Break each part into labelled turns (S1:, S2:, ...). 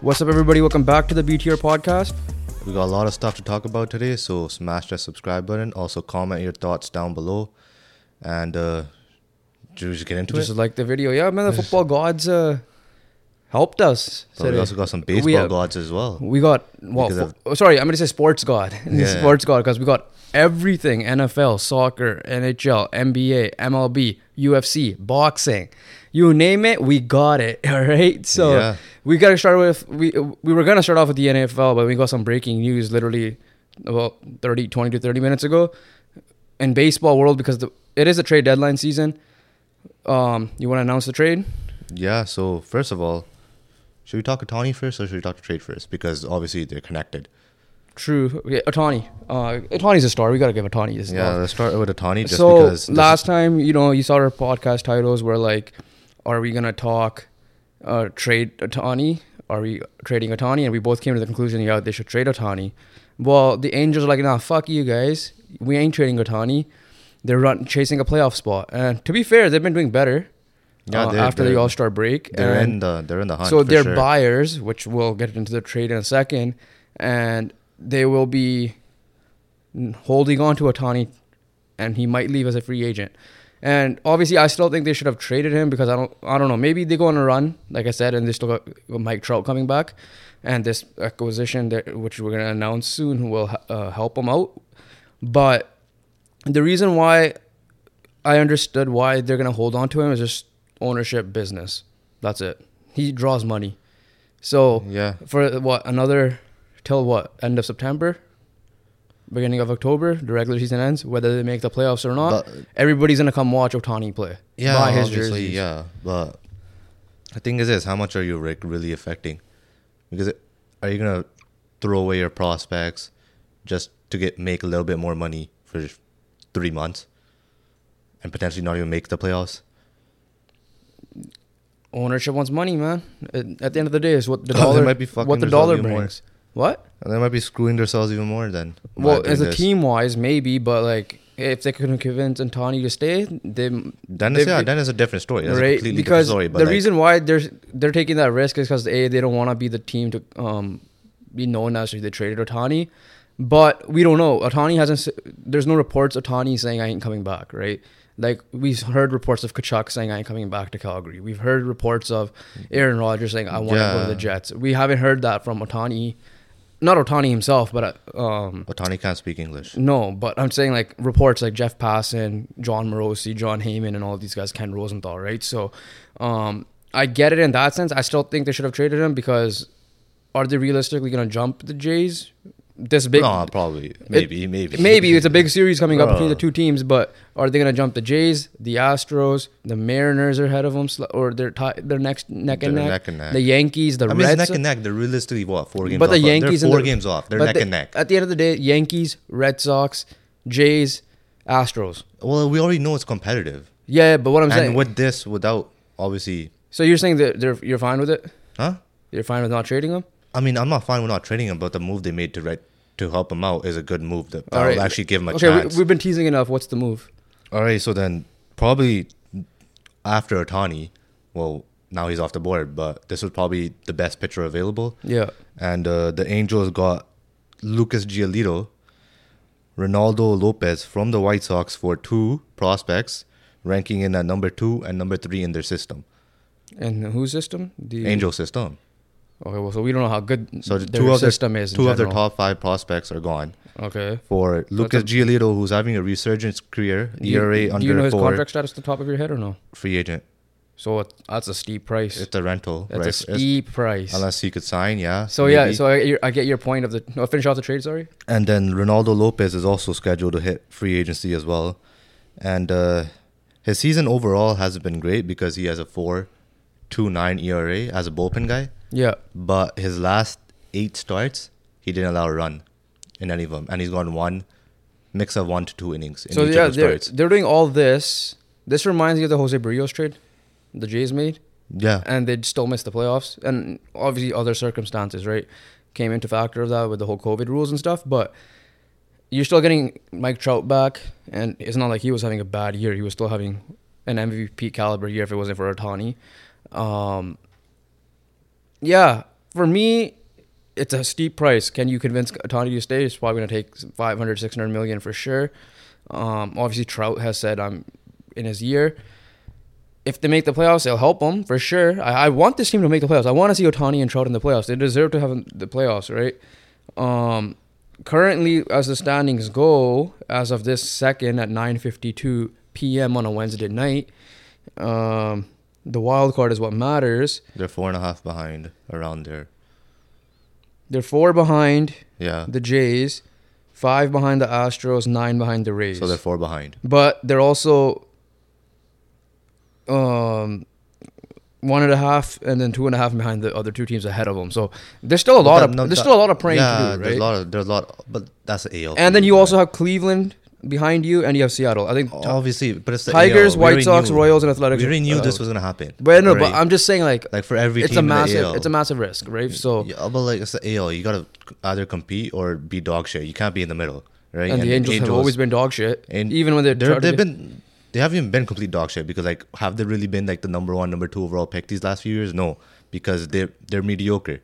S1: What's up, everybody? Welcome back to the BTR podcast.
S2: We got a lot of stuff to talk about today, so smash that subscribe button. Also, comment your thoughts down below, and uh, should we just get into
S1: Just
S2: it?
S1: like the video, yeah, man. The football gods uh, helped us.
S2: But we
S1: today.
S2: also got some baseball
S1: have-
S2: gods as well.
S1: We got well.
S2: Because
S1: fo- oh, sorry, I'm gonna say sports god.
S2: Yeah.
S1: sports god because we got everything: NFL, soccer, NHL, NBA, MLB, UFC, boxing. You name it, we got it. All right, so
S2: Yeah.
S1: we gotta start with we we were gonna start off with the NFL, but we got some breaking news literally about 30, 20 to thirty minutes ago in baseball world because the, it is a trade deadline season. Um, you want to announce the trade?
S2: Yeah. So first of all, should we talk to Tony first, or should we talk to Trade first? Because obviously they're connected.
S1: True. Yeah, Otani. Uh, Otani's a star. We gotta give Otani his
S2: Yeah.
S1: love.
S2: Let's start with Tony just
S1: so
S2: because this is-
S1: last time, you know, you saw our podcast titles were like, "Are we gonna talk uh, trade Otani? Are we trading Otani?" And we both came to the conclusion, yeah, they should trade Otani. Well, the Angels are like, "Nah, fuck you guys. We ain't trading Otani." They're run- chasing a playoff spot, and to be fair, they've been doing better.
S2: Yeah,
S1: uh,
S2: they're-
S1: after the
S2: they're-
S1: All Star break,
S2: they're
S1: and
S2: in the they're in the hunt.
S1: so
S2: for
S1: they're
S2: sure.
S1: buyers, which we'll get into the trade in a second, and they will be holding on to Otani, and he might leave as a free agent. And obviously, I still think they should have traded him because I don't, I don't know. Maybe they go on a run, like I said, and they still got Mike Trout coming back, and this acquisition that which we're gonna announce soon will uh, help them out. But the reason why I understood why they're gonna hold on to him is just ownership business. That's it. He draws money, so
S2: Yeah.
S1: for what another till what end of September, beginning of October, the regular season ends. Whether they make the playoffs or not,
S2: But-
S1: everybody's gonna come watch Otani play.
S2: Yeah.
S1: buy his
S2: obviously,
S1: jerseys.
S2: Yeah. But the thing is, this how much are you like, really affecting? Because it, are you gonna throw away your prospects just to get make a little bit more money for three months and potentially not even make the playoffs?
S1: Ownership wants money, man. At at the end of the day, is what the
S2: Oh, they
S1: dollar
S2: might be fucking
S1: what the
S2: themselves
S1: dollar
S2: even more.
S1: brings. What?
S2: And they might be screwing themselves even more then. by
S1: Well,
S2: doing
S1: as a
S2: this.
S1: team wise, maybe, but like if they couldn't convince Otani to stay, they
S2: then
S1: they've-
S2: it's, yeah, then it's a different story. That's a
S1: right?
S2: completely
S1: Because
S2: different story. But
S1: the
S2: like,
S1: reason why they're they're taking that risk is because a they don't want to be the team to um be known as who they traded Otani, but we don't know. Otani hasn't. s- There's no reports Otani saying I ain't coming back, right? Like we've heard reports of Kachuk saying I ain't coming back to Calgary. We've heard reports of Aaron Rodgers saying I want to go to
S2: Yeah.
S1: the Jets. We haven't heard that from Otani, not Otani himself, but uh, um
S2: Otani can't speak English.
S1: no, but I'm saying like reports like Jeff Passan, John Morosi, John Heyman, and all these guys, Ken Rosenthal, right? So, um, I get it in that sense. I still think they should have traded him because are they realistically going to jump the Jays? This big,
S2: no, probably. Maybe,
S1: it-
S2: maybe.
S1: Maybe it's a big series coming up between
S2: Uh.
S1: the two teams, but are they going to jump the Jays, the Astros, the Mariners are ahead of them, sl- or they're tie they're next neck and
S2: They're
S1: neck,
S2: neck and neck.
S1: the Yankees, the
S2: I mean,
S1: Reds,
S2: it's neck and neck. They're realistically what four games.
S1: but
S2: off.
S1: the Yankees
S2: they're
S1: and
S2: four
S1: the-
S2: games off. They're
S1: but
S2: neck
S1: the-
S2: and neck.
S1: At the end of the day, Yankees, Red Sox, Jays, Astros.
S2: Well, we already know it's competitive.
S1: Yeah, but what I'm
S2: and
S1: saying.
S2: with this, without obviously,
S1: so you're saying that they're, you're fine with it?
S2: huh?
S1: You're fine with not trading them?
S2: I mean, I'm not fine with not trading him, but the move they made to right to help him out is a good move that
S1: All
S2: will
S1: right.
S2: actually give him a
S1: okay,
S2: chance.
S1: We, we've been teasing enough. What's the move?
S2: All right, so then probably after Otani, well, now he's off the board, but this was probably the best pitcher available.
S1: Yeah.
S2: And uh, the Angels got Lucas Giolito, Ronaldo Lopez from the White Sox for two prospects, ranking in at number two and number three in their system,
S1: And whose system? The
S2: Angel system.
S1: Okay, well, so we don't know how good
S2: So
S1: their
S2: two of their
S1: system is. in
S2: two of their
S1: general.
S2: top five prospects are gone.
S1: Okay.
S2: For Lucas Giolito, who's having a resurgence career,
S1: Do you-
S2: ERA
S1: do you,
S2: E under
S1: know his
S2: four,
S1: contract status at the top of your head or no?
S2: free agent.
S1: So it, that's a steep price.
S2: It's a rental,
S1: that's
S2: right?
S1: a
S2: It's-
S1: steep price.
S2: Unless he could sign, yeah.
S1: so yeah,
S2: maybe.
S1: so I, I get your point of the. No, finish off the trade. Sorry.
S2: and then Ronaldo Lopez is also scheduled to hit free agency as well, and uh, his season overall hasn't been great because he has a four, two nine ERA as a bullpen guy.
S1: Yeah.
S2: But his last eight starts, he didn't allow a run in any of them, and he's gone one mix of one to two innings in
S1: So
S2: each
S1: yeah,
S2: of the
S1: they're,
S2: starts.
S1: they're doing all this. This reminds me of the Jose Barrios trade, the Jays made,
S2: Yeah,
S1: and they still missed the playoffs. And obviously, other circumstances, right, came into factor of that with the whole COVID rules and stuff. But you're still getting Mike Trout back, and it's not like he was having a bad year. He was still having an MVP caliber year if it wasn't for Otani. Um, yeah, for me, it's a steep price. Can you convince Otani to stay? It's probably going to take 500, 600 million for sure. Um, obviously, Trout has said I'm in his year. If they make the playoffs, it'll help them for sure. I, I want this team to make the playoffs. I want to see Otani and Trout in the playoffs. They deserve to have the playoffs, right? Um, currently, as the standings go, as of this second at 9:52 p.m. on a Wednesday night, um, the wild card is what matters.
S2: They're four and a half behind around there.
S1: They're four behind
S2: Yeah.
S1: the Jays, five behind the Astros, nine behind the Rays.
S2: So they're four behind.
S1: but they're also um one and a half and then two and a half behind the other two teams ahead of them. So there's still a lot of
S2: No,
S1: there's
S2: that-
S1: still a lot of praying to
S2: yeah,
S1: do,
S2: There's a
S1: right?
S2: lot of there's a lot of- but that's the AL.
S1: And then
S2: for
S1: you
S2: man.
S1: also have Cleveland behind you, and you have Seattle. I
S2: Oh.
S1: think.
S2: obviously, but it's the
S1: Tigers,
S2: AL. We
S1: White
S2: already
S1: Sox,
S2: knew-
S1: Royals, and Athletics
S2: We already knew
S1: are
S2: this
S1: out.
S2: was gonna happen.
S1: but no, but
S2: Already.
S1: I'm just saying like
S2: like for every
S1: it's
S2: team
S1: a
S2: in the
S1: massive
S2: AL.
S1: it's a massive risk, right? So
S2: Yeah, but like it's the AL. You gotta either compete or be dog shit. You can't be in the middle, right?
S1: and the Angels, have always been dog shit,
S2: and
S1: even when they're,
S2: they're
S1: trying to
S2: they've
S1: get-
S2: been they haven't even been complete dog shit because like have they really been like the number one, number two overall pick these last few years? No, because they are they're mediocre.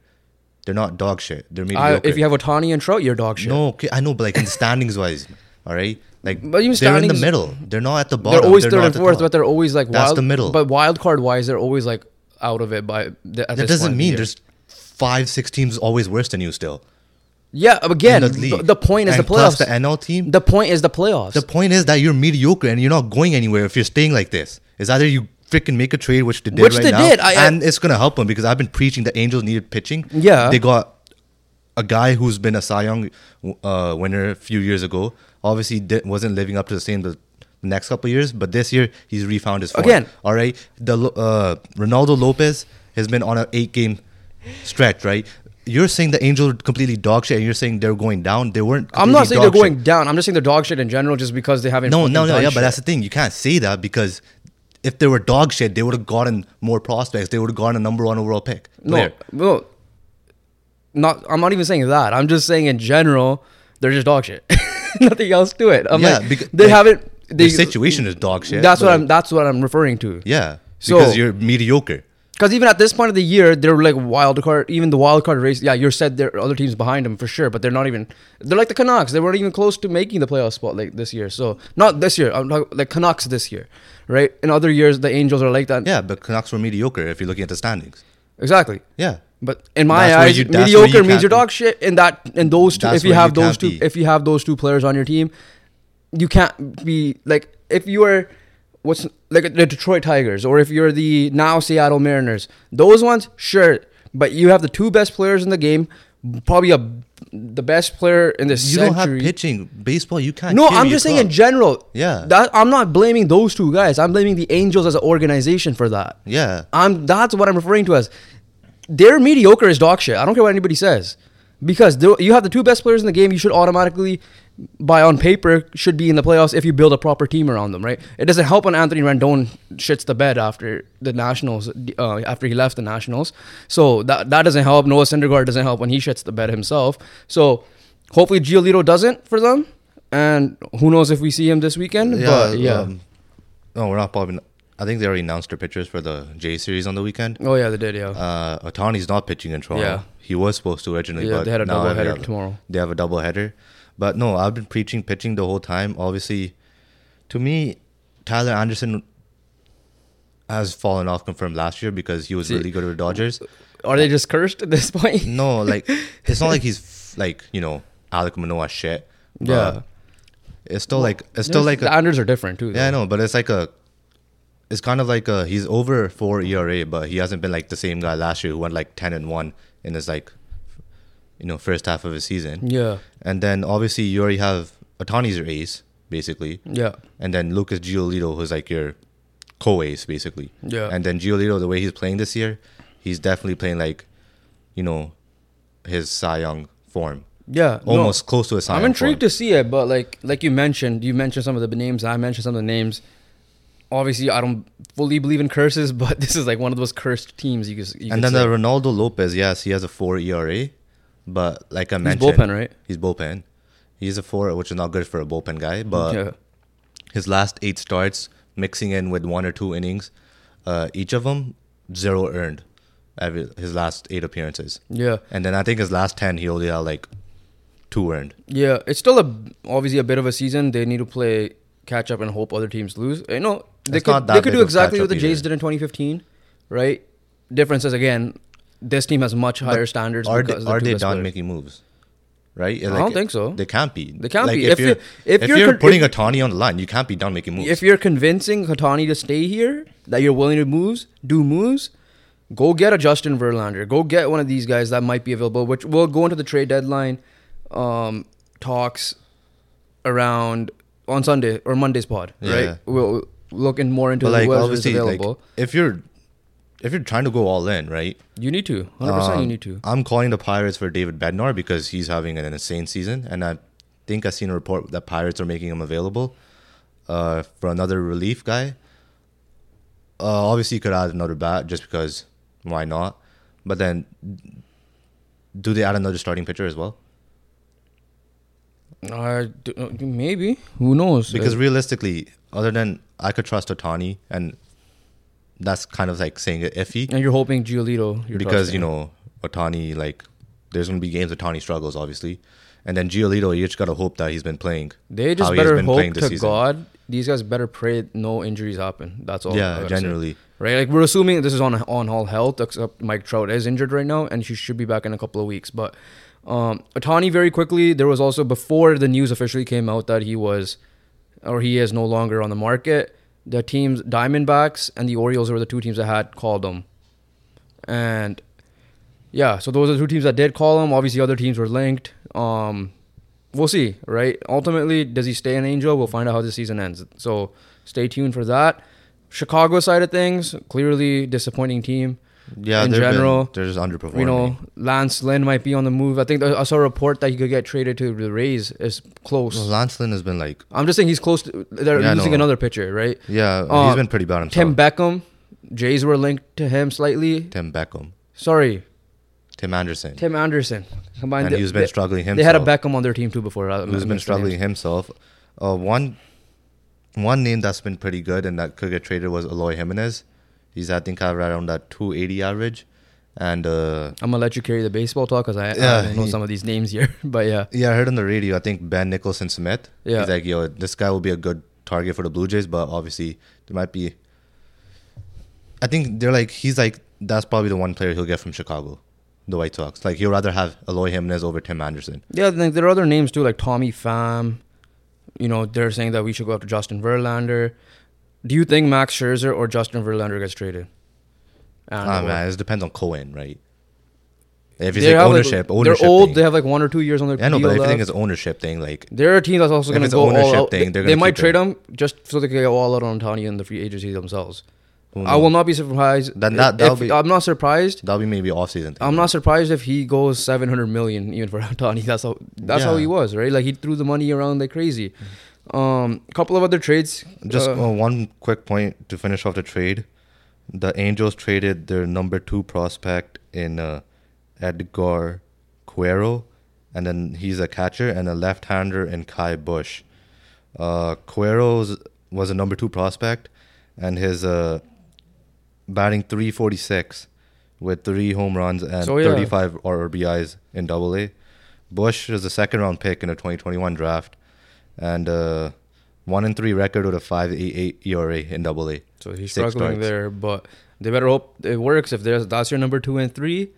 S2: They're not dog shit. They're
S1: I,
S2: mediocre.
S1: if you have Otani and Trout, you're dog shit.
S2: no, okay, I know, but like in standings wise, all right, like
S1: But even
S2: they're in the
S1: standings-
S2: middle. They're not at the bottom.
S1: they're always
S2: not
S1: third
S2: at
S1: and
S2: the
S1: fourth,
S2: top.
S1: but they're always like
S2: That's
S1: wild,
S2: the middle.
S1: But wild card wise, they're always like out of it by the, at this
S2: that
S1: point
S2: doesn't
S1: of the
S2: mean
S1: year.
S2: there's five, six teams always worse than you still.
S1: yeah. Again,
S2: in
S1: the, the point is
S2: And
S1: the
S2: plus
S1: playoffs.
S2: the
S1: The,
S2: NL team.
S1: point is the playoffs.
S2: The point is that you're mediocre and you're not going anywhere if you're staying like this. It's either you freaking make a trade, which they did
S1: Which
S2: right
S1: they
S2: now,
S1: did. I- I-
S2: and it's gonna help them because I've been preaching the Angels needed pitching.
S1: Yeah.
S2: they got a guy who's been a Cy Young uh, winner a few years ago. Obviously, di- wasn't living up to the same the the next couple of years, but this year he's refound his form.
S1: Again.
S2: all right. The Lo- uh, Ronaldo Lopez has been on an eight game stretch, right? You're saying the Angels are completely dog shit, and you're saying they're going down. They weren't.
S1: I'm not
S2: completely
S1: saying they're
S2: dog shit.
S1: going down. I'm just saying they're dog shit in general, just because they haven't.
S2: No,
S1: fucking
S2: no, no.
S1: done
S2: Yeah,
S1: shit.
S2: but that's the thing. You can't say that because if they were dog shit, they would have gotten more prospects. They would have gotten a number one overall pick.
S1: no,
S2: player.
S1: no. Not. I'm not even saying that. I'm just saying in general, they're just dog shit. Nothing else to it. I'm
S2: Yeah,
S1: like,
S2: becau-
S1: they
S2: like,
S1: haven't. They,
S2: the situation is dog shit.
S1: That's what
S2: but-
S1: I'm. That's what I'm referring to.
S2: Yeah,
S1: So-
S2: because you're mediocre.
S1: Because even at this point of the year, they're like wild card. Even the wild card race, yeah, you said there are other teams behind them for sure, but they're not even. They're like the Canucks. They weren't even close to making the playoff spot like this year. So not this year. I'm talking like Canucks this year, right? In other years, the Angels are like that.
S2: Yeah, but Canucks were mediocre if you're looking at the standings.
S1: exactly.
S2: Yeah,
S1: But in my
S2: That's where
S1: eyes,
S2: you- that's where
S1: mediocre
S2: you
S1: means
S2: can't
S1: you're
S2: be.
S1: dog shit. In that, in those two,
S2: That's
S1: if you
S2: where
S1: have
S2: you
S1: those
S2: can't
S1: two,
S2: be.
S1: if you have those two players on your team, you can't be like if you are what's like the Detroit Tigers or if you're the now Seattle Mariners. Those ones, sure, but you have the two best players in the game, probably a the best player in the
S2: you
S1: century.
S2: don't have pitching baseball. You can't.
S1: No,
S2: carry
S1: I'm
S2: a
S1: just saying in
S2: club.
S1: general.
S2: Yeah.
S1: That I'm not blaming those two guys. I'm blaming the Angels as an organization for that.
S2: Yeah.
S1: I'm that's what I'm referring to as they're mediocre as dog shit. I don't care what anybody says. Because there- you have the two best players in the game, you should automatically, by on paper, should be in the playoffs if you build a proper team around them, right? It doesn't help when Anthony Rendon shits the bed after the Nationals, uh, after he left the Nationals. So that that doesn't help. Noah Syndergaard doesn't help when he shits the bed himself. So hopefully Giolito doesn't for them, and who knows if we see him this weekend?
S2: yeah,
S1: but yeah.
S2: um, no, we're not probably. Not, I think they already announced their pitchers for the J series on the weekend.
S1: oh yeah, they did. Yeah.
S2: uh, Otani's not pitching in Toronto.
S1: Yeah.
S2: He was supposed to originally,
S1: Yeah,
S2: but
S1: they had a
S2: now
S1: doubleheader
S2: have-
S1: tomorrow.
S2: They have a double header. But no, I've been preaching pitching the whole time. Obviously, to me, Tyler Anderson has fallen off confirmed last year because he was really good with the Dodgers.
S1: Are they just cursed at this point?
S2: No, like it's not like he's like, you know, Alec Manoa shit. but
S1: Yeah.
S2: It's still like it's still like
S1: the
S2: a,
S1: Anders are different too.
S2: yeah, I
S1: though.
S2: know, but it's like a it's kind of like a he's over four ERA, but he hasn't been like the same guy last year who went like ten and one in his like you know first half of his season.
S1: Yeah,
S2: And then obviously you already have Otani's your ace basically,
S1: yeah,
S2: and then Lucas Giolito who's like your co-ace basically.
S1: Yeah.
S2: And then Giolito the way he's playing this year, he's definitely playing like you know his Cy Young form,
S1: yeah. no.
S2: almost close to his Cy
S1: I'm
S2: Young
S1: intrigued to
S2: form.
S1: see it, but like like you mentioned, you mentioned some of the names. I mentioned some of the names. Obviously, I don't fully believe in curses, but this is like one of those cursed teams. You could, you
S2: And
S1: could
S2: then
S1: say.
S2: the Ronaldo Lopez, yes, he has a four ERA, but like I
S1: He's
S2: mentioned,
S1: bullpen, right?
S2: He's bullpen. He's a four, which is not good for a bullpen guy. But
S1: yeah,
S2: his last eight starts, mixing in with one or two innings, uh, each of them zero earned. every, his last eight appearances.
S1: Yeah.
S2: And then I think his last 10, he only had like two earned.
S1: Yeah, it's still a obviously a bit of a season. They need to play catch up and hope other teams lose. You know, they
S2: It's
S1: could
S2: not that
S1: they could
S2: big
S1: do
S2: of
S1: exactly what
S2: catch-up
S1: the Jays
S2: either.
S1: did in 2015, right? Differences again. This team has much higher
S2: But
S1: standards.
S2: Are they,
S1: because of the
S2: are
S1: two
S2: they
S1: best
S2: done
S1: players.
S2: making moves? Right? I
S1: don't think so.
S2: They can't be.
S1: They can't
S2: Like,
S1: be.
S2: If,
S1: If
S2: you're,
S1: you- if
S2: if
S1: you're
S2: you're,
S1: con-
S2: putting a Tawny on the line, you can't be done making moves.
S1: If you're convincing Katani to stay here, that you're willing to moves, do moves, go get a Justin Verlander. Go get one of these guys that might be available, which will go into the trade deadline um, talks around on Sunday or Monday's pod,
S2: Yeah.
S1: right? We'll look in more into
S2: but like
S1: who else is
S2: obviously, like,
S1: available.
S2: if you're if you're trying to go all in, right?
S1: you need to. 100% you
S2: Um,
S1: need to.
S2: I'm calling the Pirates for David Bednar because he's having an insane season, and I think I've seen a report that Pirates are making him available uh, for another relief guy. Uh, obviously, you could add another bat just because why not? But then, do they add another starting pitcher as well?
S1: Uh, d- uh, maybe. Who knows?
S2: Because
S1: Uh,
S2: realistically, other than I could trust Otani, and that's kind of like saying it iffy.
S1: and you're hoping Giolito. You're
S2: because
S1: trusting.
S2: you know Otani, like there's gonna be games Otani struggles, obviously, and then Giolito, you just gotta hope that he's been playing.
S1: They just
S2: how he has
S1: better
S2: been
S1: hope
S2: playing
S1: to
S2: this season.
S1: God these guys better pray no injuries happen. That's all. I
S2: yeah,
S1: gotta say.
S2: generally.
S1: right? Like we're assuming this is on on all health, except Mike Trout is injured right now, and she should be back in a couple of weeks. But um, Otani very quickly. There was also before the news officially came out that he was or he is no longer on the market. The teams Diamondbacks and the Orioles were the two teams that had called him, and yeah, so those are the two teams that did call him. Obviously, other teams were linked. Um, we'll see, right? Ultimately, does he stay an Angel? We'll find out how the season ends. So stay tuned for that. Chicago side of things, clearly disappointing team.
S2: Yeah,
S1: in
S2: they've been-
S1: general,
S2: they're just underperforming.
S1: You know, Lance Lynn might be on the move. I think I saw a report that he could get traded to the Rays. Is close.
S2: Well, Lance Lynn has been like,
S1: I'm just saying he's close. To, they're
S2: Yeah, I
S1: losing
S2: know.
S1: another pitcher, right?
S2: yeah,
S1: Uh,
S2: he's been pretty bad himself.
S1: Tim Beckham, Jays were linked to him slightly.
S2: Tim Beckham,
S1: Sorry,
S2: Tim Anderson,
S1: Tim Anderson. Combined,
S2: and
S1: the-
S2: he's been
S1: the-
S2: struggling himself.
S1: They had a Beckham on their team too before. I- I
S2: who's been
S1: mixed the names.
S2: struggling himself. Uh, one one name that's been pretty good and that could get traded was Aloy Jimenez. He's I think have around that 280 average, and uh,
S1: I'm gonna let you carry the baseball talk because I, I
S2: Yeah,
S1: don't know
S2: he-
S1: some of these names here, but yeah,
S2: Yeah, I heard on the radio. I think Ben Nicholson Smith.
S1: Yeah.
S2: he's like, yo, this guy will be a good target for the Blue Jays, but obviously there might be. I think they're like he's like that's probably the one player he'll get from Chicago, the White Sox. Like he'll rather have Eloy Jimenez over Tim Anderson.
S1: yeah. Then there are other names too, like Tommy Pham. You know, they're saying that we should go after Justin Verlander. Do you think Max Scherzer or Justin Verlander gets traded? And
S2: Ah
S1: or-
S2: man, it depends on Cohen, right? If it's
S1: They
S2: like
S1: have, like,
S2: ownership, ownership.
S1: They're old.
S2: Thing.
S1: They have like one or two years on their.
S2: I know, but
S1: deal
S2: if you think
S1: left.
S2: it's ownership thing, like
S1: There are teams that's also
S2: If
S1: going to
S2: it's an
S1: go all
S2: ownership
S1: out.
S2: thing,
S1: they
S2: they're
S1: they
S2: gonna
S1: might
S2: keep
S1: trade him just so they can go all out on Tony and the free agency themselves.
S2: Who
S1: I will not be surprised.
S2: Then that- that'll
S1: if-
S2: be-
S1: I'm not surprised.
S2: that'll be maybe off season.
S1: I'm not surprised if he goes 700 million even for Otani. That's how that's how
S2: Yeah.
S1: he was, right? Like he threw the money around like crazy. Um, couple of other trades.
S2: Just
S1: uh,
S2: uh, one quick point to finish off the trade. The Angels traded their number two prospect in uh, Edgar Cuero, and then he's a catcher and a left-hander in Kai Bush. Uh, Cuero's was a number two prospect, and his uh, batting 346 with three home runs and
S1: So, yeah.
S2: 35 RBIs in Double A. Bush is a second round pick in the 2021 draft, and uh, one and three record with a 5.88 ERA in Double A.
S1: so he's
S2: six
S1: struggling
S2: starts.
S1: there, but they better hope it works. If there's that's your number two and three,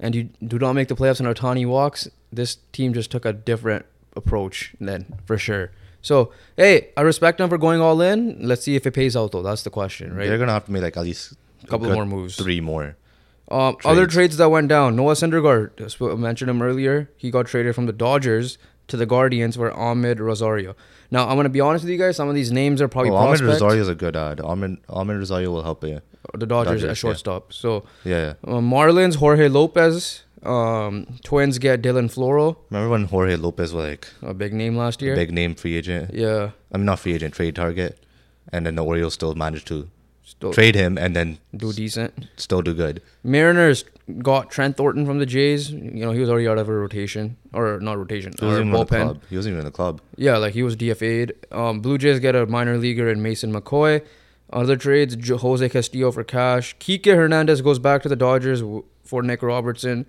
S1: and you do not make the playoffs and Otani walks, this team just took a different approach then for sure. So hey, I respect them for going all in. Let's see if it pays out though. That's the question, right?
S2: They're gonna have to make like at least a
S1: Couple
S2: good
S1: more moves.
S2: three more.
S1: Um, Other trades that went down: Noah Syndergaard. just w- mentioned him earlier. He got traded from the Dodgers to the Guardians for Ahmed Rosario. Now I'm gonna be honest with you guys. Some of these names are probably
S2: Oh, Ahmed
S1: prospects.
S2: Rosario is a good ad. Ahmed Ahmed Rosario will help you.
S1: the Dodgers,
S2: Dodgers, yeah.
S1: at shortstop. So
S2: Yeah, yeah.
S1: uh, Marlins, Jorge Lopez. Um, Twins get Dylan Floro,
S2: Remember when Jorge Lopez was like
S1: a big name last
S2: a
S1: year.
S2: big name free agent?
S1: yeah,
S2: I mean, not free agent, trade target, and then the Orioles still managed to
S1: still
S2: trade him and then
S1: do decent.
S2: still do good.
S1: Mariners got Trent Thornton from the Jays. You know he was already out of a rotation or not rotation.
S2: He
S1: or
S2: wasn't even in the
S1: bullpen.
S2: club. He wasn't even in the club.
S1: Yeah, like he was DFA'd. Um, Blue Jays get a minor leaguer in Mason McCoy. Other trades: Jo- Jose Castillo for cash. Kike Hernandez goes back to the Dodgers w- for Nick Robertson.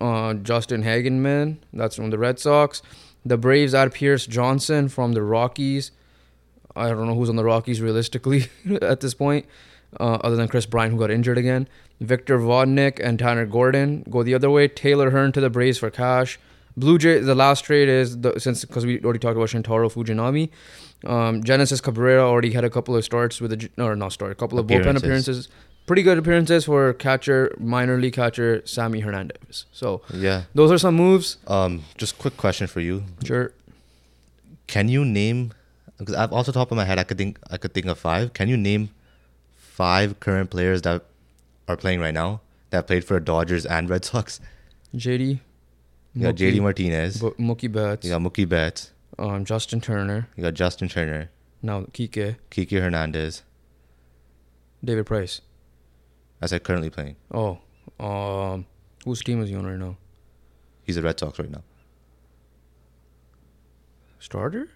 S1: Uh, Justin Hagenman, that's from the Red Sox. The Braves add Pierce Johnson from the Rockies. I don't know who's on the Rockies realistically at this point, uh, other than Chris Bryant who got injured again. Victor Vodnik and Tanner Gordon go the other way. Taylor Hearn to the Braves for cash. Blue Jay. The last trade is the, since because we already talked about Shintaro Fujinami. Um, Genesis Cabrera already had a couple of starts with the J- or not start, a couple of bullpen
S2: Appearances.
S1: appearances. Pretty good appearances for catcher, minor league catcher Sammy Hernandez. So
S2: Yeah.
S1: those are some moves.
S2: Um, just quick question for you.
S1: Sure.
S2: Can you name? Because I've off the top of my head, I could think I could think of five. Can you name five current players that are playing right now that played for Dodgers and Red Sox?
S1: JD.
S2: You got JD Martinez.
S1: Bo- Mookie Betts.
S2: You got Mookie Betts.
S1: Um, Justin Turner.
S2: You got Justin Turner,
S1: Now Kike.
S2: Kiki Hernandez.
S1: David Price.
S2: As I currently playing,
S1: Oh, um, whose team is he on right now?
S2: he's a Red Sox right now.
S1: Starter?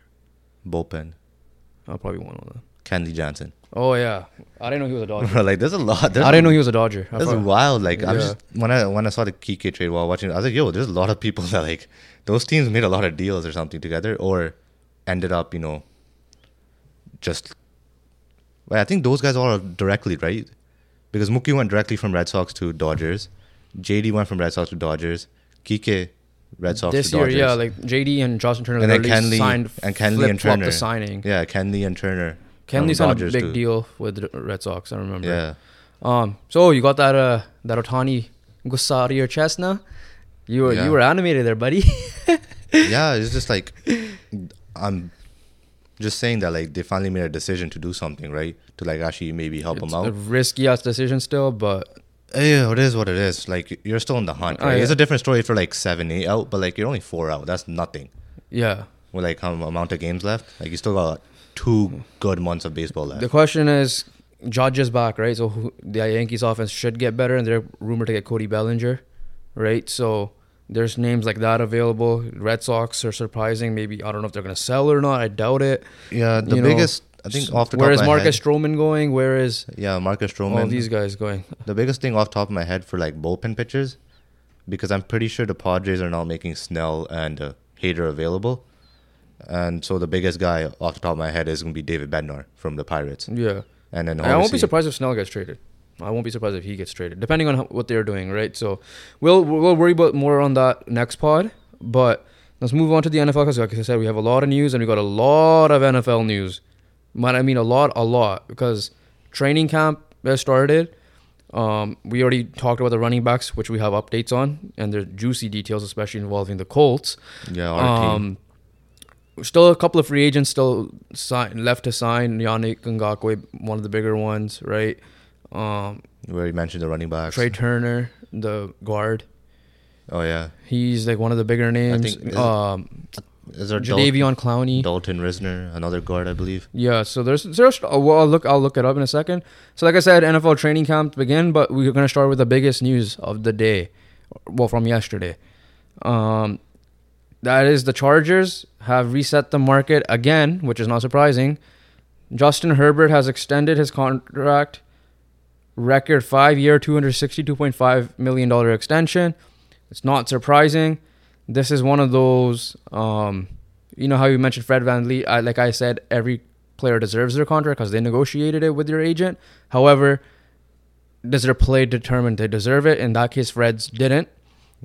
S2: Bullpen,
S1: I'll Uh, probably one of them.
S2: Kenley Johnson.
S1: Oh yeah, I didn't know he was a Dodger.
S2: like there's a lot. There's
S1: I didn't know he was a Dodger. I
S2: That's
S1: probably-
S2: wild. Like I'm
S1: Yeah.
S2: just when I when I saw the Kike trade while watching, I was like, yo, there's a lot of people that like those teams made a lot of deals or something together, or ended up, you know, just. Well, I think those guys all are directly right, because Mookie went directly from Red Sox to Dodgers, JD went from Red Sox to Dodgers, Kike, Red Sox
S1: this
S2: to
S1: year,
S2: Dodgers.
S1: yeah, like JD and Justin Turner
S2: and then
S1: literally
S2: Kenley
S1: signed
S2: and Kenley and
S1: flip-flopped
S2: Turner.
S1: the signing.
S2: Yeah, Kenley and Turner.
S1: Kenley
S2: from
S1: signed a
S2: Dodgers
S1: big
S2: to-
S1: deal with the Red Sox. I remember.
S2: Yeah,
S1: Um. So you got that uh that Otani gusta out of your chest now. You were
S2: Yeah.
S1: you were animated there, buddy.
S2: yeah, it's just like I'm just saying that like they finally made a decision to do something, right? To like actually maybe help
S1: it's
S2: them
S1: a
S2: out.
S1: risky ass decision still, but
S2: Yeah, it is what it is. Like you're still in the hunt.
S1: Oh,
S2: Right? It's
S1: yeah.
S2: a different story if you're like seven, eight out, but like you're only four out. That's nothing.
S1: yeah.
S2: With like how amount of games left, like you still got two good months of baseball left.
S1: The question is, Judge is back, right? So who, the Yankees offense should get better, and they're rumored to get Cody Bellinger, right? So there's names like that available. Red Sox are surprising. Maybe I don't know if they're gonna sell or not. I doubt it.
S2: yeah, the
S1: you know,
S2: biggest I think off the
S1: Where
S2: top
S1: is
S2: of my
S1: Marcus Oh,
S2: head,
S1: Stroman going? Where is
S2: yeah, Marcus
S1: all
S2: Stroman.
S1: these guys going?
S2: the biggest thing off the top of my head for like bullpen pitchers, because I'm pretty sure the Padres are now making Snell and uh, Hader available, and so the biggest guy off the top of my head is going to be David Bednar from the Pirates,
S1: Yeah,
S2: and
S1: I won't
S2: then
S1: be
S2: obviously-
S1: surprised if Snell gets traded. I won't be surprised if he gets traded, depending on how, what they're doing, right? So we'll we'll worry about more on that next pod, but. Let's move on to the NFL because, like I said, we have a lot of news and we got a lot of NFL news. But I mean a lot, a lot because training camp has started. Um, we already talked about the running backs, which we have updates on, and there's juicy details, especially involving the Colts.
S2: yeah, our team.
S1: Um, still a couple of free agents still sign, left to sign. Yannick Ngakwe, one of the bigger ones, right? Um,
S2: We already mentioned the running backs.
S1: Trey Turner, the guard,
S2: Oh yeah,
S1: he's like one of the bigger names.
S2: think- is it-
S1: um,
S2: is there Dal-
S1: Jadavion Clowney.
S2: Dalton Risner, another guard, I believe.
S1: Yeah, so there's there's oh, well, I'll look I'll look it up in a second. So like I said, NFL training camp begin, but we're gonna start with the biggest news of the day, well from yesterday. Um, that is the Chargers have reset the market again, which is not surprising. Justin Herbert has extended his contract record five year, two hundred sixty two point five million dollar extension. It's not surprising. This is one of those. Um, you know how you mentioned Fred Van Lee. I, like I said, every player deserves their contract because they negotiated it with their agent. However, does their play determine they deserve it? In that case, Fred's didn't.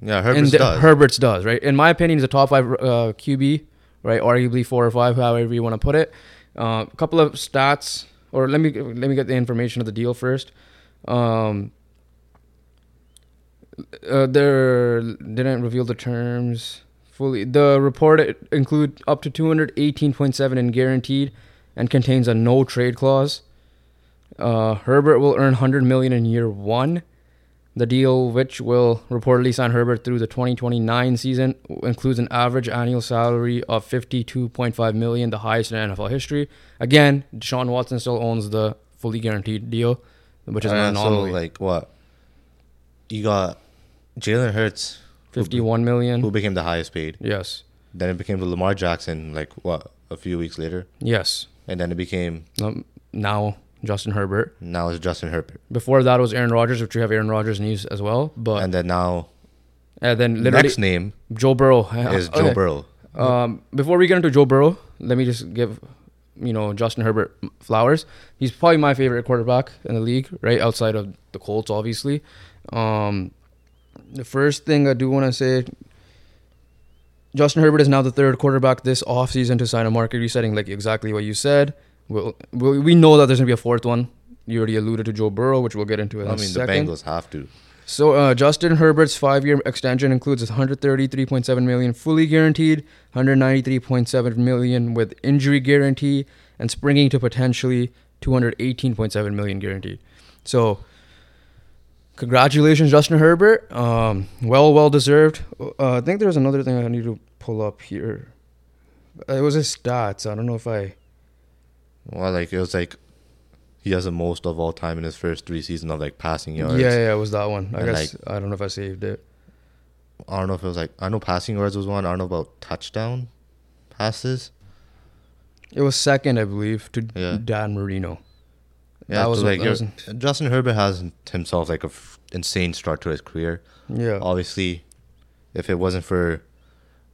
S2: Yeah,
S1: And
S2: Herbert's
S1: the-
S2: does.
S1: Herbert's does, right? In my opinion, he's a top five uh, QB, right? Arguably four or five, however you want to put it. A couple of stats, or let me let me get the information of the deal first. Um, uh, they didn't reveal the terms fully. The report include up to two hundred eighteen point seven in guaranteed, and contains a no trade clause. Uh, Herbert will earn 100 million in year one. The deal, which will reportedly sign Herbert through the 2029 season, includes an average annual salary of 52.5 million, the highest in NFL history. Again, Deshaun Watson still owns the fully guaranteed deal, which is
S2: Uh,
S1: an
S2: so
S1: anomaly.
S2: like what? You got Jalen Hurts, who be-
S1: 51 million.
S2: who became the highest paid.
S1: Yes.
S2: Then it became Lamar Jackson, like what a few weeks later,
S1: Yes.
S2: and then it became
S1: Um, now Justin Herbert.
S2: Now it's Justin Herbert,
S1: Before that was Aaron Rodgers, which you have Aaron Rodgers news as well. But
S2: and
S1: and,
S2: then now
S1: then literally
S2: next name
S1: Joe Burrow
S2: is
S1: Okay.
S2: Joe Burrow.
S1: Um, before we get into Joe Burrow, let me just give you know Justin Herbert flowers. He's probably my favorite quarterback in the league, right outside of the Colts, obviously. Um, the first thing I do want to say, Justin Herbert is now the third quarterback this offseason to sign a market resetting, like exactly what you said. We'll, we we know that there's gonna be a fourth one. You already alluded to Joe Burrow, which we'll get into in
S2: I
S1: a
S2: mean,
S1: second.
S2: the Bengals have to.
S1: So uh, Justin Herbert's five-year extension includes 133.7 million fully guaranteed, 193.7 million with injury guarantee, and springing to potentially 218.7 million guaranteed. So, congratulations, Justin Herbert. Um, well, well deserved. Uh, I think there's another thing I need to pull up here. Uh, It was his stats. I don't know if I.
S2: Well, like it was like he has the most of all time in his first three seasons of like passing
S1: Yeah,
S2: yards.
S1: yeah, it was that one. I
S2: And,
S1: guess I don't know if I saved it.
S2: I don't know if it was like I know passing yards was one. I don't know about touchdown passes.
S1: It was second, I believe, to
S2: Yeah.
S1: Dan Marino.
S2: Yeah,
S1: that was
S2: so, like
S1: that
S2: you're-
S1: was-
S2: Justin Herbert has himself like a f- insane start to his career.
S1: yeah,
S2: Obviously, if it wasn't for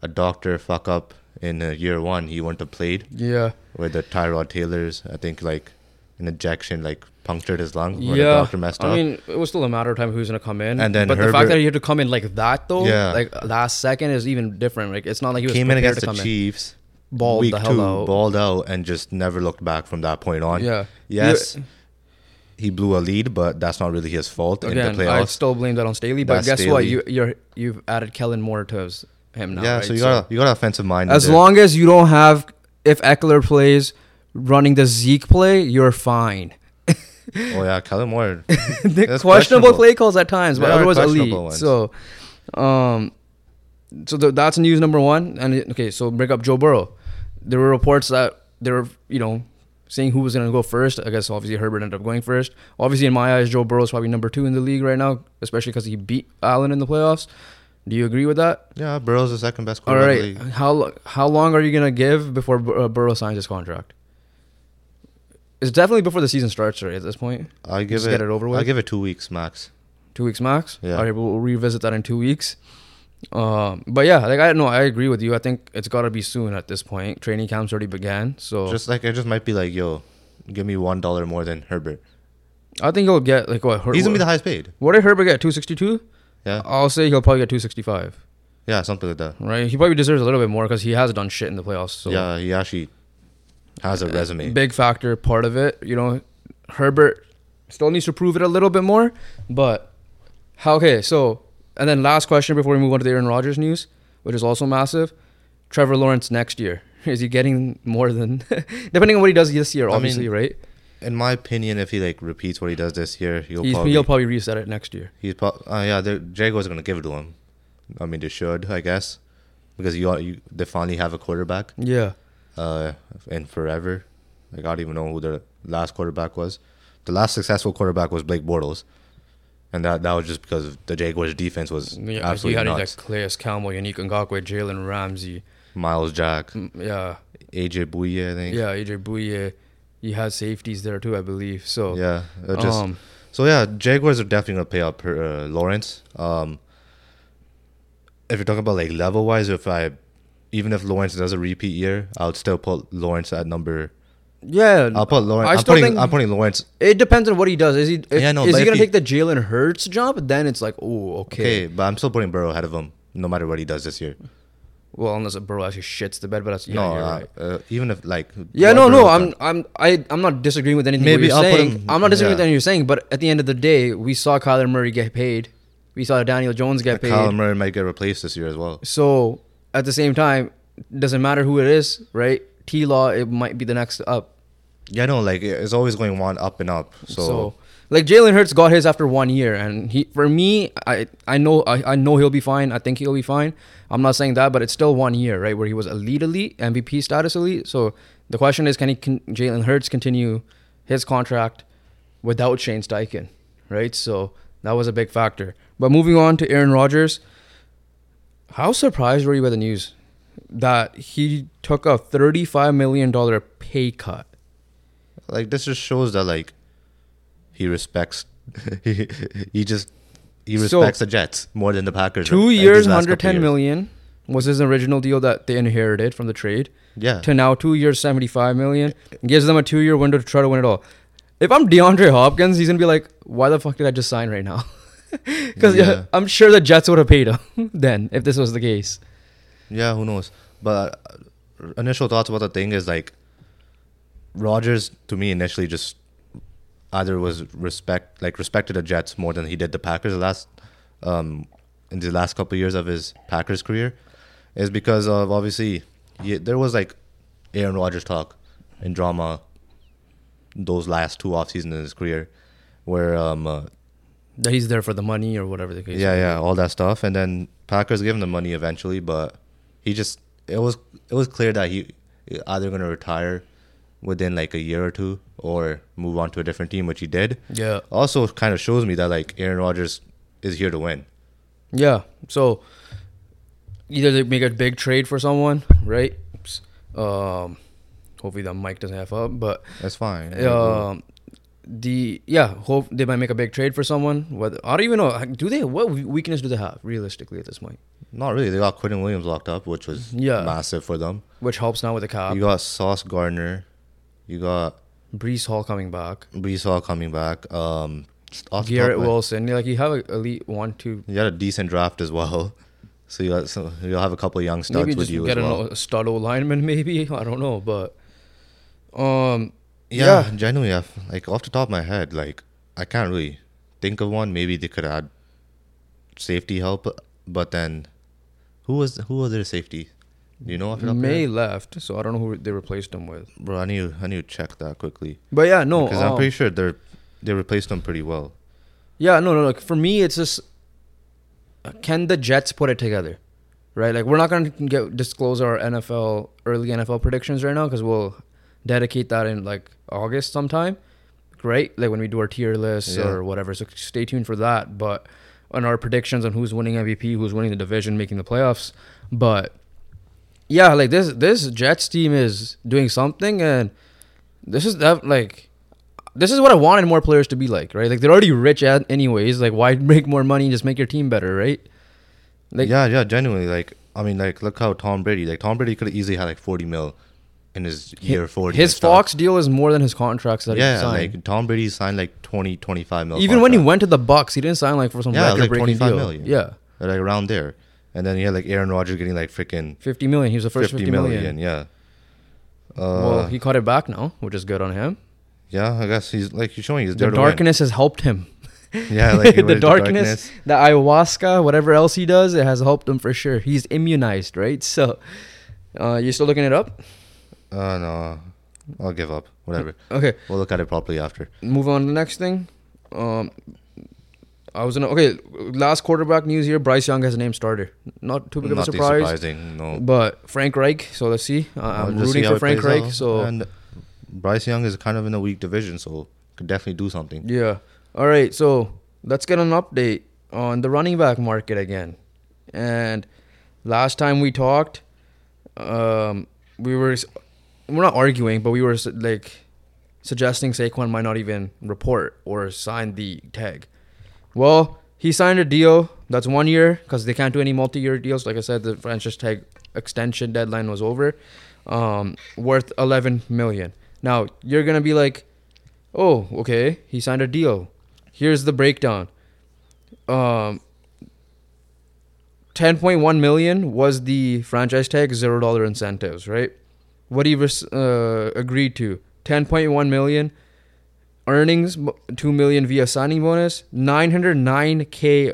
S2: a doctor fuck up in uh, year one, he wouldn't have played.
S1: yeah,
S2: With the Tyrod Taylor's, I think like an injection like punctured his lung. Where the
S1: yeah.
S2: doctor messed
S1: I
S2: up.
S1: mean, it was still a matter of time who's gonna come in.
S2: And then
S1: but the fact
S2: Herbert-
S1: that he had to come in like that though,
S2: Yeah.
S1: like last second is even different. Like it's not like he was
S2: came in
S1: prepared
S2: against
S1: to
S2: the
S1: come
S2: Chiefs.
S1: in. Balled
S2: week
S1: the hell
S2: two,
S1: out.
S2: balled out, and just never looked back from that point on.
S1: Yeah.
S2: Yes, he blew a lead, but that's not really his fault in
S1: Again,
S2: the
S1: I
S2: playoffs.
S1: still blame that on Staley. But
S2: That's
S1: guess what?
S2: Staley.
S1: You you're, you've added Kellen Moore to his, him now.
S2: yeah,
S1: right?
S2: so you got you got an offensive mind. in
S1: as
S2: there.
S1: long as you don't have if Eckler plays running the Zeke play, you're fine.
S2: oh yeah, Kellen Moore.
S1: the questionable,
S2: That's questionable.
S1: play calls at times, but
S2: There are
S1: otherwise elite.
S2: questionable ones.
S1: So, um, so th- that's news number one. And it- okay, so bring up Joe Burrow. There were reports that they were, you know, saying who was going to go first. I guess obviously Herbert ended up going first. Obviously, in my eyes, Joe Burrow is probably number two in the league right now, especially because he beat Allen in the playoffs. Do you agree with that?
S2: yeah, Burrow's the second best
S1: All
S2: quarterback. in the
S1: right.
S2: league.
S1: How lo- how long are you going to give before Bur- uh, Burrow signs his contract? It's definitely before the season starts, right? At this point,
S2: I give
S1: Just
S2: it.
S1: get it over with.
S2: I give it two weeks max.
S1: two weeks max.
S2: Yeah.
S1: All right, we'll revisit that in two weeks. Um, but yeah, like I know I agree with you. I think it's got to be soon at this point. Training camps already began, so
S2: Just like it just might be like, yo, give me one dollar more than Herbert.
S1: I think he'll get like what? Her-
S2: He's gonna be the highest paid.
S1: what did Herbert get? Two sixty two.
S2: Yeah,
S1: I'll say he'll probably get two sixty five.
S2: yeah, something like that.
S1: Right? He probably deserves a little bit more because he has done shit in the playoffs. So uh,
S2: yeah, he actually has a resume.
S1: big factor part of it. You know, Herbert still needs to prove it a little bit more, but how okay, so and then last question before we move on to the Aaron Rodgers news, which is also massive. Trevor Lawrence next year. Is he getting more than depending on what he does this year,
S2: I mean,
S1: obviously, right?
S2: In my opinion, if he like repeats what he does this year, he'll
S1: He's,
S2: probably
S1: he'll probably reset it next year.
S2: He's probably uh, yeah. The Jaguars are gonna give it to him. I mean, they should, I guess, because you, are, you they finally have a quarterback
S1: Yeah.
S2: uh, in forever. Like I don't even know who their last quarterback was. The last successful quarterback was Blake Bortles, and that that was just because the Jaguars' defense was
S1: Yeah, you
S2: absolutely
S1: had
S2: nuts.
S1: like Clayus Campbell, Unique Ngakwe, Jalen Ramsey,
S2: Miles Jack,
S1: mm, yeah,
S2: AJ Bouye, I think.
S1: yeah, AJ Bouye. He has safeties there too, I believe. So
S2: Yeah, uh, just
S1: um,
S2: so yeah, Jaguars are definitely gonna pay up for uh, Lawrence. Um, if you're talking about like level wise, if I even if Lawrence does a repeat year, I would still put Lawrence at number.
S1: yeah,
S2: I'll put Lawrence.
S1: I
S2: I am
S1: still
S2: putting.
S1: think-
S2: I'm putting Lawrence.
S1: It depends on what he does. Is he if,
S2: Yeah, no,
S1: is
S2: but
S1: he
S2: if
S1: gonna
S2: he-
S1: take the Jalen Hurts jump? Then it's like, oh, okay.
S2: Okay, but I'm still putting Burrow ahead of him, no matter what he does this year.
S1: Well, unless Burrow actually shits the bed, but that's yeah,
S2: no,
S1: you're
S2: uh,
S1: right.
S2: uh, even if like.
S1: Yeah, no,
S2: what Burrow
S1: no. I'm,
S2: done-
S1: I'm, I, I'm not disagreeing with anything
S2: Maybe
S1: you're
S2: I'll put
S1: saying.
S2: him-
S1: I'm not disagreeing with
S2: yeah.
S1: anything you're saying, but at the end of the day, we saw Kyler Murray get paid. We saw Daniel Jones get paid.
S2: Kyler Murray might get replaced this year as well.
S1: So at the same time, doesn't matter who it is, right? T Law, it might be the next up.
S2: Yeah, no, like it's always going one up and up.
S1: So,
S2: So,
S1: like Jalen Hurts got his after one year, and he for me, I I know I, I know he'll be fine. I think he'll be fine. I'm not saying that, but it's still one year, right? Where he was elite, elite MVP status, elite. So the question is, can he can Jalen Hurts continue his contract without Shane Steichen, right? So that was a big factor. But moving on to Aaron Rodgers, how surprised were you by the news that he took a 35 million dollar pay cut?
S2: Like this just shows that like he respects he, he just he
S1: So-
S2: respects the Jets more than the Packers.
S1: Two
S2: like, these
S1: years,
S2: last couple
S1: 110
S2: years.
S1: million was his original deal that they inherited from the trade.
S2: Yeah.
S1: To now, two years, 75 million gives them a two-year window to try to win it all. If I'm DeAndre Hopkins, he's gonna be like, "Why the fuck did I just sign right now?" Because
S2: Yeah.
S1: I'm sure the Jets would have paid him then if this was the case.
S2: Yeah, who knows? But uh, initial thoughts about the thing is like Rogers to me initially just either was respect like respected the Jets more than he did the Packers the last um in the last couple years of his Packers career is because of obviously he, there was like Aaron Rodgers talk and drama those last two off seasons in his career where um uh,
S1: That he's there for the money or whatever the case.
S2: yeah, yeah, all that stuff, and then Packers gave him the money eventually, but he just it was it was clear that he either gonna retire within like a year or two or move on to a different team, which he did.
S1: Yeah.
S2: Also, kind of shows me that like Aaron Rodgers is here to win.
S1: Yeah. So either they make a big trade for someone, right? Oops. Um, hopefully the mic doesn't have up, but
S2: That's fine.
S1: um, the yeah, hope they might make a big trade for someone. Whether I don't even know. Do they? What weakness do they have realistically at this point?
S2: Not really. They got Quentin Williams locked up, which was
S1: Yeah. Uh,
S2: massive for them.
S1: Which helps now with the cap.
S2: You got Sauce Gardner. You got
S1: Brees Hall coming back.
S2: Brees Hall coming back. Um, just off the top
S1: Garrett
S2: of my-
S1: Wilson. Like you have an elite one, two.
S2: You got a decent draft as well. So you got some, you'll have a couple of young studs
S1: Maybe
S2: with
S1: just
S2: you
S1: get
S2: as
S1: an
S2: well.
S1: a stud O lineman. Maybe I don't know, but um,
S2: Yeah, genuinely, I've, like off the top of my head, like I can't really think of one. Maybe they could add safety help, but then who was who was their safety? Do you know? Off the top of your
S1: May
S2: head?
S1: left, so I don't know who they replaced him with.
S2: bro, I need to- I need to check that quickly
S1: But yeah, no,
S2: because
S1: um,
S2: I'm pretty sure they're they replaced them pretty well.
S1: Yeah, no, no. Like for me, it's just uh, can the Jets put it together, right? Like we're not gonna get disclose our NFL early NFL predictions right now because we'll dedicate that in like August sometime, right? Like when we do our tier lists
S2: Yeah.
S1: or whatever. So stay tuned for that. But on our predictions on who's winning MVP, who's winning the division, making the playoffs, but yeah, like this this Jets team is doing something, and this is that like this is what I wanted more players to be like, right? Like they're already rich at anyways. Like why make more money and just make your team better, right? Like
S2: yeah, yeah, genuinely, like I mean, like look how Tom Brady, like Tom Brady could have easily had like 40 mil in his
S1: hi-
S2: year 40.
S1: his
S2: and stuff.
S1: Fox deal is more than his contracts that he
S2: Yeah,
S1: signed.
S2: like Tom Brady signed like 20, 25 mil.
S1: Even when he
S2: contract.
S1: went to the Bucks, he didn't sign like for some
S2: Yeah, it was like
S1: record breaking
S2: 25
S1: deal.
S2: million.
S1: Yeah,
S2: like around there, and then you had like Aaron Rodgers getting like freaking
S1: fifty million. He was the first
S2: fifty
S1: fifty million.
S2: million. Yeah. Uh,
S1: well, he caught it back now, which is good on him.
S2: yeah, I guess he's like he's showing he's
S1: The
S2: there to win.
S1: darkness has helped him.
S2: Yeah, like he
S1: the
S2: wears
S1: darkness, the ayahuasca, whatever else he does, it has helped him for sure. He's immunized, right? So, uh, you still looking it up?
S2: Uh, no, I'll give up. Whatever.
S1: Okay,
S2: We'll look at it properly after.
S1: move on to the next thing. Um, I was gonna okay. Last quarterback news here: Bryce Young has a name starter. Not too big of a
S2: Nothing
S1: surprise,
S2: surprising. No.
S1: but Frank Reich. So let's see. I- I'm
S2: We'll just see
S1: rooting
S2: how
S1: for
S2: it
S1: Frank
S2: plays
S1: Reich.
S2: out.
S1: So
S2: and Bryce Young is kind of in a weak division, so could definitely do something.
S1: Yeah. All right. So let's get an update on the running back market again. And last time we talked, um, we were s- we're not arguing, but we were s- like suggesting Saquon might not even report or sign the tag. Well, he signed a deal that's one year because they can't do any multi-year deals. Like I said, the franchise tag extension deadline was over, um, worth 11 million. Now you're gonna be like, oh, okay, he signed a deal. Here's the breakdown. Um, 10.1 million was the franchise tag, zero dollar incentives, right? What he res- uh, agreed to 10.1 million earnings, m- 2 million via signing bonus, 909k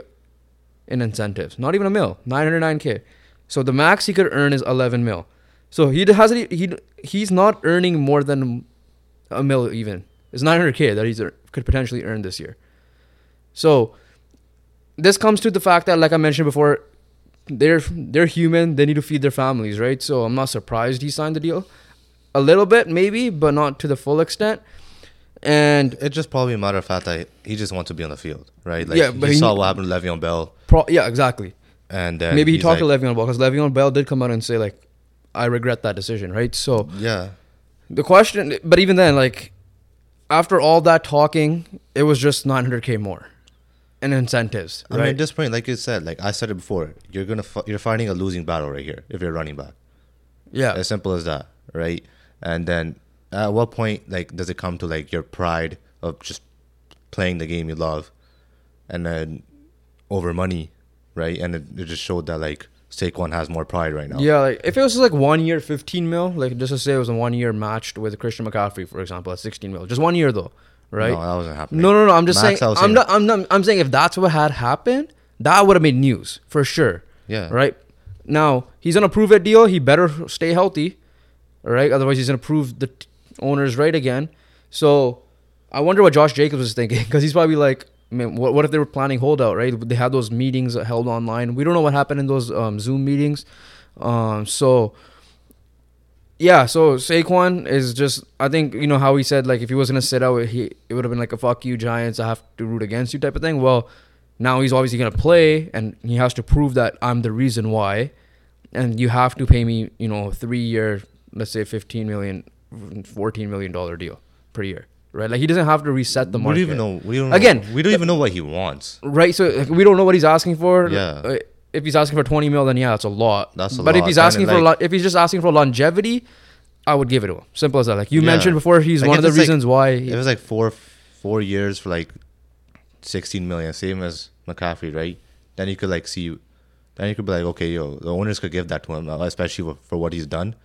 S1: in incentives, not even a mil, 909k. So the max he could earn is 11 mil. So he hasn't e, he he's not earning more than a mil even. It's 900k that he's ear- could potentially earn this year. So this comes to the fact that, like I mentioned before, they're they're human. They need to feed their families, right? So I'm not surprised he signed the deal. A little bit, maybe, but not to the full extent. And
S2: It's just probably a matter of fact that he just wants to be on the field, right? Like
S1: Yeah, but
S2: he
S1: he-
S2: saw what happened to Le'Veon Bell,
S1: pro- yeah, exactly.
S2: and then
S1: maybe he
S2: he's
S1: talked
S2: like,
S1: to Le'Veon Bell because Le'Veon Bell did come out and say like, "I regret that decision," right? So
S2: Yeah,
S1: the question, but even then, like, after all that talking, it was just 900k more in incentives.
S2: I mean,
S1: right?
S2: at this point, like you said, like I said it before, you're gonna fi- you're fighting a losing battle right here if you're running back.
S1: yeah,
S2: As simple as that, right? And then at what point like does it come to like your pride of just playing the game you love and then over money, right? And it, it just showed that like Saquon has more pride right now.
S1: yeah. Like if it was like one year, 15 mil, like just to say it was a one year matched with Christian McCaffrey, for example, at 16 mil, just one year though, right?
S2: No, that wasn't happening.
S1: No, no, no. I'm just
S2: Max, I
S1: saying.
S2: was
S1: I'm not. I'm not. I'm saying if that's what had happened, that would have made news for sure.
S2: Yeah.
S1: Right. Now he's on a prove it deal. He better stay healthy. All right. Otherwise, he's gonna prove the t- owners right again. So I wonder what Josh Jacobs was thinking because he's probably like, man, what, what if they were planning holdout? Right. They had those meetings held online. We don't know what happened in those um, Zoom meetings. Um. So. Yeah, so Saquon is just I think you know how he said like if he was gonna sit out he it would have been like a fuck you Giants I have to root against you type of thing. Well, now he's obviously gonna play and he has to prove that I'm the reason why, and you have to pay me you know three year let's say 15 million, 14 million dollar deal per year, right? Like he doesn't have to reset the
S2: we don't
S1: market.
S2: even know. We don't know-
S1: Again,
S2: We don't even know what he wants.
S1: right? So like, we don't know what he's asking for.
S2: Yeah.
S1: Uh, If he's asking for 20 mil, then yeah, that's a lot.
S2: That's a
S1: but if
S2: lot.
S1: he's
S2: And
S1: asking
S2: then,
S1: for
S2: like-
S1: lo- if he's just asking for longevity, I would give it to him. Simple as that. Like you
S2: Yeah.
S1: mentioned before, he's
S2: Like,
S1: one
S2: if
S1: of the
S2: it's, like-
S1: reasons why.
S2: It was like four four years for like sixteen million, same as McCaffrey, right? Then you could like see, then you could be like, okay, yo, the owners could give that to him, uh, especially for- for what he's done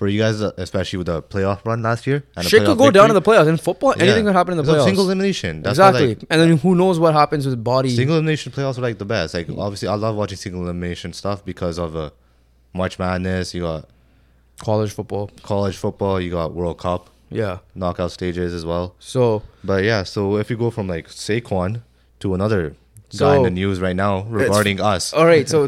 S2: for you guys, uh, especially with the playoff run last year. And the
S1: shit could
S2: playoff
S1: go down in the
S2: victory.
S1: playoffs. In football,
S2: Yeah.
S1: anything could happen in the
S2: It's a
S1: playoffs.
S2: Single elimination, That's
S1: exactly.
S2: exactly. like,
S1: and then who knows what happens with body?
S2: single elimination playoffs are like the best. Like obviously, I love watching single elimination stuff because of uh, March Madness. You got
S1: college football.
S2: college football. You got World Cup
S1: Yeah.
S2: knockout stages as well.
S1: So
S2: But yeah, so if you go from like Saquon to another guy
S1: So-
S2: in the news right now regarding us,
S1: all right. So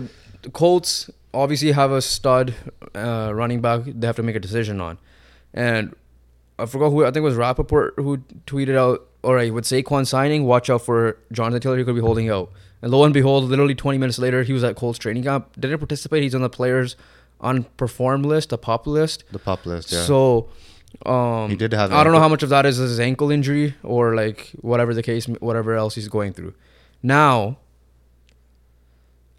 S1: the Colts obviously have a stud uh, running back. They have to make a decision on, and I forgot who. I think it was Rappaport who tweeted out, "All right, with Saquon signing, watch out for Jonathan Taylor. He could be holding out." And lo and behold, literally 20 minutes later, he was at Colts training camp. Didn't participate. He's on the players unperformed list, the pop list.
S2: the pop list, yeah.
S1: So, um,
S2: He did have an
S1: I don't know
S2: ankle-
S1: how much of that is his ankle injury or like whatever the case, whatever else he's going through. Now,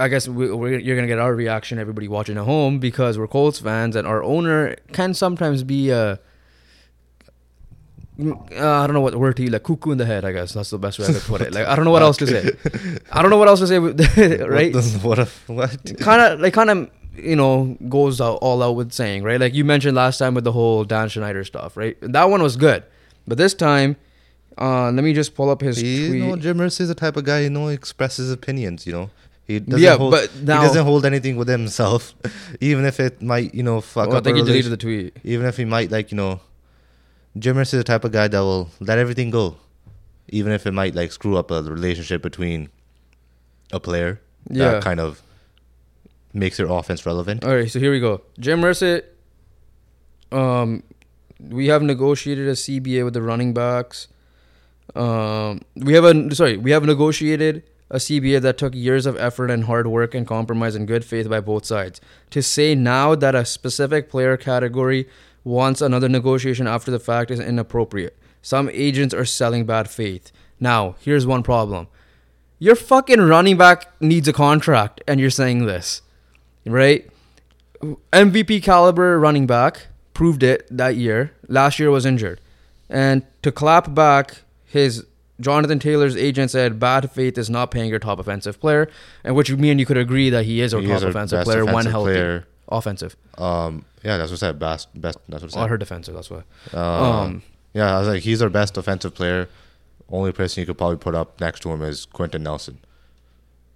S1: I guess we, we're, you're gonna get our reaction, everybody watching at home, because we're Colts fans, and our owner can sometimes be a. Mm, Uh, I don't know what word to use, like cuckoo in the head. I guess that's the best way I could put it. Like I don't know what else to say. I don't know what else to say. with- right?
S2: What? the- what, a- what?
S1: kind of like kind of you know goes out all out with saying right like you mentioned last time with the whole dan schneider stuff right that one was good but this time uh let me just pull up his
S2: You know,
S1: tweet
S2: Jim Mercy is the type of guy you know expresses opinions. You know, he doesn't
S1: Yeah,
S2: hold.
S1: but now-
S2: he doesn't hold anything with himself, even if it might you know fuck
S1: oh, i
S2: up. a
S1: think he
S2: relation-
S1: deleted the tweet
S2: even if he might like you know, Jim Mercy is the type of guy that will let everything go, even if it might like screw up a relationship between a player.
S1: Yeah.
S2: that kind of makes your offense relevant.
S1: all right so here we go jim Merced, um we have negotiated a cba with the running backs um we have a sorry we have negotiated a CBA that took years of effort and hard work and compromise and good faith by both sides. To say now that a specific player category wants another negotiation after the fact is inappropriate. Some agents are selling bad faith. Now, here's one problem. Your fucking running back needs a contract and you're saying this. Right? MVP caliber running back proved it that year. Last year was injured. And to clap back, his Jonathan Taylor's agent said bad faith is not paying your top offensive player, and which me and you could agree that he is our
S2: He
S1: top
S2: is our
S1: offensive
S2: best
S1: player when
S2: offensive
S1: healthy.
S2: player.
S1: Offensive.
S2: Um, yeah, that's what I said. Best, best. That's what
S1: Oh, I
S2: I said.
S1: heard defensive, that's why.
S2: um, yeah, I was like, he's our best offensive player. Only person you could probably put up next to him is Quentin Nelson.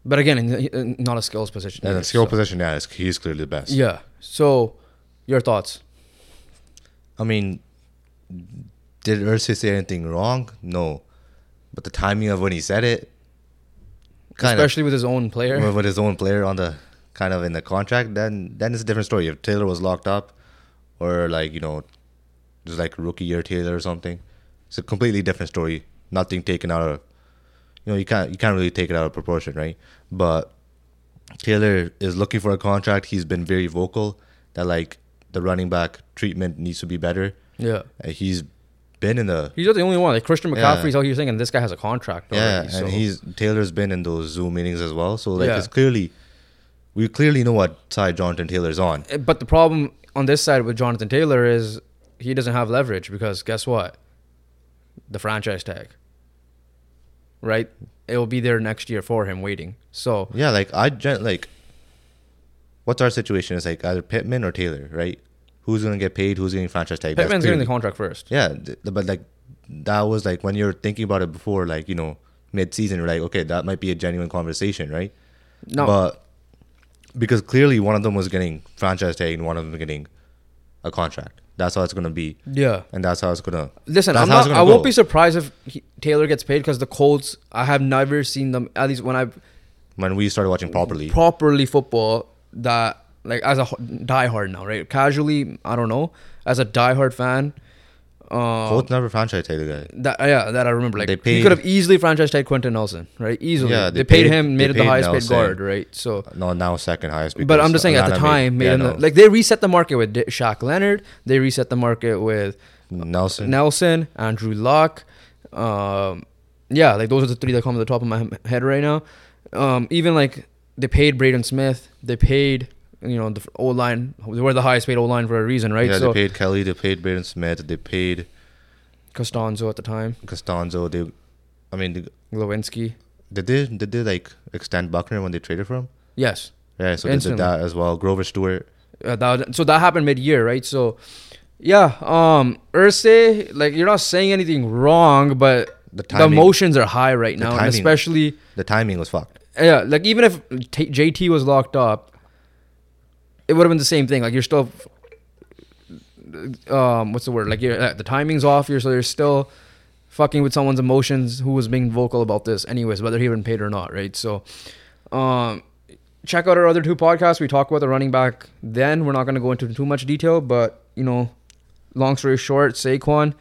S1: But again, in- in- not a skills position.
S2: And
S1: either,
S2: in skill
S1: so-
S2: position, yeah, it's- he's clearly the best.
S1: Yeah. So, your thoughts?
S2: I mean, did Ursi say anything wrong? No, but the timing of when he said it, kind
S1: Especially with his own player.
S2: of with his own player on the kind of in the contract, then then it's a different story. If Taylor was locked up, or like you know, just like rookie year Taylor or something, it's a completely different story. Nothing taken out of, you know, you can't you can't really take it out of proportion, right? But Taylor is looking for a contract. He's been very vocal that like the running back treatment needs to be better.
S1: yeah.
S2: Uh, He's been in the
S1: He's not the only one. Like Christian
S2: Yeah.
S1: McCaffrey's out here saying, and this guy has a contract.
S2: yeah,
S1: already, so.
S2: and he's Taylor's been in those Zoom meetings as well. So like
S1: Yeah.
S2: it's clearly we clearly know what side Jonathan Taylor's on.
S1: Uh, But the problem on this side with Jonathan Taylor is he doesn't have leverage because guess what? The franchise tag. Right? It will be there next year for him waiting. So
S2: Yeah, like I gen- like what's our situation? It's like either Pittman or Taylor, right? Who's gonna get paid? Who's getting franchise tag? That's
S1: Pittman's getting the
S2: clearly-
S1: contract first.
S2: yeah, th- but like that was like when you're thinking about it before, like you know mid season, you're like okay, that might be a genuine conversation, right?
S1: No,
S2: but because clearly one of them was getting franchise tag and one of them getting a contract. That's how it's gonna be,
S1: yeah.
S2: and that's how it's gonna.
S1: Listen,
S2: that's
S1: I'm
S2: how it's
S1: not,
S2: gonna
S1: I won't
S2: go.
S1: be surprised if he, Taylor gets paid because the Colts, I have never seen them, at least when I
S2: when we started watching properly.
S1: properly football that like as a ho- diehard now, right? Casually, I don't know. As a diehard fan, uh,
S2: Colts never franchise tag the guy.
S1: that yeah, that I remember. Like
S2: They
S1: he
S2: paid-
S1: could have easily franchise tag Quentin Nelson, right? Easily,
S2: Yeah,
S1: they,
S2: they
S1: paid,
S2: paid-
S1: him,
S2: they
S1: made it the
S2: paid
S1: highest
S2: Nelson.
S1: paid guard, right? So,
S2: No, now second highest.
S1: but I'm just saying at the
S2: Atlanta
S1: time, made,
S2: yeah,
S1: him the,
S2: no.
S1: like they reset the market with D- Shaq Leonard, they reset the market with
S2: Nelson.
S1: Nelson, Andrew Luck. Um, yeah, like those are the three that come to the top of my he- head right now. Um, even like they paid Braden Smith, they paid you know the f- O line. They were the highest paid O line for a reason, right?
S2: yeah,
S1: so
S2: they paid Kelly. They paid Braden Smith. They paid
S1: Costanzo at the time,
S2: Costanzo. They, I mean, they-
S1: Lewinsky.
S2: did they did they like extend Buckner when they traded for him?
S1: Yes,
S2: Yeah, so they did
S1: Instantly.
S2: that as well. Grover Stewart.
S1: uh, that, so that happened mid-year, right? So yeah, um, Ursay, like you're not saying anything wrong, but
S2: The
S1: the,
S2: timing-
S1: emotions are high right
S2: the
S1: now, and
S2: timing.
S1: especially.
S2: The timing was fucked.
S1: Yeah, like even if t- JT was locked up, it would have been the same thing. Like you're still, um, what's the word? Like you're, uh, the timing's off. You're so you're still fucking with someone's emotions who was being vocal about this, anyways, whether he even paid or not, right? So, um, check out our other two podcasts. We talk about the running back. Then we're not going to go into too much detail, but you know, long story short, Saquon,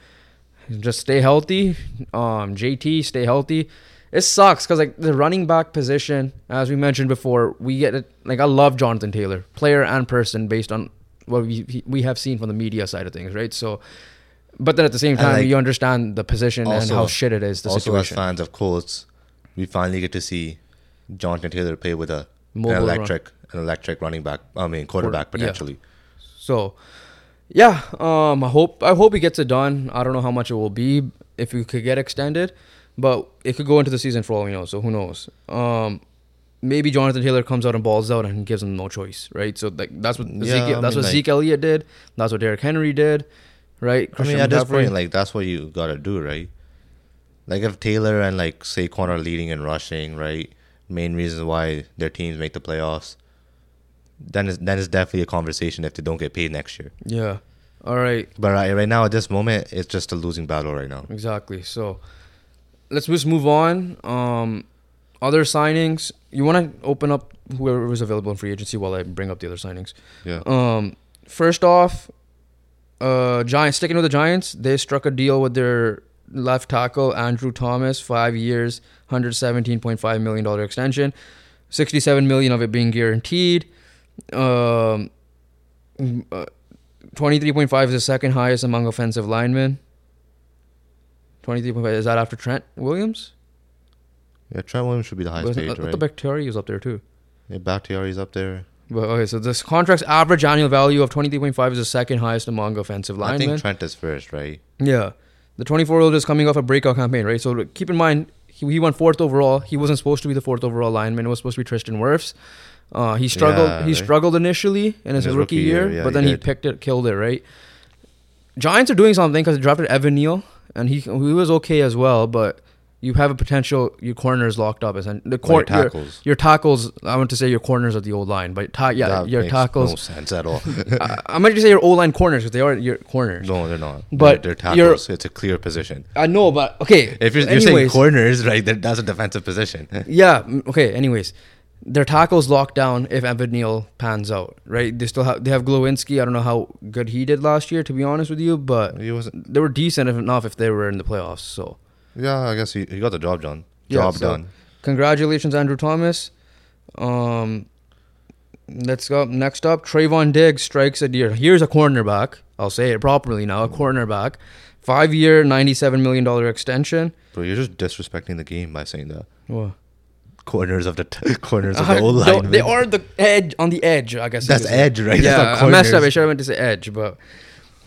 S1: just stay healthy. Um, JT, stay healthy. It sucks because like the running back position, as we mentioned before, we get it. Like I love Jonathan Taylor, player and person, based on what we we have seen from the media side of things, right? So, but then at the same
S2: And,
S1: time,
S2: like,
S1: you understand the position and
S2: also-
S1: how shit it is. The
S2: also,
S1: situation.
S2: as fans of Colts, we finally get to see Jonathan Taylor play with a an
S1: Mobile run.
S2: electric, an electric running back. I mean, quarterback
S1: Quarter- yeah.
S2: potentially.
S1: So, yeah, um, I hope I hope he gets it done. I don't know how much it will be if we could get extended, but it could go into the season for all we know. So who knows? Um, maybe Jonathan Taylor comes out and balls out and gives him no choice, right? So like that's what
S2: Yeah,
S1: Zeke,
S2: I
S1: that's what
S2: mean, like-
S1: Zeke Elliott did. That's what Derrick Henry did, right?
S2: I mean,
S1: Christian
S2: at this
S1: McCaffrey.
S2: point, like that's what you gotta do, right? Like if Taylor and like Saquon are leading and rushing, right? Main reasons why their teams make the playoffs. Then it's, then it's definitely a conversation if they don't get paid next year.
S1: yeah. All right.
S2: But right, right now, at this moment, it's just a losing battle right now.
S1: Exactly. So let's just move on. Um, other signings. You want to open up whoever was available in free agency while I bring up the other signings.
S2: Yeah.
S1: Um, first off, uh, Giants sticking with the Giants. They struck a deal with their left tackle Andrew Thomas, five years, hundred seventeen point five million dollar extension, sixty seven million of it being guaranteed. Um, twenty three point five is the second highest among offensive linemen. Twenty three point five is that after Trent Williams?
S2: Yeah, Trent Williams should be the highest
S1: Wasn't- I
S2: paid,
S1: thought
S2: right?
S1: uh, The Bakhtiari was up there too.
S2: yeah, Bakhtiari's up there.
S1: But okay, so this contract's average annual value of twenty three point five is the second highest among offensive
S2: I
S1: linemen.
S2: think Trent is first, right?
S1: Yeah. The 24 year old is coming off a breakout campaign, right? So like, keep in mind, he, he went fourth overall. He wasn't supposed to be the fourth overall lineman. It was supposed to be Tristan Wirfs. Uh, he struggled.
S2: Yeah,
S1: he
S2: right.
S1: struggled initially in his, rookie, year,
S2: yeah,
S1: but
S2: he
S1: then he,
S2: did.
S1: picked it, killed it, right? Giants are doing something because they drafted Evan Neal, and he he was okay as well. But you have a potential your corners locked up, and the
S2: Or
S1: cor-
S2: your
S1: your,
S2: tackles.
S1: your tackles. I want to say your corners of the old line, but ta- yeah,
S2: That
S1: your
S2: makes No
S1: tackles.
S2: sense at all.
S1: I, I'm gonna just say your old line corners because they are your corners.
S2: no, they're not.
S1: But
S2: they're, they're
S1: you're-
S2: tackles. It's a clear position.
S1: I know, but okay.
S2: If you're, you're saying corners, right? That, that's a defensive position.
S1: Yeah. mm, Okay. Anyways, their tackles locked down if Evan Neal pans out, right? They still have they have Glowinski. I don't know how good he did last year, to be honest with you, but
S2: he wasn't.
S1: they were decent enough if they were in the playoffs. So
S2: Yeah, I guess he, he got the job done.
S1: Yeah,
S2: Job
S1: so-
S2: done.
S1: congratulations, Andrew Thomas. Um, let's go next up. Trayvon Diggs strikes a deer. Here's a cornerback. I'll say it properly now. A cornerback five year, $97 million extension.
S2: Bro, you're just disrespecting the game by saying that.
S1: Whoa.
S2: Corners of the t- corners of
S1: Uh,
S2: the old
S1: no,
S2: line.
S1: they
S2: man.
S1: are the edge on the edge, I guess. you
S2: That's
S1: could say.
S2: edge, right? That's
S1: Yeah,
S2: not
S1: I messed up. I
S2: corners.
S1: should have meant to say edge, but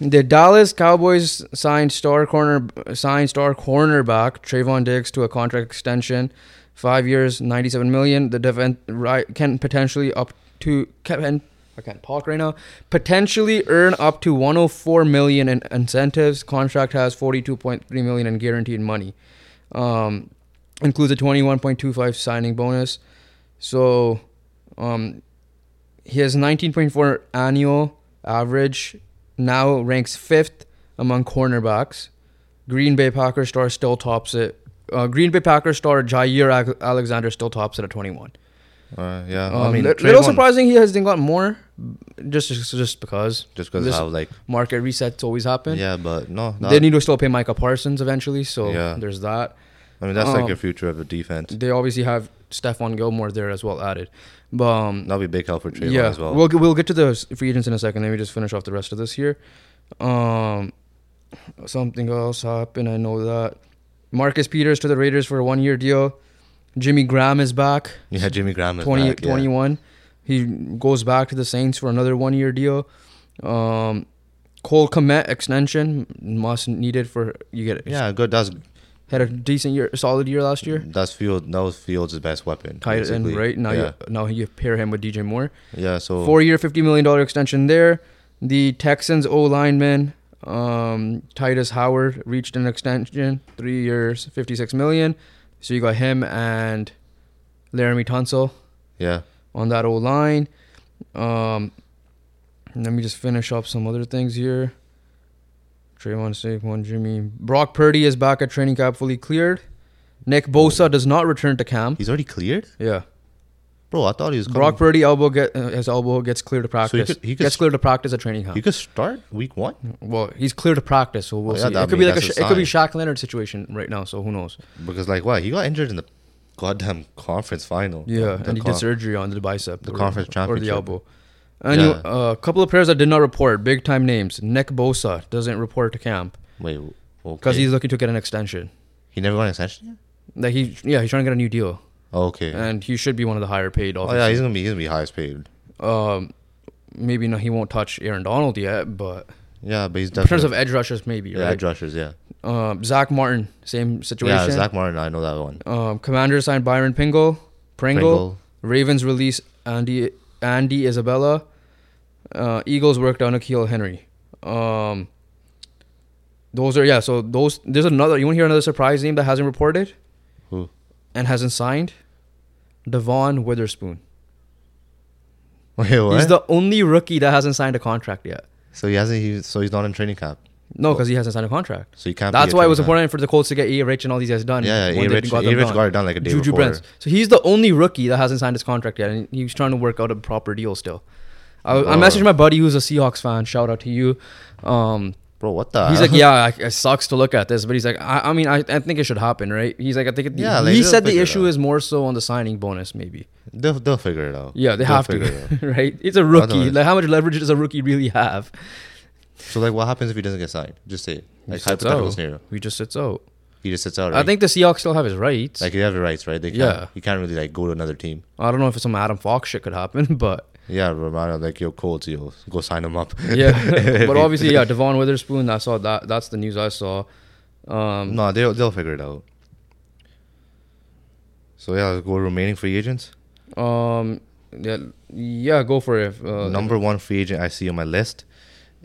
S1: the Dallas Cowboys signed star corner signed star cornerback Trayvon Diggs to a contract extension, five years, ninety-seven million. The defense right, can potentially up to can I can't talk right now. Potentially earn up to one hundred four million in incentives. Contract has forty-two point three million in guaranteed money. Um, includes a twenty-one point two five signing bonus. So, um, he has 19.4 annual average. Now ranks fifth among cornerbacks. Green Bay Packers star still tops it. Uh, Green Bay Packers star Jair Ale- Alexander still tops it at 21.
S2: Uh, yeah,
S1: Um,
S2: I mean,
S1: li- little
S2: Trayvon,
S1: surprising he hasn't got more, just just, just because
S2: Just because
S1: this-
S2: how like
S1: market resets always happen.
S2: yeah, but no, not,
S1: They need to still pay Micah Parsons eventually, so
S2: Yeah.
S1: there's that.
S2: I mean that's like
S1: um,
S2: your future of the defense.
S1: They obviously have Stephon Gilmore there as well added, but um,
S2: That'll be big help for Trayvon
S1: yeah,
S2: as well.
S1: we'll get- we'll get to the free agents in a second. Let me just finish off the rest of this here. Um, something else happened. I know that Marcus Peters to the Raiders for a one-year deal. Jimmy Graham is back,
S2: yeah, Jimmy Graham is
S1: 20,
S2: back, yeah.
S1: 21. He goes back to the Saints for another one-year deal. Um, Cole Komet extension must needed for you get
S2: Yeah, good. That's
S1: had a decent year, solid year last year.
S2: that's field. That was Fields' best weapon.
S1: Tight end,
S2: basically.
S1: right now,
S2: yeah,
S1: you, now you pair him with DJ Moore.
S2: yeah. So
S1: Four year, $50 million extension there. The Texans O lineman, um, Titus Howard, reached an extension, three years, $56 million. So you got him and Laramie Tunsil
S2: yeah,
S1: on that O line. Um, let me just finish up some other things here. Trayvon Saquon, Jimmy. Brock Purdy is back at training camp fully cleared. Nick Bosa does not return to camp.
S2: he's already cleared,
S1: Yeah.
S2: bro. I thought he was
S1: Brock
S2: coming.
S1: Purdy elbow get uh, his elbow gets clear to practice.
S2: could- he could
S1: gets
S2: s-
S1: clear to practice at training camp.
S2: He could start week one.
S1: well, he's clear to practice, so we'll
S2: Oh, yeah,
S1: see.
S2: that-
S1: It could
S2: I
S1: be
S2: mean,
S1: like a,
S2: that's
S1: sh-
S2: a
S1: it could be
S2: sign.
S1: Shaq Leonard situation right now. So who knows?
S2: Because like why he got injured in the goddamn conference final.
S1: Yeah,
S2: The
S1: and he
S2: con-
S1: did surgery on the bicep,
S2: the
S1: or-
S2: conference
S1: or the
S2: championship.
S1: elbow. And you-
S2: Yeah.
S1: uh, a couple of players that did not report, big time names. Nick Bosa doesn't report to camp
S2: Wait,
S1: because
S2: okay.
S1: he's looking to get an extension.
S2: he never got an extension. yet?
S1: Like he, yeah, he's trying to get a new deal,
S2: Oh, okay.
S1: and he should be one of the higher paid.
S2: oh yeah,
S1: Obviously.
S2: he's gonna be he's gonna be highest paid.
S1: um, maybe not. He won't touch Aaron Donald yet, but
S2: Yeah, but he's
S1: in terms
S2: definitely
S1: of edge rushers, maybe.
S2: yeah,
S1: right?
S2: edge rushers. Yeah,
S1: Um, Zach Martin, same situation.
S2: yeah. Zach Martin, I know that one.
S1: Um, Commanders signed Byron Pringle. Pringle. Ravens release Andy Andy Isabella. Uh, Eagles worked on Akil Henry. Um, those are yeah. So those there's another. You want to hear another surprise name that hasn't reported
S2: Who?
S1: and hasn't signed? Devon Witherspoon.
S2: Wait, what?
S1: He's the only rookie that hasn't signed a contract yet.
S2: so he hasn't. He, so he's not in training camp.
S1: No, because he hasn't signed a contract.
S2: So he can't. be
S1: That's
S2: at
S1: why it was
S2: training camp.
S1: important for the Colts to get E. Rich and all these guys done.
S2: Yeah, yeah.
S1: when
S2: A
S1: they
S2: Rich
S1: got them done.
S2: got it done like a day
S1: Juju
S2: before.
S1: Brents. So he's the only rookie that hasn't signed his contract yet, and he's trying to work out a proper deal still. I, I
S2: Wow.
S1: messaged my buddy who's a Seahawks fan. Shout out to you. Um,
S2: Bro, what the?
S1: he's
S2: hell?
S1: like, yeah, I, it sucks to look at this, but he's like, I, I mean, I, I think it should happen, right? He's like, I think it,
S2: Yeah, like,
S1: he
S2: they'll
S1: said the
S2: figure it
S1: issue
S2: out.
S1: is more so on the signing bonus, maybe.
S2: They'll, they'll figure it out.
S1: Yeah, they
S2: They'll
S1: have
S2: figure it out.
S1: to, right? It's a rookie.
S2: Otherwise-
S1: Like, how much leverage does a rookie really have?
S2: So like, what happens if he doesn't get signed? Just say it.
S1: He
S2: like
S1: just sits
S2: hypothetical
S1: out.
S2: scenario.
S1: He just sits out.
S2: He just sits out.
S1: I
S2: right?
S1: think the Seahawks still have his rights.
S2: like you have the rights, right? They can't,
S1: Yeah.
S2: He can't really like go to another team.
S1: I don't know if it's some Adam Fox shit could happen, but
S2: Yeah, Romano, like yo, Colts, yo, go sign him up.
S1: yeah. but obviously, yeah, Devon Witherspoon. I saw that. That's the news I saw. Um,
S2: Hmm. no, they'll they'll figure it out. So yeah, let's go remaining free agents.
S1: um, yeah, yeah, go for it. Uh,
S2: Number one free agent I see on my list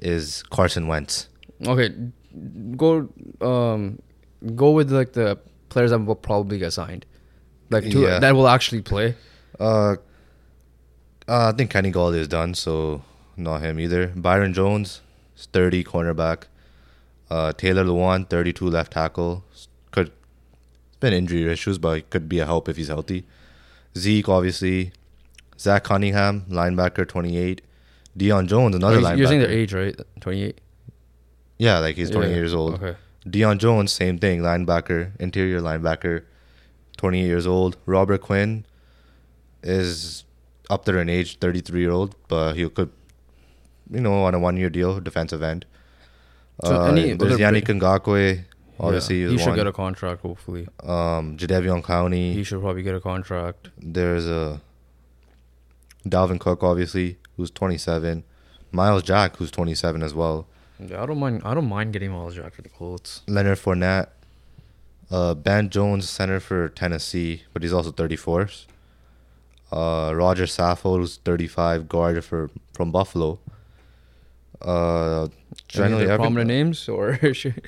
S2: is Carson Wentz.
S1: Okay, go. Um, go with like the players that will probably get signed, like two
S2: Yeah.
S1: that will actually play.
S2: Uh, uh, I think Kenny Galladay is done, so not him either. Byron Jones, is 30 cornerback. Uh, Taylor Lewan, 32 left tackle. S- Could it's been injury issues, but it could be a help if he's healthy. Zeke, obviously. Zach Cunningham, linebacker, 28. Deion Jones, another
S1: You're-
S2: linebacker.
S1: Oh, You're saying their age, right? Twenty-eight.
S2: yeah, like he's 28
S1: Yeah.
S2: years old.
S1: Okay.
S2: Deion Jones, same thing, linebacker, interior linebacker, 28 years old. Robert Quinn is up there in age, 33 year old, but he could, you know, on a one year deal, defensive end.
S1: So
S2: uh,
S1: any
S2: there's
S1: other
S2: Yannick
S1: big-
S2: Ngakwe, obviously
S1: Yeah.
S2: is
S1: he should
S2: one.
S1: get a contract. Hopefully,
S2: um, Jadeveon County.
S1: he should probably get a contract.
S2: There's a Dalvin Cook, obviously, who's 27. Miles Jack, who's 27 as well.
S1: Yeah, I don't mind. I don't mind getting Miles Jack for the Colts.
S2: Leonard Fournette, uh, Ben Jones, center for Tennessee, but he's also 34. Uh, Roger Saffo, who's 35, guard for from Buffalo. Uh,
S1: Any
S2: generally,
S1: other
S2: every-
S1: prominent names or should-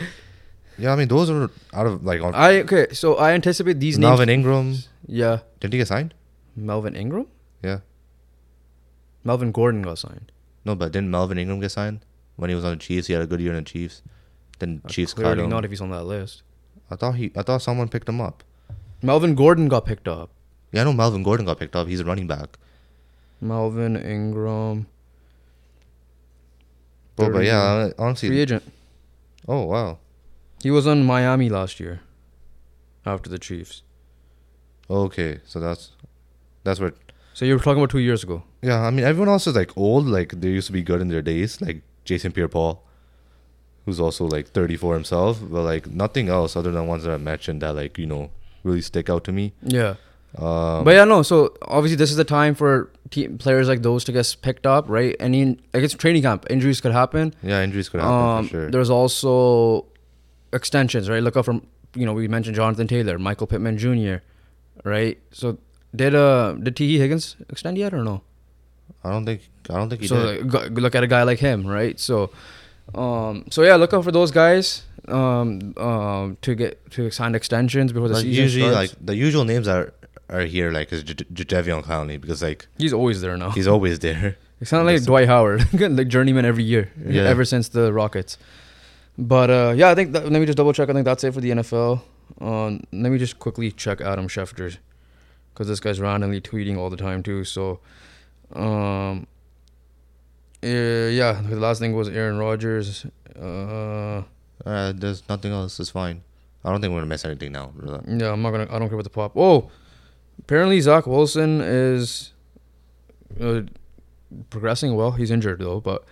S2: yeah, I mean, those are out of like on
S1: I okay. So I anticipate these names.
S2: Melvin Ingram.
S1: Yeah,
S2: Didn't he get signed?
S1: Melvin Ingram,
S2: Yeah,
S1: Melvin Gordon got signed.
S2: no, but didn't Melvin Ingram get signed when he was on the Chiefs? He had a good year in the Chiefs. Then
S1: Uh,
S2: Chiefs cut
S1: clearly
S2: him.
S1: not if he's on that list.
S2: I thought he, I thought someone picked him up.
S1: Melvin Gordon got picked up.
S2: Yeah, I know Melvin Gordon got picked up. He's a running back.
S1: Melvin Ingram,
S2: Bro, but
S1: Thirty-
S2: yeah,
S1: free
S2: honestly,
S1: agent.
S2: oh wow.
S1: He was on Miami last year, after the Chiefs.
S2: Okay, so that's that's what.
S1: So you were talking about two years ago.
S2: Yeah, I mean, everyone else is like old. Like they used to be good in their days, like Jason Pierre-Paul, who's also like 34 himself. But like nothing else other than ones that I mentioned that like you know really stick out to me.
S1: Yeah.
S2: Um,
S1: but yeah, no. So obviously, this is the time for team players like those to get picked up, right? And in I guess training camp injuries could happen.
S2: yeah, injuries could happen
S1: Um,
S2: for sure.
S1: There's also extensions, right? Look out from you know we mentioned Jonathan Taylor, Michael Pittman Jr., right? So did uh did T. E. Higgins extend yet or no?
S2: I don't think I don't think he
S1: so
S2: did.
S1: like, go- look at a guy like him, right? So, um, so yeah, look out for those guys um, um, to get to sign extensions before the
S2: Like,
S1: season
S2: usually,
S1: starts.
S2: like the usual names are are here, like is J- J- Jadeveon Clowney because like
S1: He's always there now.
S2: he's always there.
S1: It's kind of like
S2: Listen.
S1: Dwight Howard, like journeyman every year,
S2: Yeah.
S1: ever since the Rockets. But uh, yeah, I think that, let me just double check. I think that's it for the NFL. Um, let me just quickly check Adam Schefter because this guy's randomly tweeting all the time too. So, um, uh, yeah, the last thing was Aaron Rodgers. Uh,
S2: Uh, there's nothing else. It's fine. I don't think we're gonna miss anything now.
S1: yeah, I'm not gonna. I don't care about the pop. Oh, apparently Zach Wilson is uh, progressing well. He's injured though, but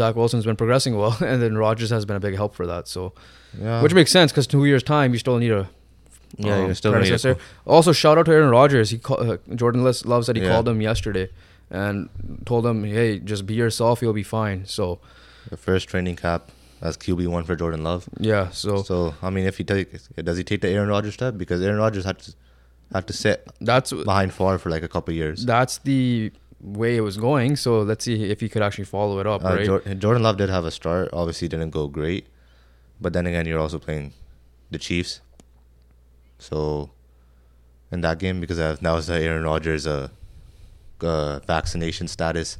S1: Zach Wilson's been progressing well, and then Rogers has been a big help for that. So,
S2: Yeah,
S1: which makes sense because two years time, you still need a
S2: Uh, yeah,
S1: um,
S2: you're still gonna need
S1: predecessor.
S2: a
S1: Also, shout out to Aaron Rodgers. He call, uh, Jordan Les- loves that he
S2: Yeah.
S1: called him yesterday and told him, "Hey, just be yourself. You'll be fine." So,
S2: The first training cap as QB one for Jordan Love.
S1: yeah. So,
S2: So I mean, if he take, does he take the Aaron Rodgers step? Because Aaron Rodgers had to had to sit
S1: that's
S2: behind Favre for like a couple years.
S1: that's the way it was going. So let's see if he could actually follow it up.
S2: Uh,
S1: right.
S2: Jor- Jordan Love did have a start. Obviously, didn't go great. But then again, you're also playing the Chiefs. So in that game, because that that was the Aaron Rodgers uh, uh, vaccination status,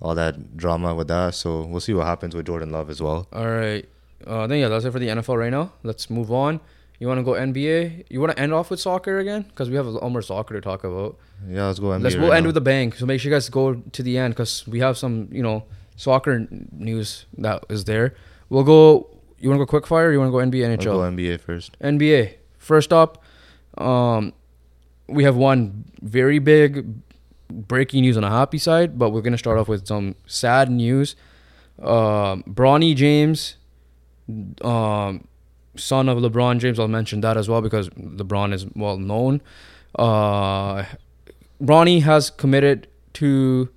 S2: all that drama with that. So we'll see what happens with Jordan Love as well.
S1: All right. Uh, then yeah, that's it for the NFL right now. Let's move on. You want to go NBA? You want to end off with soccer again? Because we have a lot more soccer to talk about.
S2: Yeah, let's go. NBA
S1: Let's. We'll
S2: right
S1: end
S2: now.
S1: with the bang. So make sure you guys go to the end because we have some, you know, soccer n- news that is there. We'll go. You want to go quick fire? Or you want to go NBA
S2: Let's
S1: NHL?
S2: go NBA first.
S1: NBA. First up, um, we have one very big breaking news on the happy side, but we're gonna start off with some sad news. Um, Bronny James, um, son of LeBron James, I'll mention that as well because LeBron is well known. Uh, Bronny has committed to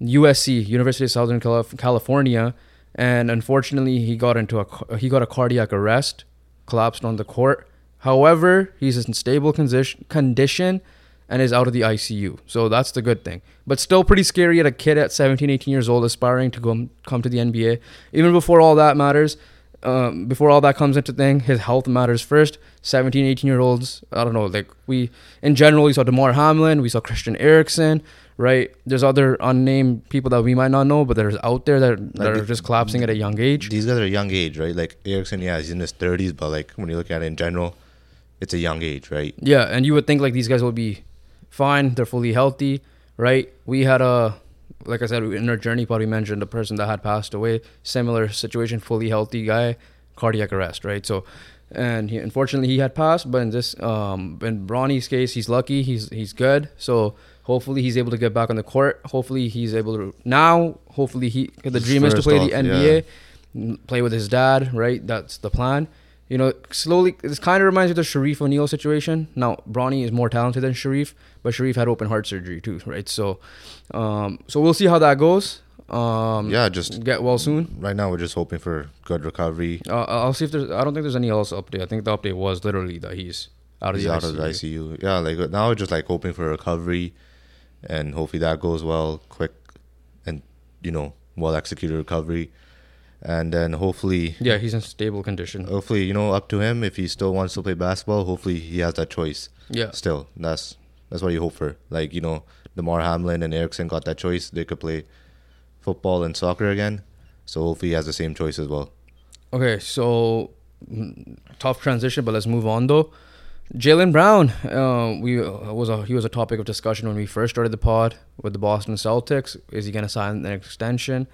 S1: USC, University of Southern Calif- California, and unfortunately, he got into a ca- he got a cardiac arrest, collapsed on the court. However, he's in stable condition condition and is out of the ICU. So that's the good thing. But still pretty scary at a kid at 17, 18 years old aspiring to come come to the NBA. Even before all that matters, um, before all that comes into thing, his health matters first. 17, 18 year olds, I don't know, like we, in general, we saw DeMar Hamlin, we saw Christian Erickson, right? There's other unnamed people that we might not know, but there's out there that, that
S2: Like
S1: are
S2: the-
S1: just collapsing at a young age.
S2: These guys are young age, right? Like Erickson, yeah, he's in his thirties, but like when you look at it in general, it's a young age, right?
S1: Yeah, and you would think like these guys will be fine. They're fully healthy, right? We had a, like I said, in our journey pod, we mentioned a person that had passed away. Similar situation, fully healthy guy, cardiac arrest, right? So, and he, unfortunately, he had passed. But in this, um, in Bronny's case, he's lucky. He's he's good. So hopefully, he's able to get back on the court. Hopefully, he's able to now. Hopefully, he the dream is to
S2: First
S1: play
S2: off,
S1: the
S2: yeah.
S1: NBA. n- play with his dad, right? That's the plan. You know, slowly, this kind of reminds me of the Sharif O'Neal situation. Now, Bronny is more talented than Sharif, but Sharif had open heart surgery too, right? So, um, so we'll see how that goes. Um,
S2: Yeah, just-
S1: get well soon.
S2: Right now, we're just hoping for good recovery.
S1: Uh, I'll see if there's. I don't think there's any else update. I think the update was literally that he's out of
S2: He's
S1: the
S2: out
S1: ICU.
S2: of the ICU. Yeah, like now we're just like hoping for recovery, and hopefully that goes well, quick, and you know, well executed recovery, and then hopefully,
S1: Yeah, he's in stable condition.
S2: hopefully, you know, up to him if he still wants to play basketball. Hopefully, he has that choice.
S1: Yeah,
S2: Still, that's that's what you hope for. Like you know, Demar Hamlin and Erickson got that choice. They could play football and soccer again. So hopefully, he has the same choice as well.
S1: Okay, so mm, tough transition, but let's move on though. Jalen Brown, uh, we uh, was a, he was a topic of discussion when we first started the pod with the Boston Celtics. Is he going to sign an extension?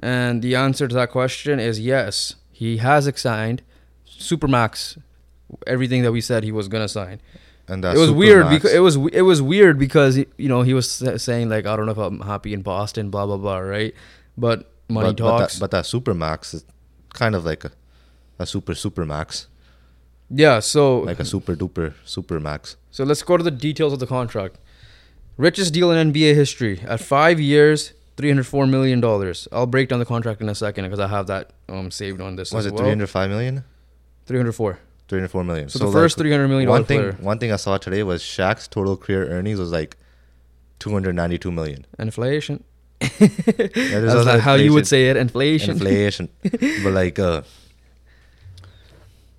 S1: And the answer to that question is yes. He has signed supermax, everything that we said he was going to sign.
S2: And
S1: it was
S2: super
S1: weird
S2: max.
S1: because it was it was weird because you know he was sa- saying like I don't know if I'm happy in Boston, blah blah blah, right? But money
S2: but,
S1: talks.
S2: But that, but that super max is kind of like a, a super super max,
S1: yeah, so
S2: like a super duper super max.
S1: So let's go to the details of the contract. Richest deal in NBA history at five years, three hundred four million dollars. I'll break down the contract in a second because I have that um, saved on this.
S2: Was
S1: as
S2: it
S1: well.
S2: 305 million?
S1: Three hundred four.
S2: 304 million.
S1: So, the first
S2: like,
S1: three hundred million dollar
S2: one thing
S1: player
S2: one thing I saw today was Shaq's total career earnings was like 292 million.
S1: inflation.
S2: there's
S1: That's
S2: also
S1: not how you would
S2: inflation.
S1: say it. Inflation.
S2: Inflation, but like uh,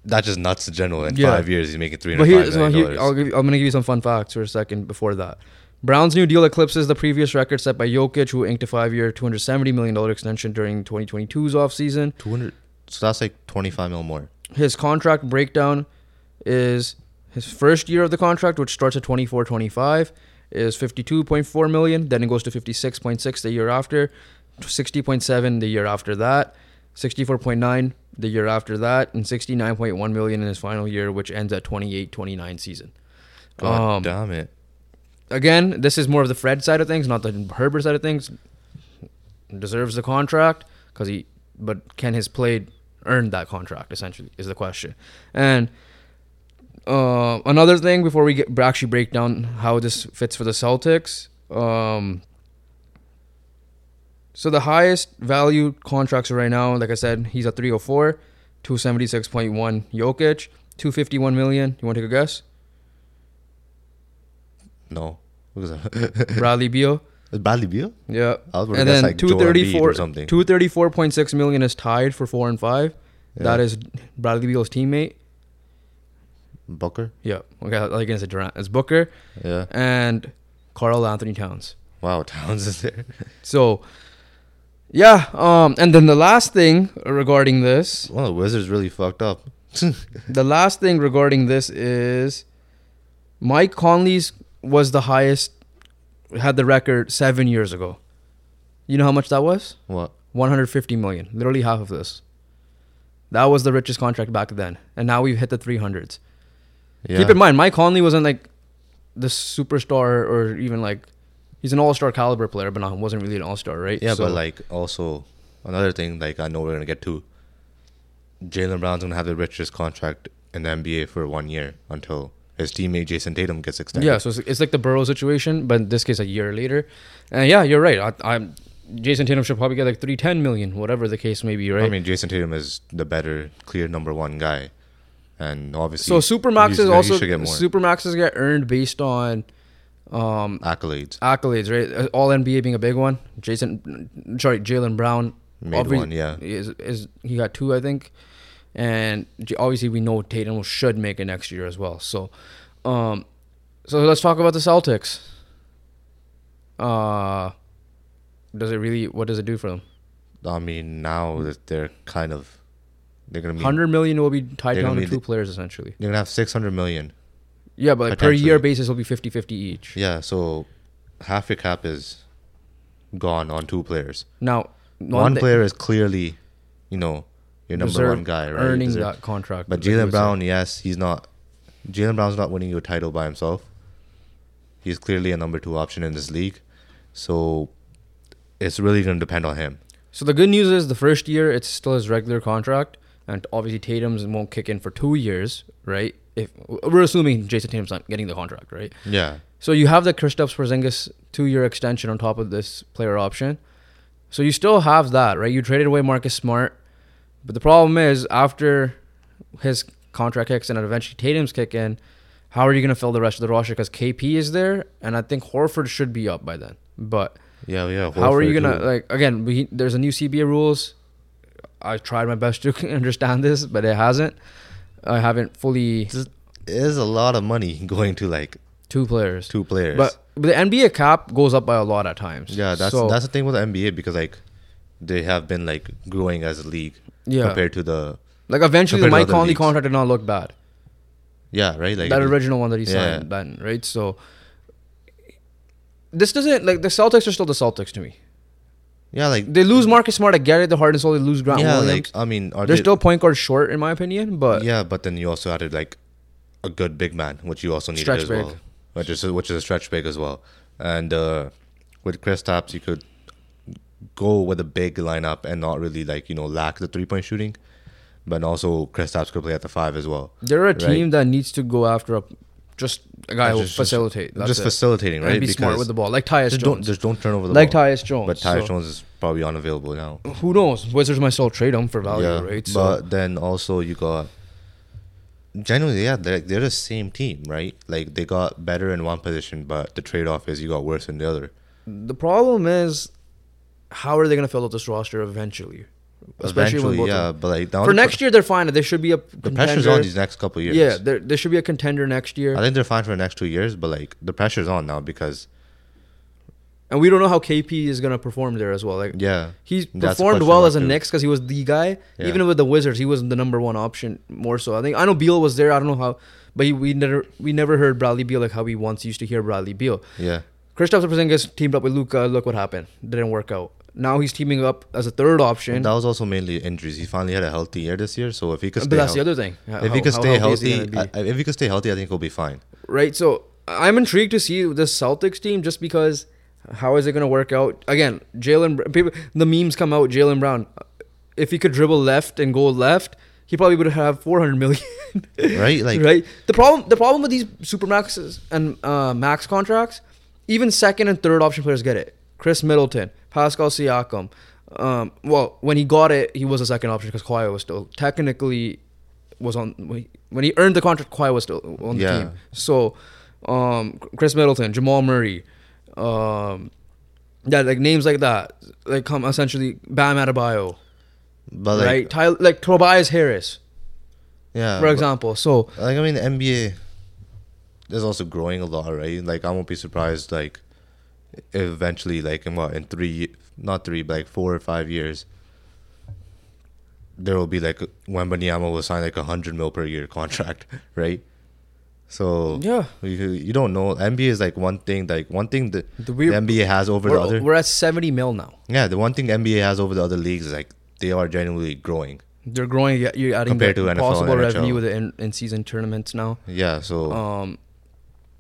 S2: that's just nuts in general. In
S1: Yeah.
S2: five years, he's making
S1: But here,
S2: 305 million
S1: so here I'll
S2: dollars.
S1: give you, I'm going to give you some fun facts for a second before that. Brown's new deal eclipses the previous record set by Jokic, who inked a five-year, $270 million extension during 2022's offseason.
S2: 200. So that's like 25 mil more.
S1: his contract breakdown is his first year of the contract which starts at 24 25 is 52.4 million then it goes to 56.6 the year after 60.7 the year after that 64.9 the year after that and 69.1 million in his final year which ends at 28 29 season
S2: God
S1: Um,
S2: damn it.
S1: again, this is more of the Fred side of things, not the Herbert side of things. Deserves the contract because he, but can his play earn that contract? Essentially, is the question. And uh, another thing before we get actually break down how this fits for the Celtics. Um, so the highest value contracts right now, like I said, he's oh at 304, 276.1 Jokic, 251 million. You want to take a guess?
S2: No. What was that?
S1: Bradley Beal.
S2: Bradley Beal?
S1: Yeah.
S2: I was gonna
S1: And
S2: guess,
S1: then
S2: like, Joel Embiid
S1: 234
S2: or something.
S1: 234.6 million is tied for 4 and 5. That
S2: Yeah.
S1: is Bradley Beal's teammate.
S2: Booker?
S1: Yeah. Okay, I like I said Durant. It's Booker
S2: Yeah.
S1: and Carl Anthony Towns.
S2: Wow, Towns is there.
S1: So yeah, um and then the last thing regarding this,
S2: Well, the Wizards really fucked up.
S1: the last thing regarding this is Mike Conley's was the highest had the record 7 years ago. You know how much that was?
S2: What?
S1: 150 million, literally half of this. That was the richest contract back then, and now we've hit the 300s.
S2: Yeah.
S1: Keep in mind, Mike Conley wasn't like the superstar or even like he's an all-star caliber player, but not wasn't really an all-star, right?
S2: Yeah,
S1: So-
S2: but like also another thing, like I know we're gonna get to. Jalen Brown's gonna have the richest contract in the NBA for one year until his teammate Jason Tatum gets extended.
S1: yeah, so it's, it's like the Burrow situation, but in this case, a year later. And yeah, you're right. I, I'm Jason Tatum should probably get like 310 million, whatever the case may be, right?
S2: I mean Jason Tatum is the better, clear number one guy, and
S1: so
S2: obviously
S1: supermax
S2: he's-
S1: is
S2: he
S1: also
S2: should get more
S1: supermaxes get earned based on um,
S2: accolades.
S1: accolades, right? Uh, All NBA being a big one. Jason, sorry, Jalen Brown.
S2: Made
S1: obvi-
S2: one, yeah.
S1: Is, is he got two, I think, and J- obviously we know Tatum should make it next year as well. So, um, so let's talk about the Celtics. Uh does it really? What does it do for them?
S2: I mean now that they're kind of they're gonna be
S1: Hundred million will be tied
S2: They're
S1: down
S2: gonna
S1: to
S2: be
S1: two
S2: the-
S1: players essentially.
S2: they're gonna have six hundred million.
S1: Yeah, but like per year
S2: Potentially.
S1: basis, it'll be 50-50 each.
S2: Yeah, so half your cap is gone on two players.
S1: Now,
S2: One,
S1: thi-
S2: player is clearly, you know, your number
S1: deserve
S2: one guy, right? You
S1: earning
S2: deserve-
S1: that contract.
S2: But
S1: like you
S2: Jalen
S1: would say.
S2: Brown, yes, he's not. Jalen Brown's not winning you a title by himself. He's clearly a number two option in this league, so it's really going to depend on him.
S1: So the good news is the first year it's still his regular contract, and obviously Tatum's won't kick in for two years, right? If we're assuming Jason Tatum's not getting the contract, right?
S2: Yeah.
S1: So you have the Kristaps Porzingis two-year extension on top of this player option. So you still have that, right? You traded away Marcus Smart, but the problem is after his contract kicks in and eventually Tatum's kick in, how are you going to fill the rest of the roster? Because KP is there, and I think Horford should be up by then. But
S2: Yeah, yeah.
S1: how are you
S2: Horford,
S1: gonna
S2: who-
S1: like again? We, there's a new CBA rules. I tried my best to understand this, but it hasn't. I haven't fully
S2: This is a lot of money going to like
S1: two players.
S2: two players.
S1: But, but the NBA cap goes up by a lot at times.
S2: yeah, that's
S1: So-
S2: that's the thing with the NBA because like they have been like growing as a league
S1: Yeah.
S2: compared to the
S1: like eventually the
S2: compared
S1: Mike
S2: to other
S1: Conley
S2: leagues.
S1: contract did not look bad.
S2: yeah right like
S1: that original one that he
S2: Yeah.
S1: signed then, right? So this doesn't like the Celtics are still the Celtics to me.
S2: yeah like
S1: They lose Marcus Smart, I get it. The heart and soul, they lose Grant
S2: yeah like
S1: Williams.
S2: I mean are
S1: They're
S2: they-
S1: still point guard short in my opinion, but
S2: yeah but then you also added like a good big man which you also needed
S1: Stretch
S2: as
S1: big.
S2: well which is which is a stretch big as well and uh with Chris Taps you could go with a big lineup and not really like you know lack the three point shooting but also Chris Taps could play at the five as well
S1: they're a
S2: Right.
S1: team that needs to go after a just a guy
S2: Yeah,
S1: who
S2: just- just-
S1: facilitate. That's
S2: just
S1: it.
S2: facilitating right
S1: and be smart with the ball, like Tyus
S2: just don't
S1: Jones.
S2: just don't turn over the
S1: like
S2: ball
S1: Tyus Jones.
S2: but Tyus
S1: so
S2: Jones is probably unavailable now
S1: Who knows? Wizards might still trade him for value,
S2: yeah,
S1: right? So
S2: but then also you got generally yeah they're, they're the same team right like they got better in one position but the trade-off is you got worse in the other
S1: the problem is, how are they going to fill out this roster eventually? Especially when
S2: eventually
S1: both
S2: yeah
S1: of-
S2: but like now
S1: for
S2: the
S1: next year, they're fine. They should be a
S2: the
S1: contender.
S2: pressure's on these next couple years
S1: Yeah, there there should be a contender next
S2: i
S1: year,
S2: think they're fine for the next two years but like the pressure's on now because
S1: and we don't know how KP is going to perform there as well. Like
S2: yeah
S1: He's
S2: That's a
S1: performed
S2: question
S1: well
S2: mark
S1: as a
S2: too.
S1: Knicks because he was the guy.
S2: Yeah.
S1: Even with the Wizards, he was the number one option more so. I think I know Beal was there. I don't know how, but he, we never we never heard Bradley Beal like how we once used to hear Bradley Beal.
S2: yeah
S1: Kristaps Porzingis teamed up with Luca. Look what happened. Didn't work out. Now he's teaming up as a third option.
S2: that was also mainly injuries he finally had a healthy year this year so if he could
S1: But
S2: stay
S1: that's the
S2: healthy,
S1: other thing.
S2: if he
S1: How-
S2: could
S1: how
S2: stay
S1: healthy is he
S2: healthy
S1: gonna be?
S2: I- if he could stay healthy i think he'll be fine
S1: right? So I'm intrigued to see the Celtics team just because how is it going to work out? Again, Jalen, people, the memes come out. Jalen Brown, if he could dribble left and go left, he probably would have 400 million.
S2: right like
S1: right. The problem, the problem with these supermaxes and uh, max contracts, even second and third option players get it. Chris Middleton, Pascal Siakam. Um, well, when he got it, he was a second option because Kawhi was still technically was on when he- when he earned the contract. Kawhi was still on the
S2: Yeah.
S1: team. So, um, Chris Middleton, Jamal Murray, um, yeah, like names like that, like come essentially Bam Adebayo,
S2: but like
S1: right? Tyler, like Tobias Harris,
S2: yeah
S1: for
S2: but-
S1: example. So
S2: Like I mean, the NBA is also growing a lot, right? Like I won't be surprised, like eventually, like in what in three, not three, but like four or five years, there will be like Wembanyama will sign like a hundred mil per year contract, right? So
S1: Yeah.
S2: you, you don't know. NBA is like one thing, like one thing that
S1: The weird-
S2: the NBA has over
S1: we're,
S2: the other.
S1: we're at 70 mil now.
S2: Yeah, the one thing NBA has over the other leagues is like they are genuinely growing.
S1: They're growing. yet You're adding
S2: Compared
S1: the
S2: to NFL,
S1: possible
S2: NHL.
S1: revenue with the in, in season tournaments now.
S2: Yeah, so
S1: Um,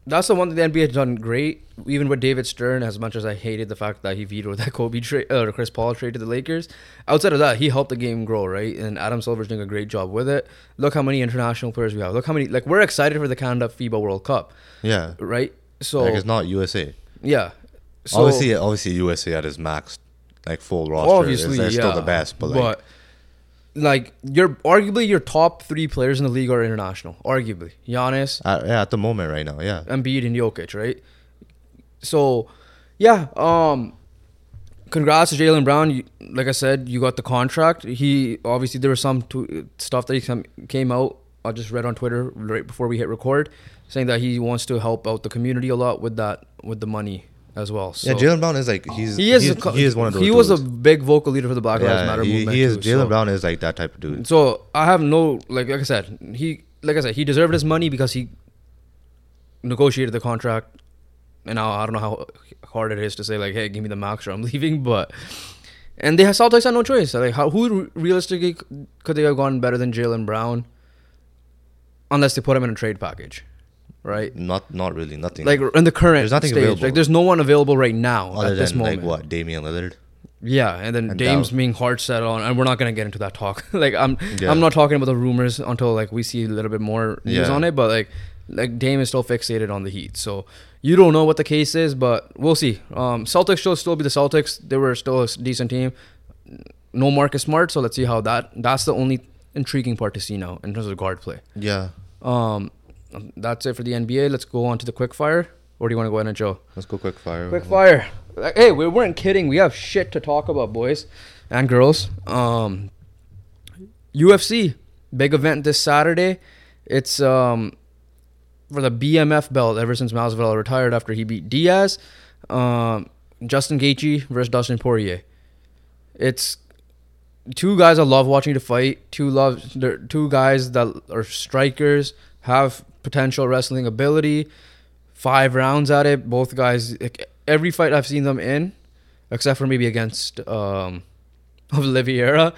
S1: that's the one that the NBA has done great. Even with David Stern, as much as I hated the fact that he vetoed that Kobe trade or Chris Paul trade to the Lakers, outside of that, he helped the game grow, right? And Adam Silver's doing a great job with it. Look how many international players we have. Look how many. Like we're excited for the Canada FIBA World Cup,
S2: yeah,
S1: right? So
S2: like it's not USA.
S1: yeah. So,
S2: obviously, obviously USA at his max, like full roster.
S1: obviously,
S2: is, they're
S1: yeah,
S2: still the best, but like,
S1: like, you're arguably your top three players in the league are international. Arguably, Giannis,
S2: at, yeah, at the moment right now, yeah,
S1: Embiid, and Jokic, right? So, yeah. Um, congrats to Jalen Brown. You, like I said, you got the contract. He obviously there was some tw- stuff that he some- came out. I just read on Twitter right before we hit record, saying that he wants to help out the community a lot with that with the money as well. So.
S2: yeah. Jalen Brown is like he's
S1: he is,
S2: he's-
S1: a co-
S2: he is one of those.
S1: He was a
S2: dudes.
S1: big vocal leader for the Black Lives
S2: yeah,
S1: Matter
S2: he,
S1: movement.
S2: he is
S1: too,
S2: Jalen
S1: so-
S2: Brown is like that type of dude.
S1: so I have no like like I said he like I said he deserved his money because he negotiated the contract, and I, I don't know how hard it is to say like hey give me the max or I'm leaving, but and they have Celtics had no choice like how who realistically c- could they have gone better than Jalen Brown, unless they put him in a trade package, right?
S2: Not not really nothing.
S1: Like in the current
S2: There's nothing
S1: stage,
S2: available.
S1: like there's no one available right now
S2: other
S1: at this
S2: than like
S1: moment.
S2: what Damian Lillard.
S1: Yeah, and then
S2: And
S1: Dame's
S2: Dao.
S1: being hard set on, and we're not gonna get into that talk. like I'm,
S2: Yeah.
S1: I'm not talking about the rumors until like we see a little bit more news
S2: Yeah.
S1: on it. But like, like Dame is still fixated on the Heat, so you don't know what the case is, but we'll see. Um, Celtics should still be the Celtics. They were still a s- decent team. No Marcus Smart, so let's see how that. That's the only intriguing part to see now in terms of guard play.
S2: Yeah.
S1: Um, that's it for the NBA. Let's go on to the quick fire. Or do you want to go NHL?
S2: Let's go quick fire.
S1: Quick fire. Like, hey, we weren't kidding. We have shit to talk about, boys and girls. Um, UFC big event this Saturday. It's um for the BMF belt. Ever since Masvidal retired after he beat Diaz, um, Justin Gaethje versus Dustin Poirier. It's two guys I love watching to fight. Two love they're two guys that are strikers have potential wrestling ability. Five rounds at it. Both guys. Like, every fight I've seen them in, except for maybe against um, Oliveira.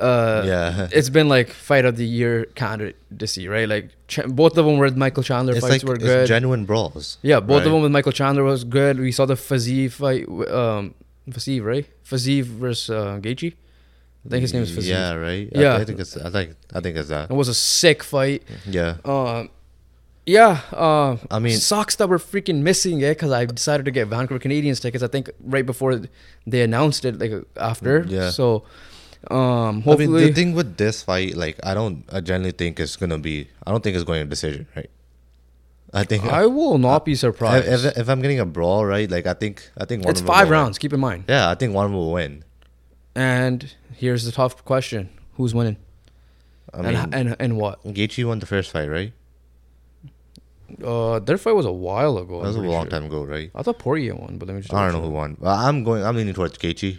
S1: Uh,
S2: Yeah.
S1: it's been like fight of the year candidacy, right? Like ch- both of them were Michael Chandler
S2: It's
S1: fights
S2: like
S1: were
S2: it's
S1: good.
S2: genuine brawls.
S1: yeah, both
S2: right?
S1: of them with Michael Chandler was good. We saw the Fazeev fight, w- um, Fazeev, right? Fazeev versus uh, Gaethje. I think his name is Fazeev.
S2: Yeah, right. I-
S1: Yeah.
S2: I, think it's. I think. I think it's that.
S1: It was a sick fight.
S2: Yeah.
S1: Um, yeah. Um,
S2: I mean-
S1: socks that were freaking missing it because I decided to get Vancouver Canadians tickets. I think right before they announced it, like after.
S2: Mm, Yeah.
S1: So, um,
S2: I mean,
S1: hopefully,
S2: the thing with this fight, like, I don't. I generally think it's gonna be. I don't think it's going to decision, right? I think.
S1: I will not be surprised.
S2: if, if, if I'm getting a brawl, right? Like, I think. I think one.
S1: it's
S2: of them
S1: five
S2: will win.
S1: rounds. Keep in mind.
S2: Yeah, I think one will win.
S1: And here's the tough question: Who's winning?
S2: I mean,
S1: and, and and what?
S2: Gaethje won the first fight, right?
S1: Uh, their fight was a while ago.
S2: That was a long time ago, right?
S1: I thought Poirier won, but let me just.
S2: I don't know who won. Well, I'm going. I'm leaning towards Gaethje.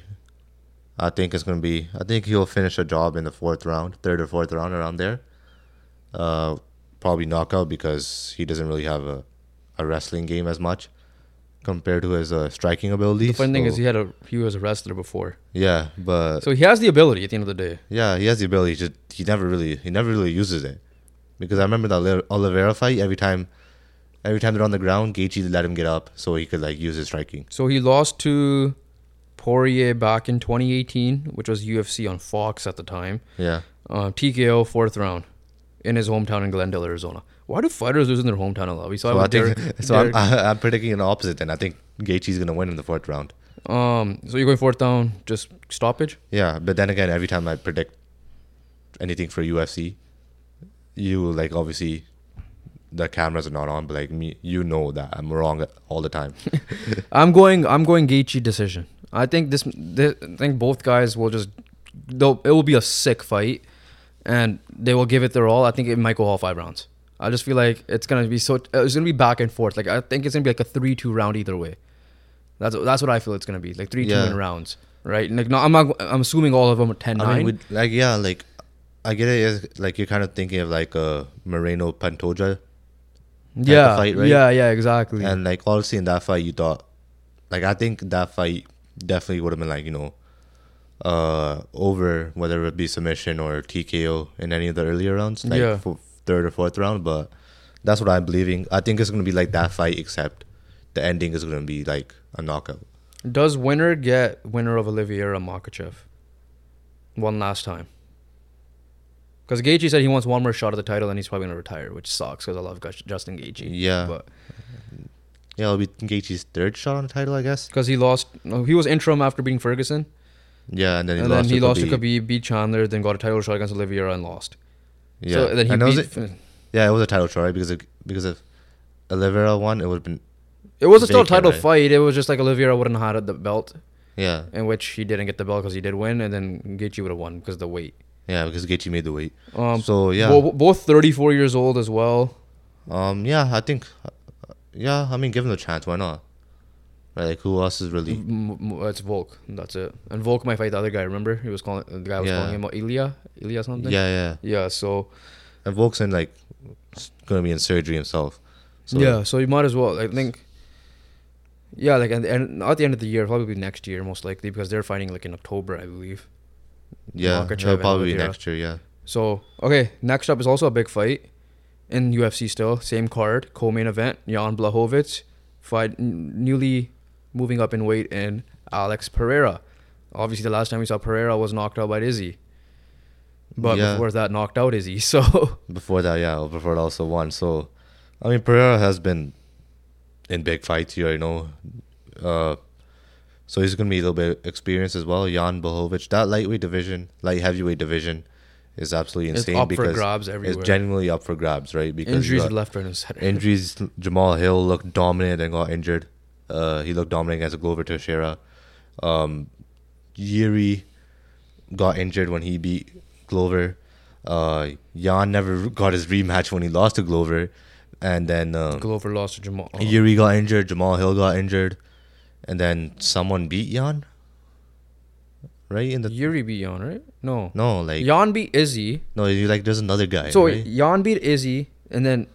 S2: I think it's gonna be. I think he'll finish a job in the fourth round, third or fourth round, around there. Uh, probably knockout because he doesn't really have a, a wrestling game as much compared to his uh, striking abilities.
S1: The funny thing is,
S2: so-
S1: he had a he was a wrestler before,
S2: yeah, but
S1: so he has the ability. At the end of the day,
S2: yeah, he has the ability. Just he never really he never really uses it because I remember that Oli- Oliveira fight. Every time, every time they're on the ground, Gaethje let him get up so he could like use his striking.
S1: so he lost to Poirier back in 2018, which was UFC on Fox at the time.
S2: Yeah,
S1: Uh, TKO fourth round in his hometown in Glendale, Arizona. Why do fighters lose in their hometown a lot? We saw it
S2: So I
S1: with
S2: think
S1: Derek-
S2: so. I'm,
S1: Derek-
S2: I, I'm predicting an opposite, and I think Gaethje's gonna win in the fourth round.
S1: um, so you're going fourth down, just stoppage.
S2: Yeah, but then again, every time I predict anything for UFC, you like obviously the cameras are not on, but like me, you know that I'm wrong all the time.
S1: I'm going. I'm going Gaethje decision. I think this, thi- I think both guys will just. They'll. It will be a sick fight, and they will give it their all. I think it might go all five rounds. I just feel like it's gonna be so. It's gonna be back and forth. Like I think it's gonna be like a three-two round either way. That's that's what I feel it's gonna be. Like three-two
S2: Yeah.
S1: win rounds, right? Like no, I'm not. I'm assuming all of them are 10-9.
S2: I mean, with, like yeah, like I get it. it's, Like you're kind of thinking of like a Moreno Pantoja,
S1: yeah,
S2: fight, right?
S1: yeah, yeah, exactly.
S2: and like obviously in that fight you thought, like I think that fight definitely would have been like you know, uh, over whether it be submission or TKO in any of the earlier rounds, like
S1: Yeah.
S2: fo- third or fourth round. But that's what I'm believing. I think it's gonna be like that fight, except the ending is gonna be like a knockout.
S1: Does winner get winner of Oliveira Makachev? One last time. Because Gaethje said he wants one more shot at the title and he's probably gonna retire, which sucks because I love Gus- Justin Gaethje.
S2: Yeah.
S1: but
S2: Yeah, it'll be Gaethje's third shot on the title, I guess.
S1: because he lost, no, he was interim after beating Ferguson,
S2: Yeah, and then he
S1: and
S2: lost
S1: then he
S2: to
S1: lost
S2: Khabib.
S1: to Khabib, beat Chandler, then got a title shot against Oliveira and lost.
S2: Yeah,
S1: so then he
S2: And that was
S1: beat.
S2: it.
S1: It,
S2: Yeah, it was a title shot, right? Because it, because if Oliveira won, it would have been
S1: wasn't still a
S2: Vacant,
S1: title
S2: right?
S1: fight. It was just like Oliveira wouldn't have had the belt,
S2: yeah,
S1: in which he didn't get the belt because he did win, and then Gaethje would have won because the weight.
S2: yeah, because Gaethje made the weight.
S1: Um,
S2: so yeah,
S1: bo- both 34 years old as well.
S2: um, yeah, I think, yeah, I mean, give him the chance. Why not? Right, like who else is really?
S1: M- m- uh, it's Volk. That's it. And Volk might fight the other guy. Remember, he was calling the guy was
S2: Yeah.
S1: calling him out, Ilya, Ilya something.
S2: Yeah, yeah,
S1: Yeah. So,
S2: and Volk's in like s- gonna be in surgery himself. So,
S1: yeah. So you might as well. I think. Yeah, like and, and at the end of the year, probably next year, most likely, because they're fighting like in October, I believe.
S2: yeah,
S1: Makachev
S2: it'll
S1: and
S2: probably be
S1: Oliveira.
S2: next year. Yeah,
S1: So okay, next up is also a big fight in UFC. Still same card, co-main event. Jan Blahovic fight n- newly moving up in weight in Alex Pereira. Obviously, the last time we saw Pereira was knocked out by Izzy. But
S2: Yeah.
S1: before that, knocked out Izzy. So
S2: Before that, yeah, before that also won. So, I mean, Pereira has been in big fights here, you know. Uh, so he's gonna be a little bit experienced as well. Jan Bohovic, that lightweight division, light heavyweight division, is absolutely
S1: It's
S2: insane
S1: up for
S2: because
S1: grabs everywhere.
S2: it's genuinely up for grabs, right? Because uh, you
S1: injuries
S2: got-
S1: left, right, and center.
S2: injuries. Jamal Hill looked dominant and got injured. Uh, he looked dominant against Glover Teixeira. Um, Yuri got injured when he beat Glover. Uh, Jan never got his rematch when he lost to Glover, and then um,
S1: Glover lost to Jamal. oh,
S2: Yuri got injured. Jamal Hill got injured, and then someone beat Jan. Right in the
S1: Yuri beat Jan, right? No.
S2: no like
S1: Jan beat Izzy.
S2: no you like there's another guy.
S1: So
S2: right?
S1: Jan beat Izzy, and then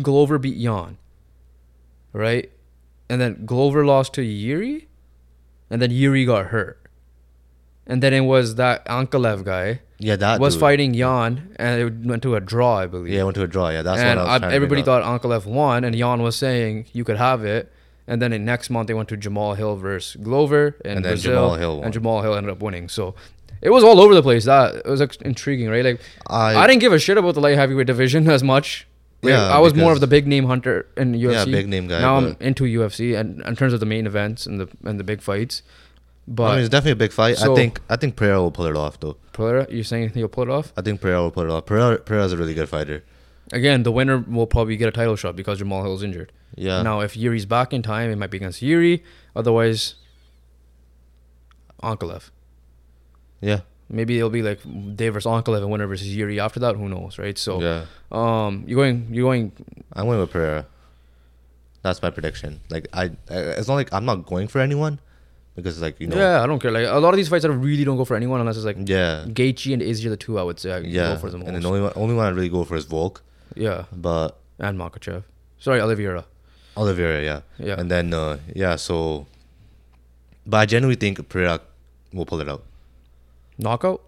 S1: Glover beat Jan, right? And then Glover lost to Yuri, and then Yuri got hurt, and then it was that Ankalev guy
S2: yeah that
S1: was
S2: dude.
S1: fighting Jan, and it went to a draw, I believe.
S2: Yeah, went to a draw. Yeah, that's
S1: and
S2: what I was
S1: I-
S2: trying to
S1: everybody
S2: bring up.
S1: thought Ankalev won, and Jan was saying you could have it. And then in next month they went to Jamal Hill versus Glover, and,
S2: And then
S1: Brazil,
S2: Jamal Hill won.
S1: and Jamal Hill ended up winning. So it was all over the place. That it was ex- intriguing, right? Like
S2: I-
S1: I, didn't give a shit about the light heavyweight division as much. Like,
S2: Yeah,
S1: I was more
S2: because-
S1: of the big name hunter in UFC.
S2: big name guy,
S1: Now I'm
S2: but-
S1: into UFC, and in terms of the main events and the and the big fights.
S2: I mean,
S1: But
S2: it's definitely a big fight.
S1: So-
S2: I think I think Pereira will pull it off, though.
S1: Pereira, you're saying he'll pull it off
S2: I think Pereira will pull it off. Pereira Pereira's a really good fighter.
S1: again. The winner will probably get a title shot because Jamal Hill's injured.
S2: Yeah.
S1: Now, if Yuri's back in time, it might be against Yuri. Otherwise, Ankalev.
S2: Yeah.
S1: Maybe it'll be like Day versus Ankalev and winner versus Yuri. After that, who knows, right? So,
S2: Yeah.
S1: um, you're going, you're going.
S2: I'm going with Pereira. That's my prediction. Like I, I it's not like I'm not going for anyone, because like you know.
S1: Yeah, I don't care. Like a lot of these fights, I really don't go for anyone unless it's like
S2: Yeah.
S1: Gaethje and Izzy are the two I would say I
S2: Yeah.
S1: go for the most.
S2: and the only one, only one I really go for is Volk,
S1: yeah,
S2: but
S1: and Makachev. Sorry, Oliveira.
S2: Oliveira, yeah.
S1: Yeah.
S2: And then uh, yeah, so. But I genuinely think Pereira will pull it out.
S1: Knockout.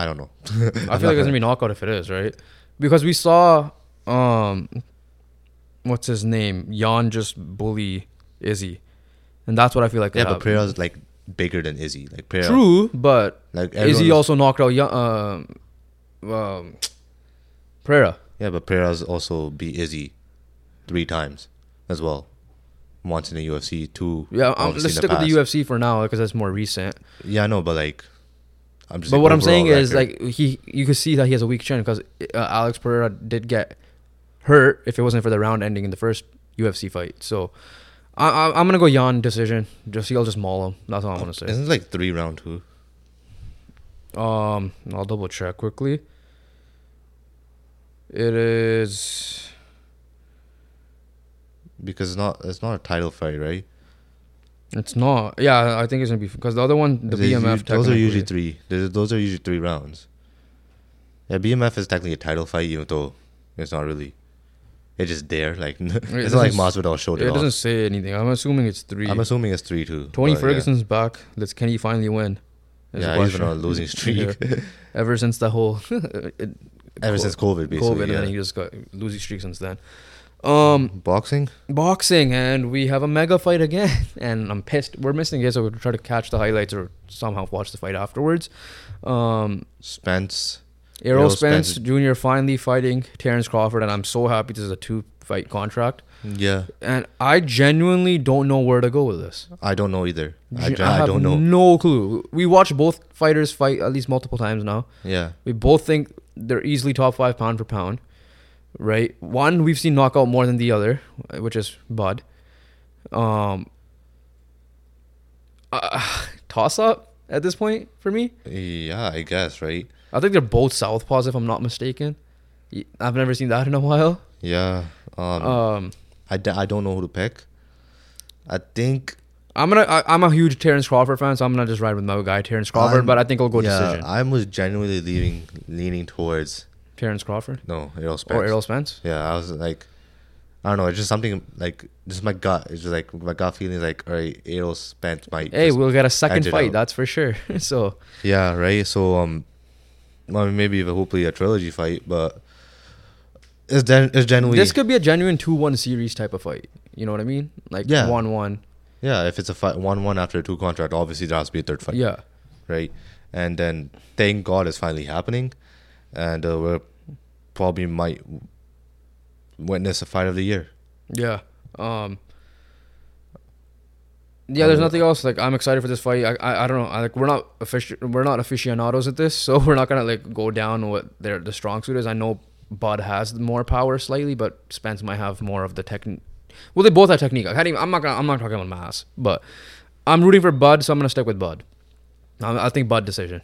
S2: I don't know.
S1: I feel like it's gonna be knockout if it is, right? Because we saw um what's his name? Jan just bully Izzy. And that's what I feel like.
S2: yeah,
S1: could
S2: but
S1: happen.
S2: Pereira's like bigger than Izzy. Like Pereira.
S1: True, but
S2: Like everyone
S1: Izzy
S2: was-
S1: also knocked out Jan, um, um Pereira.
S2: Yeah, but Pereira's also beat Izzy three times as well. Once in the UFC, two.
S1: Yeah, um,
S2: obviously
S1: let's
S2: in the
S1: stick with the
S2: past.
S1: UFC for now because that's more recent.
S2: Yeah, I know, but like, I'm just.
S1: But
S2: like,
S1: what I'm
S2: overall
S1: saying is,
S2: record.
S1: like he, you could see that he has a weak chin because uh, Alex Pereira did get hurt if it wasn't for the round ending in the first UFC fight. So I, I, I'm gonna go Yan decision. Just he'll just maul him. That's all I'm gonna say.
S2: isn't it like three round two?
S1: Um, I'll double check quickly. It is
S2: Because it's not, it's not a title fight, right?
S1: it's not. Yeah, I think it's gonna be because the other one, the
S2: They- you-
S1: BMF.
S2: Those are usually
S1: technically-
S2: three. Those those are usually three rounds. Yeah, BMF is technically a title fight, even though it's not really. It's just there, like it's not like
S1: doesn't
S2: Masvidal showed it,
S1: It
S2: off.
S1: doesn't say anything. I'm assuming it's three.
S2: I'm assuming it's three two.
S1: Tony
S2: but yeah.
S1: Ferguson's back. Let's can he finally win? Is
S2: Yeah,
S1: the
S2: he's been
S1: question.
S2: on a losing streak
S1: Yeah. Ever since the whole it-
S2: ever since COVID, basically.
S1: COVID, and
S2: yeah.
S1: then he just got losing streak since then. Um,
S2: Boxing.
S1: boxing, and we have a mega fight again, and I'm pissed. We're missing it, so we'll try to catch the highlights or somehow watch the fight afterwards. Um,
S2: Spence.
S1: Errol
S2: Errol
S1: Spence,
S2: Spence.
S1: Jr. finally fighting Terrence Crawford, and I'm so happy this is a two fight contract.
S2: Yeah,
S1: And I genuinely don't know where to go with this.
S2: I don't know either. I,
S1: Gen-
S2: gen- I
S1: have
S2: don't know.
S1: No clue. We watch both fighters fight at least multiple times now.
S2: yeah,
S1: We both think they're easily top five pound for pound, right? One we've seen knockout more than the other, uh, which is Bud. Um, uh, toss up at this point for me.
S2: yeah, I guess right.
S1: I think they're both southpaws, if I'm not mistaken. Y- I've never seen that in a while.
S2: Yeah, um,
S1: Um,
S2: I, d- I don't know who to pick. I think
S1: I'm gonna. I, I'm a huge Terrence Crawford fan, so I'm gonna just ride with my guy Terrence Crawford.
S2: I'm-
S1: but I think I'll go
S2: yeah, uh,
S1: decision.
S2: I was genuinely leaning leaning towards
S1: Terrence Crawford
S2: no Errol Spence.
S1: or Errol Spence.
S2: Yeah, I was like, I don't know. It's just something like just my gut. It's just like my gut feeling is like all right, Errol Spence might.
S1: Hey,
S2: just-
S1: we'll get a second
S2: edge it
S1: fight,
S2: out.
S1: that's for sure. so
S2: yeah, right. So um, well, I mean, maybe even hopefully a trilogy fight, but it's then it's genuinely
S1: this could be a genuine two-one series type of fight. You know what I mean? Like
S2: Yeah.
S1: one-one.
S2: Yeah, if it's a fi- one-one after a two contract, obviously there has to be a third fight.
S1: Yeah.
S2: right? And then thank God it's finally happening, and uh, we're probably might witness a fight of the year.
S1: Yeah. Um. Yeah, there's
S2: Um,
S1: nothing else. Like I'm excited for this fight. I I, I don't know. I, like we're not offici- we're not aficionados at this, so we're not gonna like go down what their the strong suit is. I know Bud has more power slightly, but Spence might have more of the technique. Well, they both have technique. I can't even, I'm not gonna, I'm not talking about mass, but I'm rooting for Bud, so I'm gonna stick with Bud. I, I think Bud decision,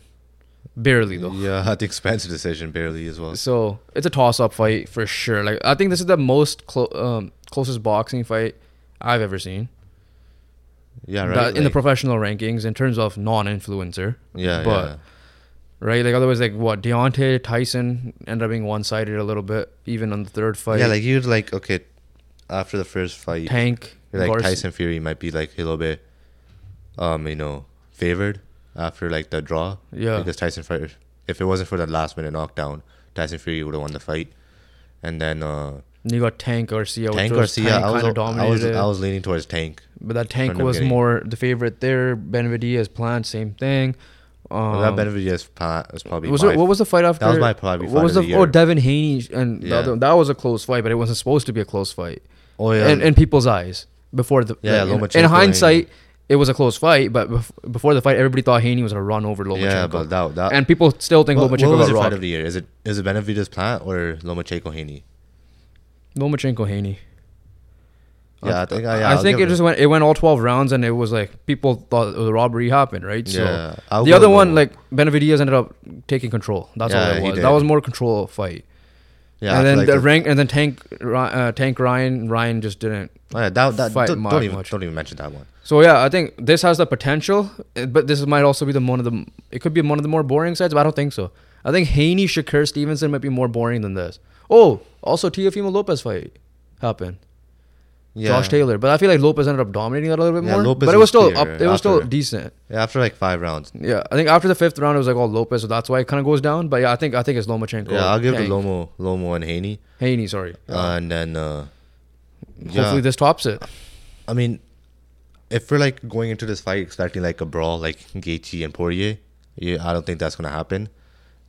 S1: barely though.
S2: Yeah, I think Spencer decision barely as well.
S1: So it's a toss-up fight for sure. Like I think this is the most clo- um, closest boxing fight I've ever seen
S2: Yeah, right.
S1: that- in the
S2: like-
S1: professional rankings in terms of non-influencer.
S2: yeah,
S1: but
S2: yeah.
S1: right, like otherwise, like what Deontay Tyson ended up being one-sided a little bit, even on the third fight.
S2: yeah, like you'd like okay, after the first fight,
S1: Tank,
S2: you're like
S1: Garci-
S2: Tyson Fury might be like a little bit, um, you know, favored after like the draw.
S1: Yeah.
S2: because Tyson Fury, if it wasn't for that last minute knockdown, Tyson Fury would have won the fight, and then uh.
S1: And you got Tank Garcia, which
S2: Tank
S1: was
S2: Garcia,
S1: Tank
S2: I, was,
S1: kinda
S2: I was
S1: dominated.
S2: I was leaning towards Tank.
S1: but that Tank
S2: from the
S1: was
S2: beginning.
S1: more the favorite there. Benavidez planned same thing. Um,
S2: Well, that Benavidez pa- was probably
S1: was
S2: my,
S1: it, what was the fight after?
S2: my probably
S1: What
S2: fight
S1: was
S2: of the
S1: oh
S2: year.
S1: Devin Haney and the
S2: Yeah.
S1: other, that was a close fight, but it wasn't supposed to be a close fight.
S2: oh yeah
S1: in, in people's eyes before the
S2: Yeah,
S1: like, in-
S2: Lomachenko
S1: in,
S2: and-
S1: hindsight it was a close fight but bef- before the fight everybody thought Haney was gonna run over Lomachenko
S2: yeah but that that
S1: and people still think
S2: what, what
S1: Lomachenko got
S2: was the fight of
S1: robbed
S2: the year is it is it Benavidez Plant or Lomachenko Haney
S1: Lomachenko Haney
S2: yeah I think I, yeah,
S1: I
S2: I'll
S1: think
S2: give
S1: it just went it went all 12 rounds and it was like people thought the robbery happened right
S2: Yeah,
S1: so
S2: I'll
S1: the
S2: go
S1: other
S2: with
S1: one
S2: Loma.
S1: like Benavidez ended up taking control that's
S2: Yeah,
S1: all
S2: he
S1: it was
S2: did.
S1: that was more control fight
S2: yeah I
S1: and
S2: feel
S1: then
S2: like
S1: the rank and then Tank Ry- uh, Tank Ryan Ryan just didn't
S2: oh, yeah, that, that,
S1: fight
S2: don't,
S1: might
S2: don't even
S1: much.
S2: don't even mention that one
S1: So yeah, I think this has the potential, eh, but this might also be the one of the. It could be one of the more boring sides, but I don't think so. I think Haney Shakur Stevenson might be more boring than this. Oh, also Teofimo Lopez fight happened.
S2: yeah
S1: Josh Taylor, but I feel like Lopez ended up dominating that a little bit
S2: Yeah,
S1: more.
S2: Lopez
S1: but it was
S2: was
S1: still
S2: clear
S1: up, it was still
S2: after.
S1: decent.
S2: yeah after like five rounds
S1: Yeah, I think after the fifth round it was like oh Lopez, so that's why it kind of goes down. But yeah, I think I think it's Lomachenko.
S2: yeah I'll give it to
S1: Tank.
S2: Lomo Lomo and Haney
S1: Haney. Sorry.
S2: uh, and then uh, yeah.
S1: Hopefully this tops it.
S2: I mean, if we're like going into this fight expecting like a brawl like Gaethje and Poirier, yeah, I don't think that's gonna happen.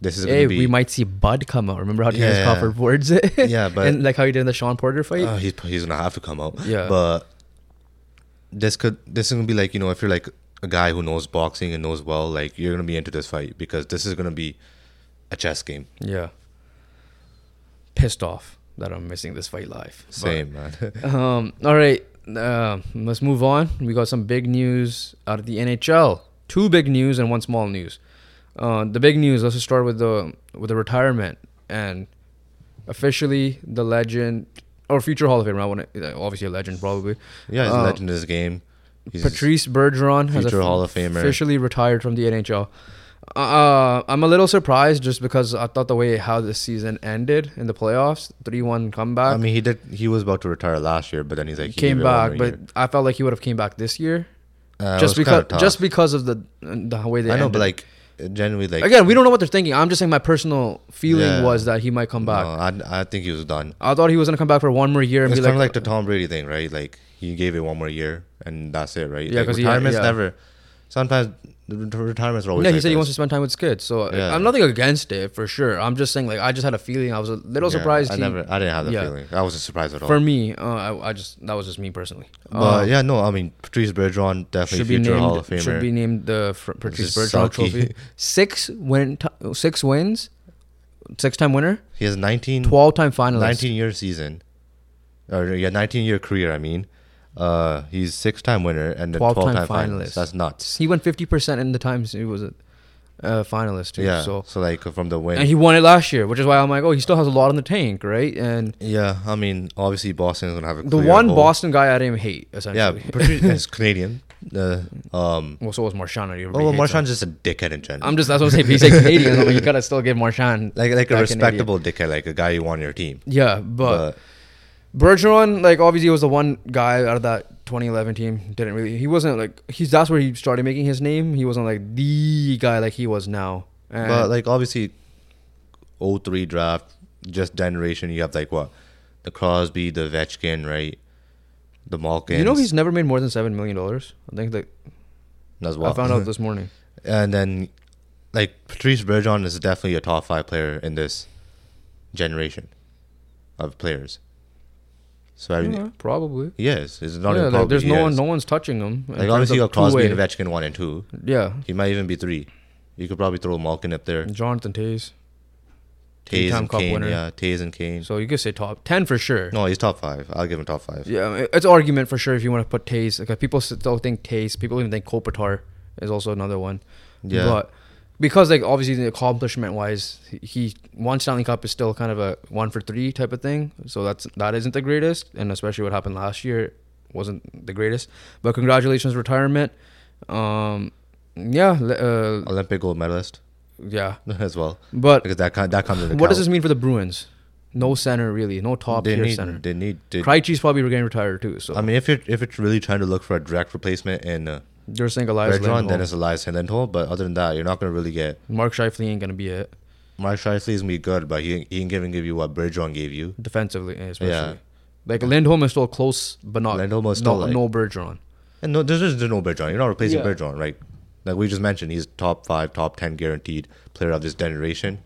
S2: This is gonna
S1: Hey,
S2: be
S1: we might see Bud come out. Remember how Terrence
S2: Yeah.
S1: Crawford words it?
S2: Yeah, but-
S1: and like how he did in the Sean Porter fight.
S2: Uh, he's he's gonna have to come out.
S1: Yeah.
S2: But this could this is gonna be like you know if you're like a guy who knows boxing and knows well, like you're gonna be into this fight because this is gonna be a chess game.
S1: Yeah. Pissed off that I'm missing this fight live. But,
S2: Same man.
S1: um, all right. Uh, let's move on. We got some big news out of the NHL. Two big news and one small news. Uh, the big news. Let's just start with the with the retirement and officially the legend or future Hall of Famer. I want to obviously a legend probably.
S2: yeah, he's a
S1: Uh,
S2: legend in this game. He's
S1: Patrice Bergeron has
S2: future
S1: offi-
S2: Hall of Famer.
S1: officially retired from the NHL. Uh, I'm a little surprised just because I thought the way how this season ended in the playoffs, three-one comeback,
S2: I mean, he did. He was about to retire last year, but then he's like he
S1: came
S2: gave it one
S1: back,
S2: more
S1: but
S2: year.
S1: I felt like he would have came back this year
S2: Uh, it
S1: just
S2: was
S1: because
S2: kinda tough.
S1: just because of the the way they.
S2: I know,
S1: ended.
S2: but like genuinely, like
S1: again, we don't know what they're thinking. I'm just saying my personal feeling
S2: Yeah.
S1: was that he might come
S2: no,
S1: back.
S2: I I think he was done.
S1: I thought he was gonna come back for one more year and
S2: It's
S1: be
S2: kind
S1: like,
S2: of like the Tom Brady thing, right? Like he gave it one more year, and that's it, right?
S1: Yeah,
S2: like,
S1: 'cause he-
S2: retirement's
S1: yeah.
S2: never. Sometimes the ret- retirements are always.
S1: yeah, he
S2: like
S1: said he
S2: this.
S1: wants to spend time with his kids. So
S2: Yeah.
S1: I'm nothing against it for sure. I'm just saying like I just had a feeling. I was a little
S2: Yeah,
S1: surprised.
S2: I
S1: he,
S2: never, I didn't have that
S1: yeah.
S2: feeling. I wasn't surprised at all.
S1: For me, uh, I, I just that was just me personally.
S2: but
S1: Uh,
S2: yeah, no, I mean Patrice Bergeron definitely
S1: should be
S2: future
S1: named
S2: Hall of Famer.
S1: should be named the Fr- Patrice
S2: This is
S1: Bergeron
S2: sucky.
S1: Trophy. Six win, t- six wins, six time winner,
S2: he has a 19,
S1: twelve time finalist.
S2: 19 year season, or yeah, nineteen year career. I mean, uh, he's six time winner and then
S1: 12
S2: twelve
S1: time
S2: time finalist.
S1: finalist.
S2: That's nuts.
S1: He won fifty percent in the times he was a uh, finalist. Too,
S2: Yeah. So,
S1: So
S2: like from the win.
S1: and he won it last year, which is why I'm like, oh, he still has a lot in the tank, right? And
S2: yeah, I mean, obviously Boston's gonna have a
S1: the
S2: clear
S1: one
S2: hole.
S1: Boston guy I didn't hate
S2: Yeah,
S1: essentially.
S2: Patrice is Canadian. Uh, um,
S1: well, so was Marchand. and everybody
S2: oh, well,
S1: hates him.
S2: Marchand's just a dickhead in general.
S1: I'm just that's what I'm saying. He's like Canadian. but you gotta still give Marchand
S2: like like a
S1: that Canadian.
S2: respectable dickhead, like a guy you want on your team.
S1: Yeah, but
S2: But
S1: Bergeron, like obviously, was the one guy out of that 2011 team. Didn't really. He wasn't like he's. That's where he started making his name. He wasn't like the guy like he was now. And
S2: but like obviously, 03 draft, just generation. You have like what the Crosby, the Vetchkin, right? the Malkins.
S1: You know he's never made more than seven million dollars. I think that
S2: as well.
S1: I found out this morning.
S2: and then, like Patrice Bergeron is definitely a top five player in this generation of players. So I mean,
S1: Yeah, probably.
S2: yes, it's not
S1: yeah,
S2: yeah,
S1: like, there's no one. No one's touching him. in
S2: Like
S1: terms
S2: obviously, you
S1: of
S2: got Crosby
S1: two-way.
S2: and Ovechkin one and two.
S1: Yeah,
S2: He might even be three. You could probably throw Malkin up there.
S1: Jonathan Tays.
S2: Tays
S1: Two-time
S2: and
S1: Cup
S2: Kane,
S1: winner.
S2: yeah, Tays and Kane.
S1: So you could say top ten for sure.
S2: No, he's top five. I'll give him top five.
S1: Yeah, I mean, it's argument for sure if you want to put Tays. Like people still think Tays. People even think Kopitar is also another one.
S2: Yeah.
S1: But because like obviously the accomplishment wise, he- he one Stanley Cup is still kind of a one for three type of thing. So that's that isn't the greatest, and especially what happened last year wasn't the greatest. But congratulations retirement. Um, yeah, le- uh,
S2: Olympic gold medalist
S1: yeah.
S2: as well
S1: But
S2: because that kind that comes into
S1: what does this
S2: count.
S1: mean for the Bruins? No center really, no top
S2: They
S1: tier
S2: need,
S1: center.
S2: they need. They,
S1: Krejci's probably getting retired too. So
S2: I mean, if you're if it's really trying to look for a direct replacement in uh,
S1: you're saying Elias
S2: Bergeron, then
S1: Lindholm.
S2: it's Elias Lindholm. But other than that, you're not gonna really get
S1: Mark Scheifele ain't gonna be it
S2: Mark Scheifele is gonna be good, but he he ain't gonna give you what Bergeron gave you.
S1: defensively, especially.
S2: Yeah.
S1: Like Lindholm is still close, but not
S2: Lindholm is still,
S1: no,
S2: like-
S1: no Bergeron.
S2: And no, there's just there's no Bergeron. You're not replacing
S1: Yeah.
S2: Bergeron, right? Like we just mentioned, he's top five, top ten guaranteed player of this generation,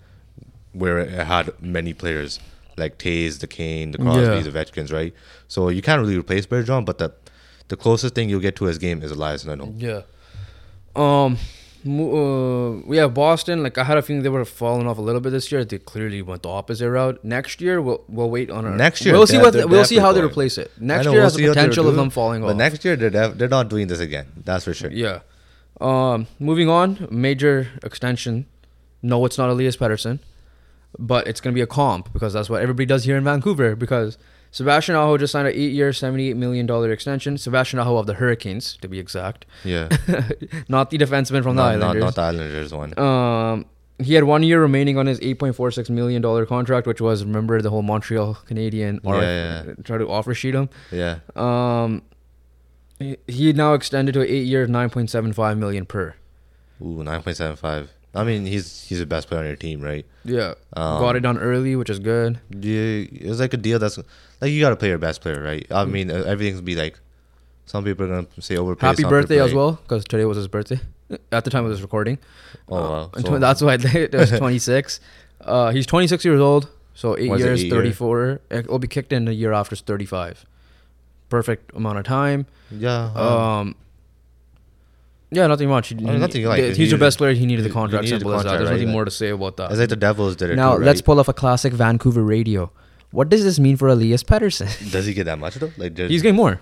S2: where it had many players like Tays, the Kane, the Crosby's,
S1: Yeah.
S2: the Vetchkins, right? So you can't really replace Bergeron, but the the closest thing you'll get to his game is Elias Lindholm.
S1: Yeah. Um. mo- Uh, yeah, Boston. Like I had a feeling they were falling off a little bit this year. They clearly went the opposite route. Next year, we'll we'll wait on our
S2: Next year,
S1: We'll see
S2: they're-
S1: what
S2: they're
S1: we'll see how they
S2: definitely going.
S1: replace it.
S2: I
S1: Next
S2: know,
S1: year
S2: we'll
S1: has
S2: see
S1: the
S2: what they're
S1: potential of
S2: doing,
S1: them falling
S2: But
S1: off.
S2: next year, they're, def- they're not doing this again. That's for sure.
S1: yeah. Um. Moving on. Major extension. No, it's not Elias Pettersson, but it's gonna be a comp because that's what everybody does here in Vancouver. Because Sebastian Aho just signed an eight-year, seventy-eight million dollar extension. Sebastian Aho of the Hurricanes, to be exact,
S2: Yeah.
S1: not the defenseman from the
S2: not, not,
S1: Islanders.
S2: not the Islanders one.
S1: Um, he had one year remaining on his eight point four six million dollar contract, which was remember the whole Montreal Canadian or
S2: Yeah, yeah.
S1: try to offer sheet him.
S2: yeah.
S1: Um, he- he now extended to eight years, nine point seven five million per.
S2: Ooh, 9.75. I mean, he's he's the best player on your team, right?
S1: Yeah,
S2: Um,
S1: got it done early, which is good.
S2: Yeah, it's like a deal that's like you gotta play your best player, right? I
S1: Mm.
S2: mean, uh, everything's be like some people are gonna say overpay.
S1: Happy
S2: some
S1: birthday
S2: people
S1: as
S2: pay-
S1: well, because today was his birthday. At the time of this recording,
S2: Oh
S1: Uh,
S2: wow,
S1: and
S2: So,
S1: tw- that's why it was twenty six. Uh, he's twenty six years old, so eight
S2: Was it
S1: years,
S2: eight year?
S1: thirty four. It will be kicked in a year after thirty five. Perfect amount of time.
S2: yeah. uh,
S1: Um. Yeah, nothing much. He,
S2: mean, nothing like-
S1: he-
S2: he
S1: he's your
S2: needed-
S1: best player. He needed the
S2: he
S1: contract.
S2: needed the
S1: simple as that.
S2: contract,
S1: There's
S2: right?
S1: nothing
S2: Like-
S1: more to say about that.
S2: uh, it's like the Devils did it
S1: now
S2: too,
S1: let's
S2: right?
S1: pull off a classic Vancouver radio. What does this mean for Elias Patterson?
S2: Does he get that much though? Like, did,
S1: he's getting more.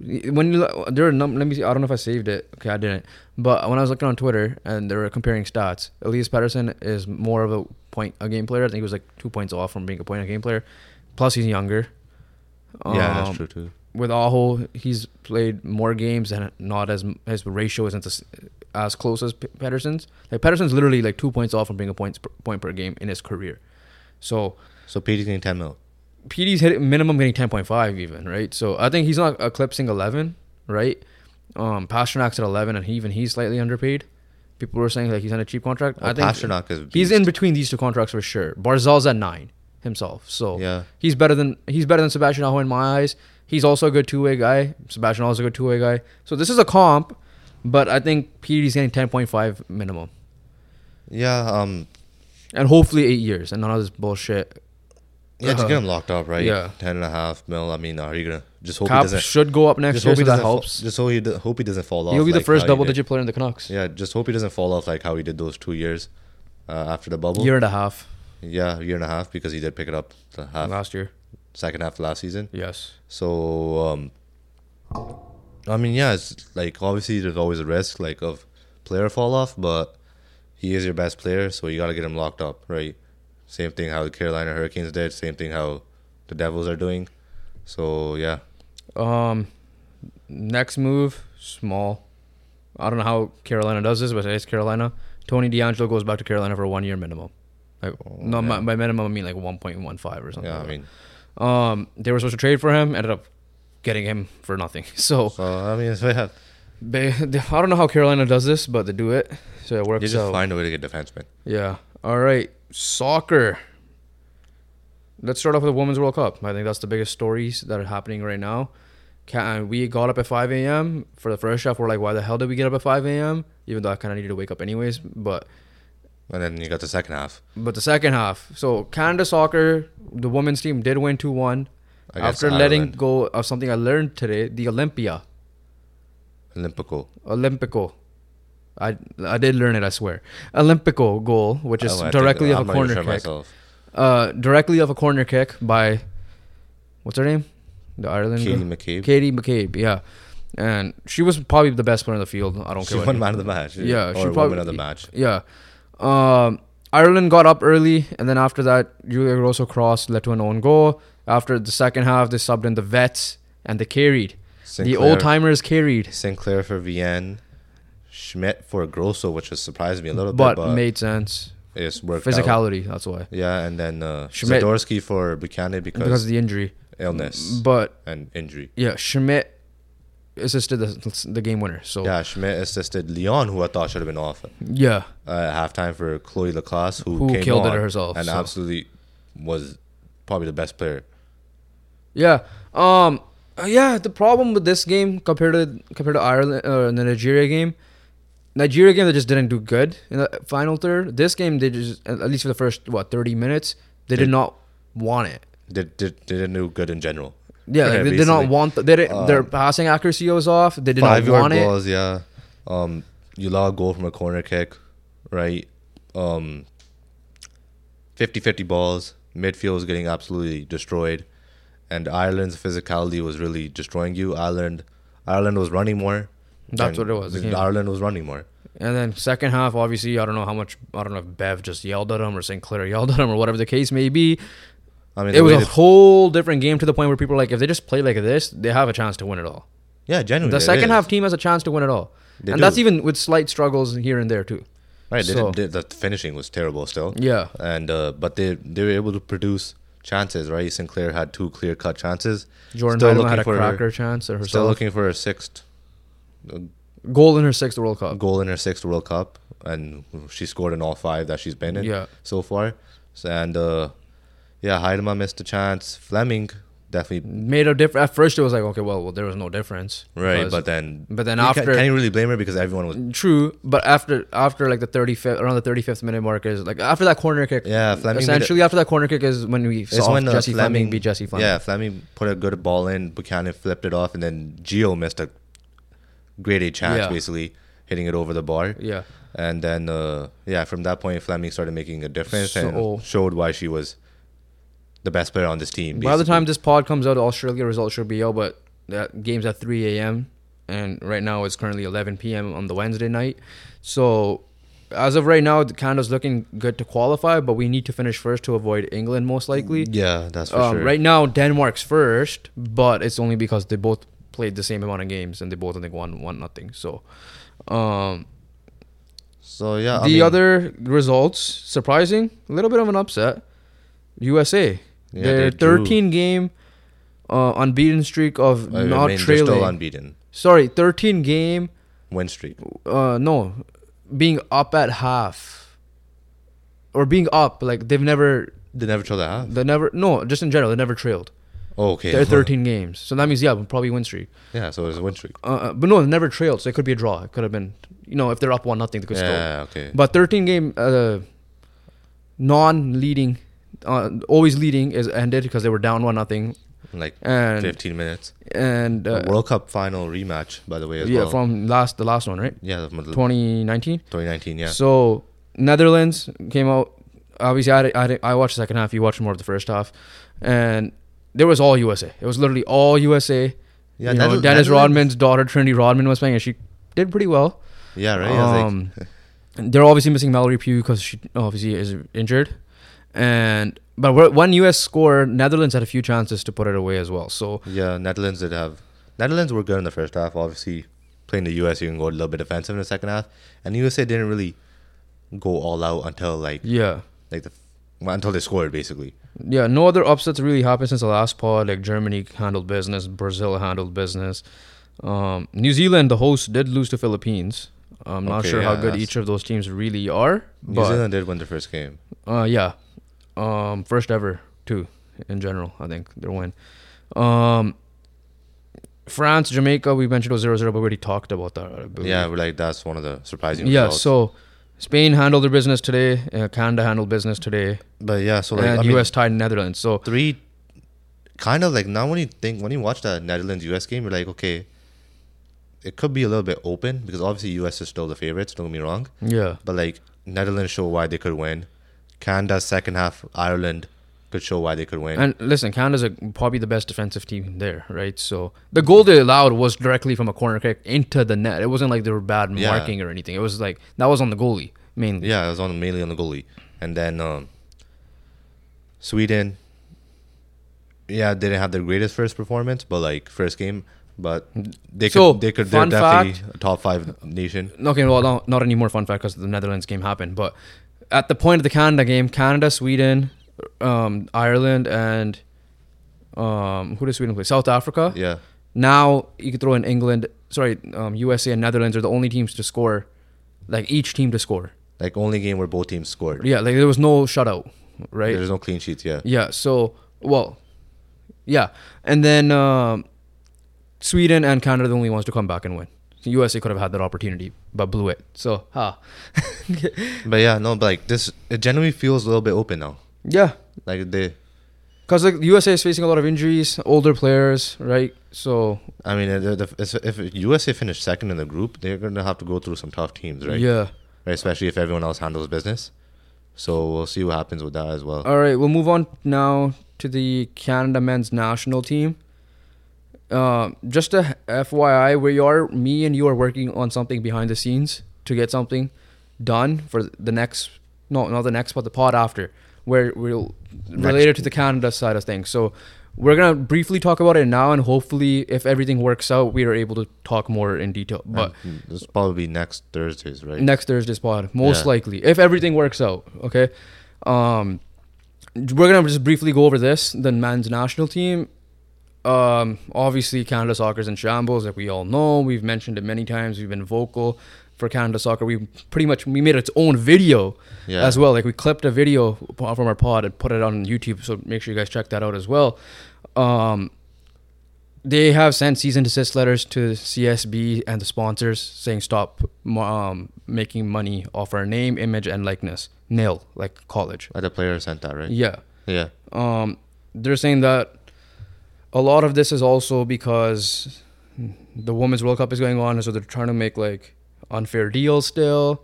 S1: When you, lo- there are num- let me see. I don't know if I saved it. Okay, I didn't. But when I was looking on Twitter and they were comparing stats, Elias Patterson is more of a point a game player. I think he was like two points off from being a point a game player. Plus, he's younger.
S2: yeah,
S1: Um,
S2: that's true too.
S1: with Aho, he's played more games and not as his ratio isn't as, as close as P- Pedersen's. Like Pedersen's literally like two points off from being a points per, point per game in his career. So
S2: So PD's getting ten mil.
S1: PD's hit minimum getting ten point five even right. So I think he's not eclipsing eleven right. Um, Pasternak's at eleven and he, even he's slightly underpaid. People were saying like he's on a cheap contract.
S2: Well,
S1: I think
S2: Pasternak is a
S1: he's
S2: beast.
S1: in between these two contracts for sure. Barzal's at nine himself. So
S2: Yeah.
S1: he's better than he's better than Sebastian Aho in my eyes. He's also a good two way guy. Sebastian Aho's a good two way guy. So this is a comp, but I think PD's getting ten point five minimum.
S2: Yeah, um,
S1: And hopefully eight years and none of this bullshit.
S2: yeah, just
S1: Uh-huh.
S2: get him locked up, right?
S1: Yeah.
S2: ten and a half mil. I mean, are you gonna just hope
S1: Cap
S2: he doesn't?
S1: should go up next
S2: Just
S1: year,
S2: hope
S1: so
S2: he
S1: that
S2: doesn't. Fall,
S1: helps.
S2: just hope he, do- hope he doesn't fall off.
S1: He'll be the
S2: like
S1: first
S2: how he
S1: double
S2: did.
S1: digit player in the Canucks.
S2: Yeah, just hope he doesn't fall off like how he did those two years uh, after the bubble.
S1: Year and a half
S2: Yeah, year and a half because he did pick it up the half
S1: last year.
S2: second half of last season.
S1: Yes.
S2: So, um, I mean, yeah, it's like obviously there's always a risk like of player fall off, but he is your best player, so you got to get him locked up, right? Same thing how the Carolina Hurricanes did, same thing how the Devils are doing. So, yeah,
S1: Um, next move, small. I don't know how Carolina does this, but it's Carolina. Tony DiAngelo goes back to Carolina for one year minimum. Like, no, my, by minimum I mean like one point one five or something.
S2: Oh, yeah, I
S1: like
S2: mean,
S1: that. um, they were supposed to trade for him, ended up getting him for nothing. So
S2: so I mean, so yeah,
S1: they, they, I don't know how Carolina does this, but they do it, so it works
S2: you just
S1: out.
S2: find a way to get defensemen.
S1: Yeah. All right, soccer. Let's start off with the Women's World Cup. I think that's the biggest stories that are happening right now. Ca- uh, we got up at 5 a.m. for the first half. We're like, why the hell did we get up at 5 a.m.? Even though I kind of needed to wake up anyways. But
S2: And then you got the second half
S1: but the second half. So Canada soccer, the women's team did win 2 1
S2: Against
S1: after letting
S2: Ireland.
S1: go of something I learned today the Olympia.
S2: Olympico.
S1: Olympico. I, I did learn it, I swear. Olympico goal, which is
S2: Oh, I think-
S1: directly
S2: I'm
S1: of a
S2: not
S1: corner
S2: even sure
S1: kick.
S2: myself.
S1: Uh, directly of a corner kick by, what's her name? The Ireland
S2: Katie
S1: girl?
S2: McCabe.
S1: Katie McCabe, yeah. And she was probably the best player on the field. I don't
S2: She
S1: care. what
S2: won
S1: you-
S2: man of the match.
S1: Yeah,
S2: or
S1: she
S2: woman
S1: probably-
S2: of the match.
S1: Yeah. Um, Ireland got up early, and then after that, Julia Grosso crossed, led to an own goal. After the second half, they subbed in the vets, and they carried. The
S2: Sinclair-
S1: old timers carried,
S2: Sinclair for Vienne, Schmidt for Grosso, which has surprised me a little
S1: but,
S2: bit, but
S1: made sense.
S2: it's worked out.
S1: Physicality, that's why.
S2: Yeah, and then uh,
S1: Schmidt-
S2: Zadorsky for Buchanan because,
S1: Because of the injury.
S2: illness
S1: But,
S2: and injury.
S1: yeah, Schmidt assisted the, the game winner. So, yeah.
S2: Yeah, Schmidt assisted Leon, who I thought should have been off uh, at halftime for Chloe Lacoste, who,
S1: Who
S2: came
S1: killed it
S2: on
S1: herself,
S2: and
S1: so.
S2: absolutely was probably the best player.
S1: Yeah. Um. uh, Yeah. The problem with this game compared to compared to Ireland or the Nigeria game, Nigeria game they just didn't do good in the final third. This game they just at at least for the first what thirty minutes they did
S2: They-
S1: not want it.
S2: They, they, they didn't do good in general.
S1: Yeah, like, they did
S2: basically.
S1: not want. The, they didn't, their
S2: Um,
S1: passing accuracy was off. They did not
S2: Five yard
S1: want it.
S2: balls, yeah. Um, you allow a goal from a corner kick, right? Um, 50 50 balls. Midfield was getting absolutely destroyed. And Ireland's physicality was really destroying you. Ireland Ireland was running more.
S1: That's
S2: and
S1: what it was, the game.
S2: Ireland was running more.
S1: And then second half, obviously, I don't know how much. I don't know if Bev just yelled at him or Sinclair yelled at him or whatever the case may be.
S2: I mean,
S1: It
S2: the
S1: was
S2: way
S1: a
S2: they-
S1: whole different game to the point where people are like, if they just play like this, they have a chance to win it all.
S2: yeah, genuinely.
S1: The
S2: it
S1: second
S2: is.
S1: half team has a chance to win it all.
S2: They
S1: and
S2: do.
S1: that's even with slight struggles here and there too.
S2: Right, they
S1: So-
S2: did, they, the finishing was terrible still.
S1: Yeah.
S2: and uh, but they they were able to produce chances. Right, Sinclair had two clear cut chances.
S1: Jordan
S2: Still
S1: Heidel
S2: looking
S1: had a
S2: for-
S1: cracker chance or
S2: Still
S1: herself.
S2: looking for a sixth
S1: Goal in her sixth World Cup.
S2: goal in her sixth World Cup, and she scored in all five that she's been in
S1: Yeah.
S2: so far. So, and uh, yeah, Heidema missed a chance. Fleming definitely
S1: Made a difference. At first, it was like, okay, well, well there was no difference.
S2: right,
S1: because-
S2: but then
S1: but then
S2: you
S1: after-
S2: can, can you really blame her because everyone was
S1: true. But after after like the thirty fifth around the thirty fifth minute mark is like after that corner kick.
S2: Yeah, Fleming made it-
S1: Essentially, after that corner kick is when we
S2: It's
S1: saw
S2: when uh,
S1: Jesse Fleming,
S2: Fleming
S1: beat Jesse Fleming.
S2: Yeah, Fleming put a good ball in. Buchanan flipped it off, and then Gio missed a grade A chance,
S1: Yeah.
S2: basically hitting it over the bar.
S1: Yeah.
S2: And then, uh, yeah, from that point, Fleming started making a difference
S1: So-
S2: and showed why she was the best player on this
S1: By
S2: team.
S1: the
S2: basically.
S1: time this pod comes out, Australia results should be out, but that game's at 3 a.m. And right now it's currently 11 p.m. on the Wednesday night. So as of right now, the Canada's looking good to qualify, but we need to finish first to avoid England most likely.
S2: yeah, that's for
S1: Um,
S2: sure.
S1: Right now, Denmark's first, but it's only because they both played the same amount of games and they both I think won one nothing. So. Um,
S2: So yeah,
S1: the other results surprising a little bit of an upset usa
S2: Yeah,
S1: their
S2: they drew.
S1: 13 game uh, unbeaten streak of
S2: I
S1: not
S2: mean, they're
S1: trailing
S2: still unbeaten.
S1: sorry 13 game
S2: Win streak.
S1: uh, no being up at half or being up like they've never
S2: They never trailed at half.
S1: they never no just in general they never trailed
S2: Oh, okay,
S1: they're 13 games so that means yeah probably win streak
S2: yeah, so it's a win streak.
S1: uh, uh, but no they never trailed so it could be a draw it could have been you know if they're up one nothing they could score
S2: Yeah, okay.
S1: but 13 game uh, non-leading, uh, always leading is ended because they were down one nothing,
S2: like
S1: and
S2: 15 minutes.
S1: and uh,
S2: World Cup final rematch, by the way, as
S1: yeah,
S2: well.
S1: from last the last one right,
S2: yeah, from the
S1: 2019.
S2: 2019, yeah.
S1: So Netherlands came out. Obviously, I, I, didn't- I watched the second half. You watched more of the first half, and there was all USA. It was literally all USA.
S2: Yeah,
S1: Yeah, you know,
S2: Nether-
S1: Dennis
S2: Netherlands-
S1: Rodman's daughter Trinity Rodman was playing, and she did pretty well.
S2: yeah, right? I was like,
S1: Um, they're obviously missing Mallory Pugh because she obviously is injured, and but we're- one U.S. score, Netherlands had a few chances to put it away as well. So
S2: yeah, Netherlands did have. Netherlands were good in the first half. Obviously, playing the US, you can go a little bit defensive in the second half. And USA didn't really go all out until like
S1: yeah,
S2: like the well, until they scored basically.
S1: yeah, no other upsets really happened since the last pod. Like Germany handled business, Brazil handled business. Um, New Zealand, the host, did lose to Philippines. I'm not
S2: Okay,
S1: sure how
S2: yeah,
S1: good
S2: that's-
S1: each of those teams really are,
S2: New
S1: but
S2: Zealand did win the first game.
S1: Uh, yeah. Um, first ever too in general. I think their win. Um, France, Jamaica, we mentioned it was 0 0, but we already talked about that. I believe.
S2: Yeah, we're like that's one of the surprising.
S1: Yeah,
S2: results.
S1: so Spain handled their business today, uh, Canada handled business today,
S2: but yeah, so like
S1: and
S2: I mean,
S1: US tied Netherlands. So
S2: three, kind of like now when you think when you watch that Netherlands US game, you're like, okay, it could be a little bit open because obviously US is still the favorites. Don't get me wrong,
S1: yeah,
S2: but like Netherlands show why they could win. Canada's second half, Ireland could show why they could win.
S1: and listen, Canada's a, probably the best defensive team there, right? So the goal they allowed was directly from a corner kick into the net. It wasn't like they were bad
S2: Yeah.
S1: marking or anything. It was like that was on the goalie mainly.
S2: Yeah, it was on mainly on the goalie, and then um, Sweden. Yeah, they didn't have their greatest first performance, but like first game, but they could
S1: So,
S2: they could they're
S1: fun
S2: definitely a top five nation.
S1: Okay, well, no, not any more fun fact because the Netherlands game happened. But at the point of the Canada game, Canada, Sweden, um, Ireland, and um, who does Sweden play? South Africa.
S2: Yeah,
S1: Now you could throw in England. Sorry, um, USA and Netherlands are the only teams to score, like each team to score.
S2: like only game where both teams scored.
S1: Yeah, like there was no shutout, right?
S2: There's no clean sheets. Yeah,
S1: Yeah. So well, yeah, and then um, Sweden and Canada are the only ones to come back and win. USA could have had that opportunity, but blew it. So ha,
S2: but yeah, no, but like this, it generally feels a little bit open now.
S1: yeah,
S2: Like they,
S1: because like USA is facing a lot of injuries, older players, right? So
S2: I mean, if, if, if USA finished second in the group, they're gonna have to go through some tough teams, right?
S1: yeah.
S2: Right, especially if everyone else handles business. So we'll see what happens with that as well.
S1: All right, we'll move on now to the Canada men's national team. Um, just a FYI, we are me and you are working on something behind the scenes to get something done for the next no not the next but the pod after where we'll related to the Canada side of things. So we're gonna briefly talk about it now, and hopefully, if everything works out, we are able to talk more in detail. But
S2: And it's probably next Thursdays, right?
S1: next Thursday's pod, most
S2: Yeah.
S1: likely, if everything works out. Okay, um, we're gonna just briefly go over this. The men's national team, um, obviously Canada soccer's in shambles, like we all know. We've mentioned it many times. We've been vocal for Canada soccer. We pretty much we made its own video
S2: Yeah.
S1: as well. Like we clipped a video po- from our pod and put it on YouTube. So make sure you guys check that out as well. Um, they have sent cease and desist letters to CSB and the sponsors saying stop um, making money off our name, image, and likeness. Nil, like college.
S2: Like the player sent that, right?
S1: Yeah.
S2: Yeah.
S1: Um, they're saying that a lot of this is also because the Women's World Cup is going on, so they're trying to make like unfair deals still.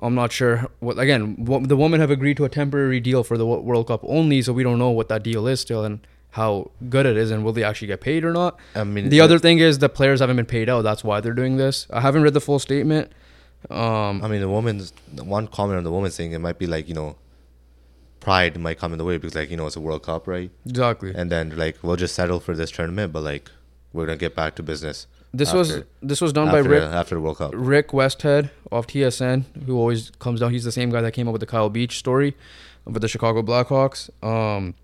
S1: I'm not sure what again. wo- The women have agreed to a temporary deal for the Wo- World Cup only, so we don't know what that deal is still and how good it is, and will they actually get paid or not.
S2: I mean,
S1: The other thing is the players haven't been paid out. That's why they're doing this. I haven't read the full statement. Um,
S2: I mean, the woman's the one comment on the woman saying it might be like you know, pride might come in the way because like you know it's a World Cup, right?
S1: exactly.
S2: And then like we'll just settle for this tournament, but like we're gonna get back to business.
S1: This was
S2: after-
S1: this was done by
S2: after,
S1: Rick
S2: after the World Cup.
S1: Rick Westhead of TSN, who always comes down. He's the same guy that came up with the Kyle Beach story with the Chicago Blackhawks. Um,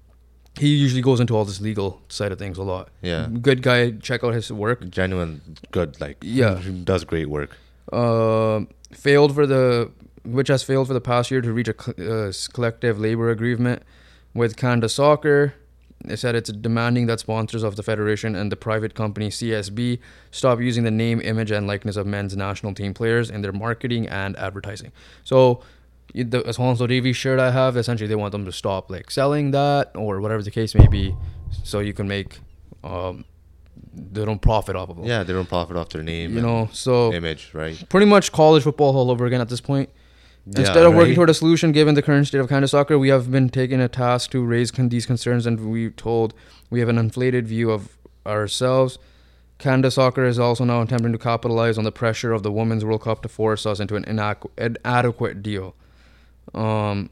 S1: he usually goes into all this legal side of things a lot.
S2: Yeah.
S1: Good guy. Check out his work.
S2: Genuine, good, like
S1: Yeah.
S2: does great work.
S1: Um failed for the which has failed for the past year to reach a cl- uh, s- collective labor agreement with Canada Soccer. They said it's demanding that sponsors of the federation and the private company CSB stop using the name, image, and likeness of men's national team players in their marketing and advertising. So, you- the Alonso Davies shirt I have, essentially they want them to stop like selling that or whatever the case may be, so you can make um, they don't profit off of them.
S2: Yeah, they don't profit off their name,
S1: you
S2: and
S1: know. So
S2: image, right?
S1: pretty much college football all over again at this point.
S2: Yeah,
S1: Instead of working
S2: right.
S1: toward a solution given the current state of Canada soccer, we have been taken a task to raise con- these concerns, and we told we have an inflated view of ourselves. Canada soccer is also now attempting to capitalize on the pressure of the Women's World Cup to force us into an inadequ- inadequate deal. Um,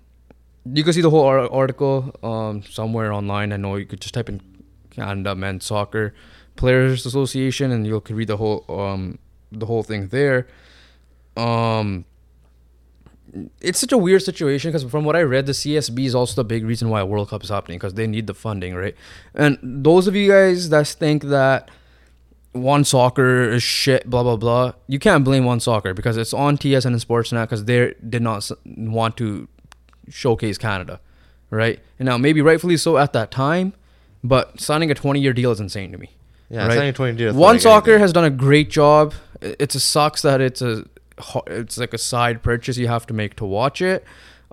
S1: you can see the whole ar- article um, somewhere online. I know you could just type in Canada Men's Soccer Players Association, and you could read the whole um, the whole thing there. Um, it's such a weird situation because from what I read, the CSB is also the big reason why a World Cup is happening because they need the funding, right? And those of you guys that think that one soccer is shit, blah blah blah, you can't blame one soccer because it's on TSN and Sportsnet because they did not s- want to showcase Canada, right? And now maybe rightfully so at that time, but signing a 20-year deal is insane to me.
S2: Yeah, it's not even 20 to
S1: One
S2: athletic
S1: soccer
S2: anything.
S1: has done a great job. I- It's a sucks that it's a ho- it's like a side purchase you have to make to watch it.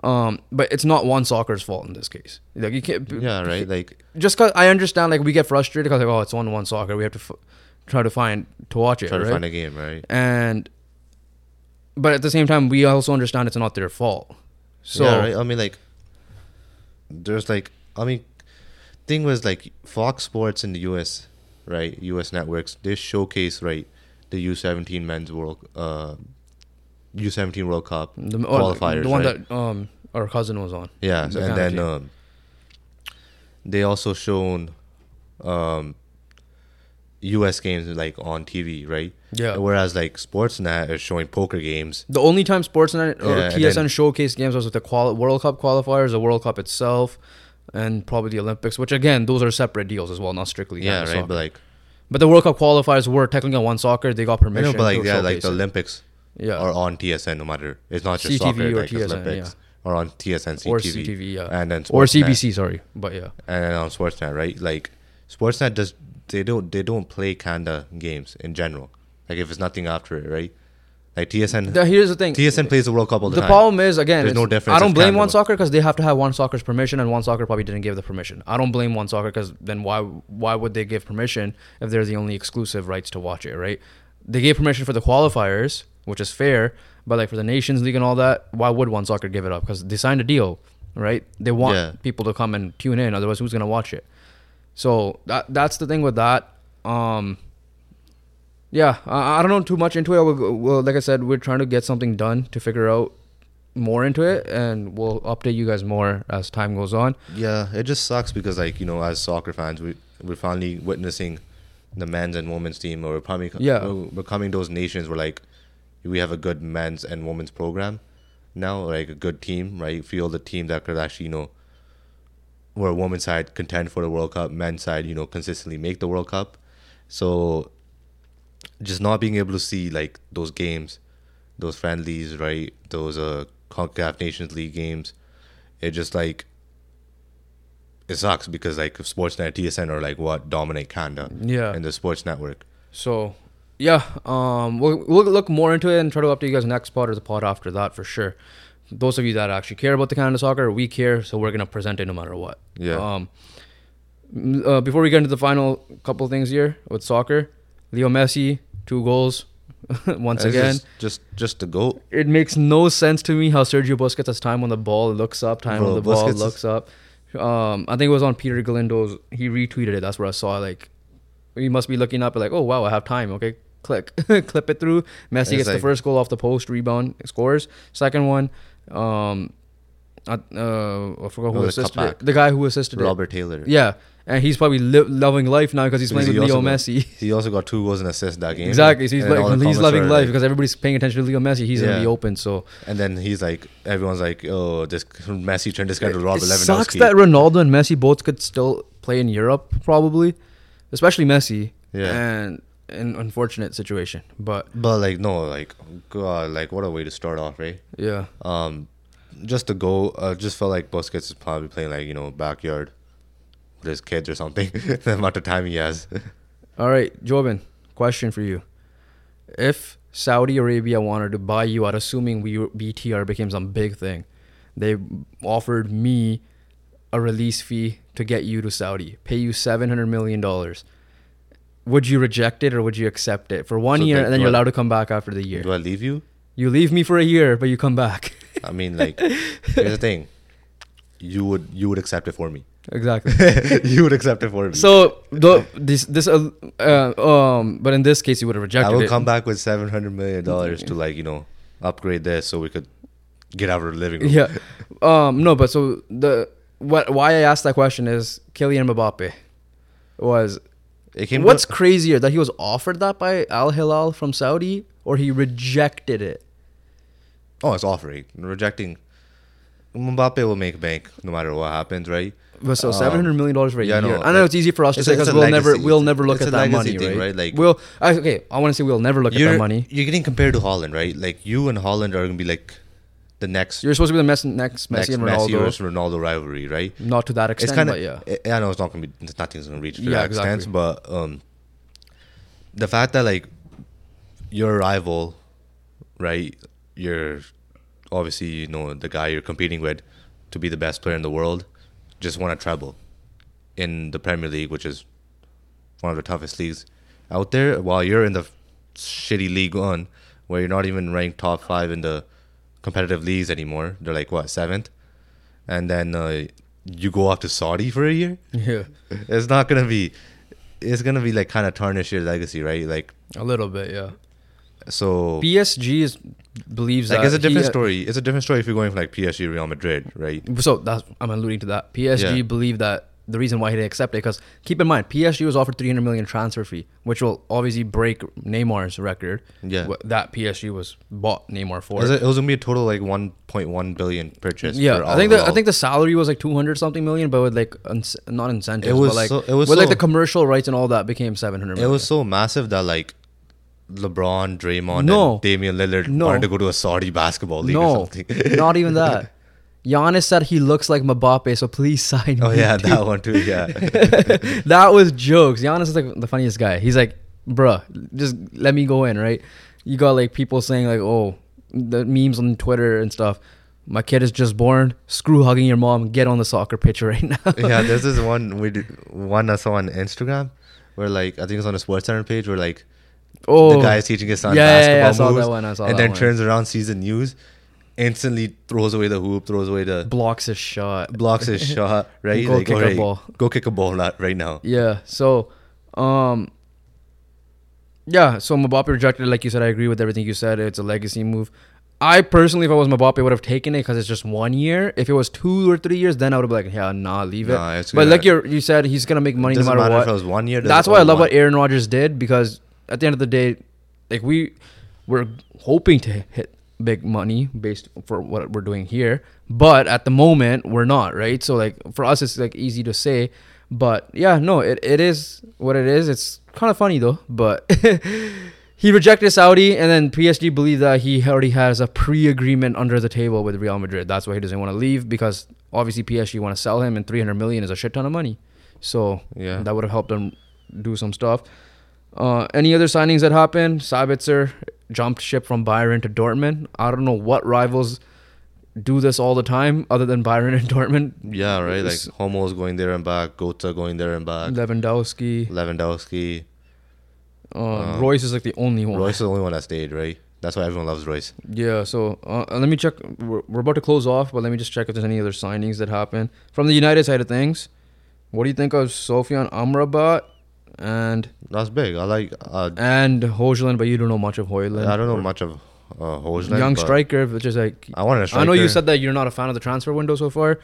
S1: Um, but it's not one soccer's fault in this case. Like you can't.
S2: Yeah, right. Like
S1: Just cause I understand, like we get frustrated because like oh it's on one soccer we have to f- try to find to watch it.
S2: try to
S1: right?
S2: find a game, right?
S1: and but at the same time we also understand it's not their fault so
S2: yeah, right? I mean, like, there's like, I mean, thing was like Fox Sports in the U.S. right, U.S. networks they showcase right the U17 men's world, uh, U17 World Cup
S1: the, or
S2: qualifiers,
S1: the one
S2: right?
S1: that um our cousin was on the
S2: yeah, and
S1: kind of
S2: then
S1: team.
S2: um, they also shown um, U.S. games like on TV, right?
S1: Yeah.
S2: Whereas like Sportsnet is showing poker games.
S1: the only time sportsnet or
S2: Yeah, and
S1: tsn
S2: then-
S1: showcase games was with the quali- world cup qualifiers the world cup itself and probably the olympics which again those are separate deals as well not strictly on
S2: Yeah, right.
S1: soccer.
S2: But like,
S1: but the world cup qualifiers were technically on one soccer they got
S2: I
S1: permission
S2: know, but like,
S1: to
S2: yeah, like
S1: showcase
S2: the
S1: it.
S2: Olympics.
S1: yeah
S2: or on TSN no matter. It's not just
S1: CTV
S2: soccer,
S1: or
S2: like it's
S1: TSN,
S2: Olympics or on TSN CTV.
S1: or ctv yeah
S2: And then
S1: or
S2: Sportsnet.
S1: cbc sorry but yeah
S2: And then on Sportsnet, right? Like Sportsnet does they don't they don't play Canada games in general. Like if it's nothing after it, right? Like TSN
S1: Now, here's the thing
S2: TSN plays the World Cup all the,
S1: the
S2: time.
S1: problem is again,
S2: There's
S1: it's-
S2: no difference
S1: I don't
S2: if
S1: blame
S2: Canada
S1: one
S2: won.
S1: soccer because they have to have one soccer's permission, and one soccer probably didn't give the permission. I don't blame one soccer because then why why would they give permission if they're the only exclusive rights to watch it? Right? They gave permission for the qualifiers, which is fair, but like for the Nations League and all that, why would one soccer give it up? Because they signed a deal, right? They want
S2: Yeah.
S1: people to come and tune in. Otherwise, who's gonna watch it? So that that's the thing with that. Um, yeah, I, I don't know too much into it. We'll, well, like I said, we're trying to get something done to figure out more into it, and we'll update you guys more as time goes on.
S2: Yeah, it just sucks because like, you know, as soccer fans we we're finally witnessing the men's and women's team or we're probably
S1: Yeah.
S2: we're becoming those nations where like we have a good men's and women's program now, like a good team, right? Feel the team that could actually, you know, where women's side contend for the World Cup, men's side, you know, consistently make the World Cup. So just not being able to see like those games, those friendlies, right? Those uh CONCACAF Nations League games. It just like it sucks because like Sportsnet TSN are like what dominate Canada
S1: Yeah.
S2: and the sports network.
S1: So, yeah, um, we'll, we'll look more into it and try to update you guys next pod or the pod after that for sure. Those of you that actually care about the Canada soccer, we care, so we're gonna present it no matter what.
S2: Yeah.
S1: Um, m- uh, before we get into the final couple things here with soccer, Leo Messi two goals once
S2: It's
S1: again.
S2: just, just just the goat.
S1: It makes no sense to me how Sergio Busquets has time on the ball, looks up, time
S2: Bro,
S1: on the ball,
S2: Busquets is-
S1: looks up. Um, I think it was on Peter Galindo's. He retweeted it. That's where I saw like he must be looking up like, oh wow, I have time. Okay, click, clip it through. Messi
S2: It's
S1: gets the
S2: like-
S1: first goal off the post, rebound, scores. Second one, um, I, uh, I forgot who
S2: Oh, the
S1: assisted
S2: cutback.
S1: it. The guy who assisted it.
S2: Robert Taylor.
S1: Yeah, and he's probably li- loving life now because he's
S2: Because
S1: playing with
S2: he
S1: Leo
S2: also got-
S1: Messi.
S2: He also got two goals and assists that game.
S1: Exactly, so he's
S2: And then all
S1: like,
S2: the
S1: he's
S2: comments
S1: loving
S2: were
S1: life
S2: like-
S1: because everybody's paying attention to Leo Messi. He's gonna
S2: Yeah.
S1: be open, so
S2: and then he's like, everyone's like, oh, this Messi turned this guy to Robert
S1: it
S2: Lewandowski.
S1: sucks that Ronaldo and Messi both could still play in Europe, probably, especially Messi.
S2: Yeah.
S1: And an unfortunate situation, but
S2: But like no, like God, like what a way to start off, right?
S1: yeah,
S2: Um, just to go, uh, just felt like Busquets is probably playing like you know backyard with his kids or something. the amount of time he has.
S1: All right, Jobin, question for you. If Saudi Arabia wanted to buy you out, assuming we BTR became some big thing, they offered me a release fee to get you to Saudi, pay you $700 million. Would you reject it or would you accept it for one
S2: So
S1: year
S2: do-
S1: and then
S2: do
S1: you're
S2: I-
S1: allowed to come back after the year?
S2: Do I leave you?
S1: You leave me for a year, but you come back.
S2: I mean, like here's the thing. You would you would accept it for me.
S1: exactly.
S2: you would accept it for me.
S1: So, the, this, this, uh, uh, um, but in this case, you would have rejected
S2: I would
S1: it.
S2: come back with seven hundred million dollars to like you know upgrade this so we could get out of the living room.
S1: Yeah. Um, no, but so the what why I asked that question is Kylian Mbappe was
S2: It came.
S1: what's crazier that he was offered that by Al Hilal from Saudi or he rejected it.
S2: Oh, it's offering, rejecting. Mbappe will make bank no matter what happens, right?
S1: But so
S2: Um,
S1: seven hundred million dollars for a
S2: yeah, I
S1: year.
S2: know,
S1: I know
S2: like,
S1: it's easy for us to
S2: it's
S1: say
S2: a- it's
S1: because
S2: a
S1: we'll never
S2: legacy.
S1: we'll never look at
S2: It's a
S1: that
S2: legacy
S1: money,
S2: thing,
S1: right?
S2: right? Like-
S1: we'll I, okay. I want to say we'll never look at
S2: you're,
S1: that money.
S2: You're getting compared to Holland, right? Like you and Holland are gonna be like the next
S1: You're supposed to be the mes- next Messi
S2: next
S1: and
S2: Messi
S1: Ronaldo.
S2: versus Ronaldo rivalry, right?
S1: not to that extent,
S2: it's kind of
S1: but yeah.
S2: I I know it's not gonna be nothing's gonna reach to
S1: Yeah,
S2: that extent,
S1: exactly.
S2: but um, the fact that like your rival, right? You're obviously you know the guy you're competing with to be the best player in the world, just won a treble in the Premier League, which is one of the toughest leagues out there. While you're in the shitty League One, where you're not even ranked top five in the competitive leagues anymore, they're like what seventh, and then uh, you go off to Saudi for a year.
S1: Yeah,
S2: It's not gonna be. It's gonna be like kind of tarnish your legacy, right? Like
S1: a little bit. Yeah,
S2: so.
S1: PSG is believes
S2: like
S1: that
S2: it's a different
S1: he-
S2: story. It's a different story if you're going for like PSG, Real Madrid, right?
S1: So that's I'm alluding to that. PSG
S2: Yeah.
S1: believe that the reason why he didn't accept it because keep in mind PSG was offered 300 million transfer fee, which will obviously break Neymar's record.
S2: Yeah.
S1: wh- that PSG was bought Neymar for.
S2: It was, it was gonna be a total like 1.1 billion purchase.
S1: yeah,
S2: for
S1: I think the, I
S2: overall.
S1: think the salary was like 200 something million, but with like uns- not incentives,
S2: It was
S1: but like
S2: so- it was
S1: with like
S2: so-
S1: the commercial rights and all that became 700
S2: It
S1: million.
S2: was so massive that like LeBron, Draymond,
S1: No.
S2: and Damian Lillard
S1: No.
S2: wanted to go to a Saudi basketball league or
S1: no,
S2: something.
S1: not even that. Giannis said he looks like Mbappe, so please sign
S2: oh
S1: me.
S2: yeah, that one too. Yeah,
S1: that was jokes. Giannis is like the funniest guy. He's like, bruh, just let me go in, right? You got like people saying like, oh, the memes on Twitter and stuff. My kid is just born. Screw hugging your mom. Get on the soccer pitch right now.
S2: yeah. There's this one we did, one I saw on Instagram where like I think it's on a Sports Center page where like
S1: oh,
S2: the guy is teaching his son
S1: Yeah, yeah,
S2: basketball
S1: yeah, I saw
S2: moves
S1: that one, I saw
S2: and
S1: that
S2: then
S1: one.
S2: turns around, sees the news, instantly throws away the hoop, throws away the
S1: blocks his shot.
S2: blocks his shot. Right,
S1: Go kick a
S2: "Alright,
S1: ball."
S2: Go kick a ball not right now.
S1: Yeah. So, um, yeah. So Mbappe rejected. it. Like you said, I agree with everything you said. It's a legacy move. I personally, if I was Mbappe, would have taken it because it's just one year. If it was two or three years, then I would have been like, yeah, nah, leave it.
S2: Nah, it's
S1: but
S2: gonna-
S1: like you you said, he's gonna make money no
S2: doesn't
S1: matter
S2: matter
S1: what.
S2: if it was one year.
S1: That's
S2: doesn't-
S1: why I
S2: or
S1: love
S2: one-
S1: what Aaron Rodgers did because at the end of the day, like we we're hoping to hit big money based for what we're doing here, but at the moment we're not, right? So like for us it's like easy to say, but yeah, no, it, it is what it is. It's kind of funny though, but he rejected Saudi and then PSG believed that he already has a pre-agreement under the table with Real Madrid. That's why he doesn't want to leave because obviously PSG want to sell him and 300 million is a shit ton of money. So,
S2: Yeah.
S1: that would have helped them do some stuff. Uh, any other signings that happened? Sabitzer jumped ship from Bayern to Dortmund. I don't know what rivals do this all the time, other than Bayern and Dortmund.
S2: Yeah, right. Like
S1: It's-
S2: Homo's going there and back, Gota going there and back,
S1: Lewandowski,
S2: Lewandowski.
S1: uh, Royce is like the only one.
S2: Royce is the only one that stayed, right? That's why everyone loves Royce.
S1: Yeah. So uh, uh, let me check. We're, we're about to close off, but let me just check if there's any other signings that happened from the United side of things. What do you think of Sofian Amrabat and
S2: That's big. I like. Uh,
S1: and Hojland? But you don't know much of Hojland.
S2: I don't know much of uh, Hojland.
S1: young
S2: but
S1: striker, which is like
S2: I want a striker.
S1: I know you said that you're not a fan of the transfer window so far.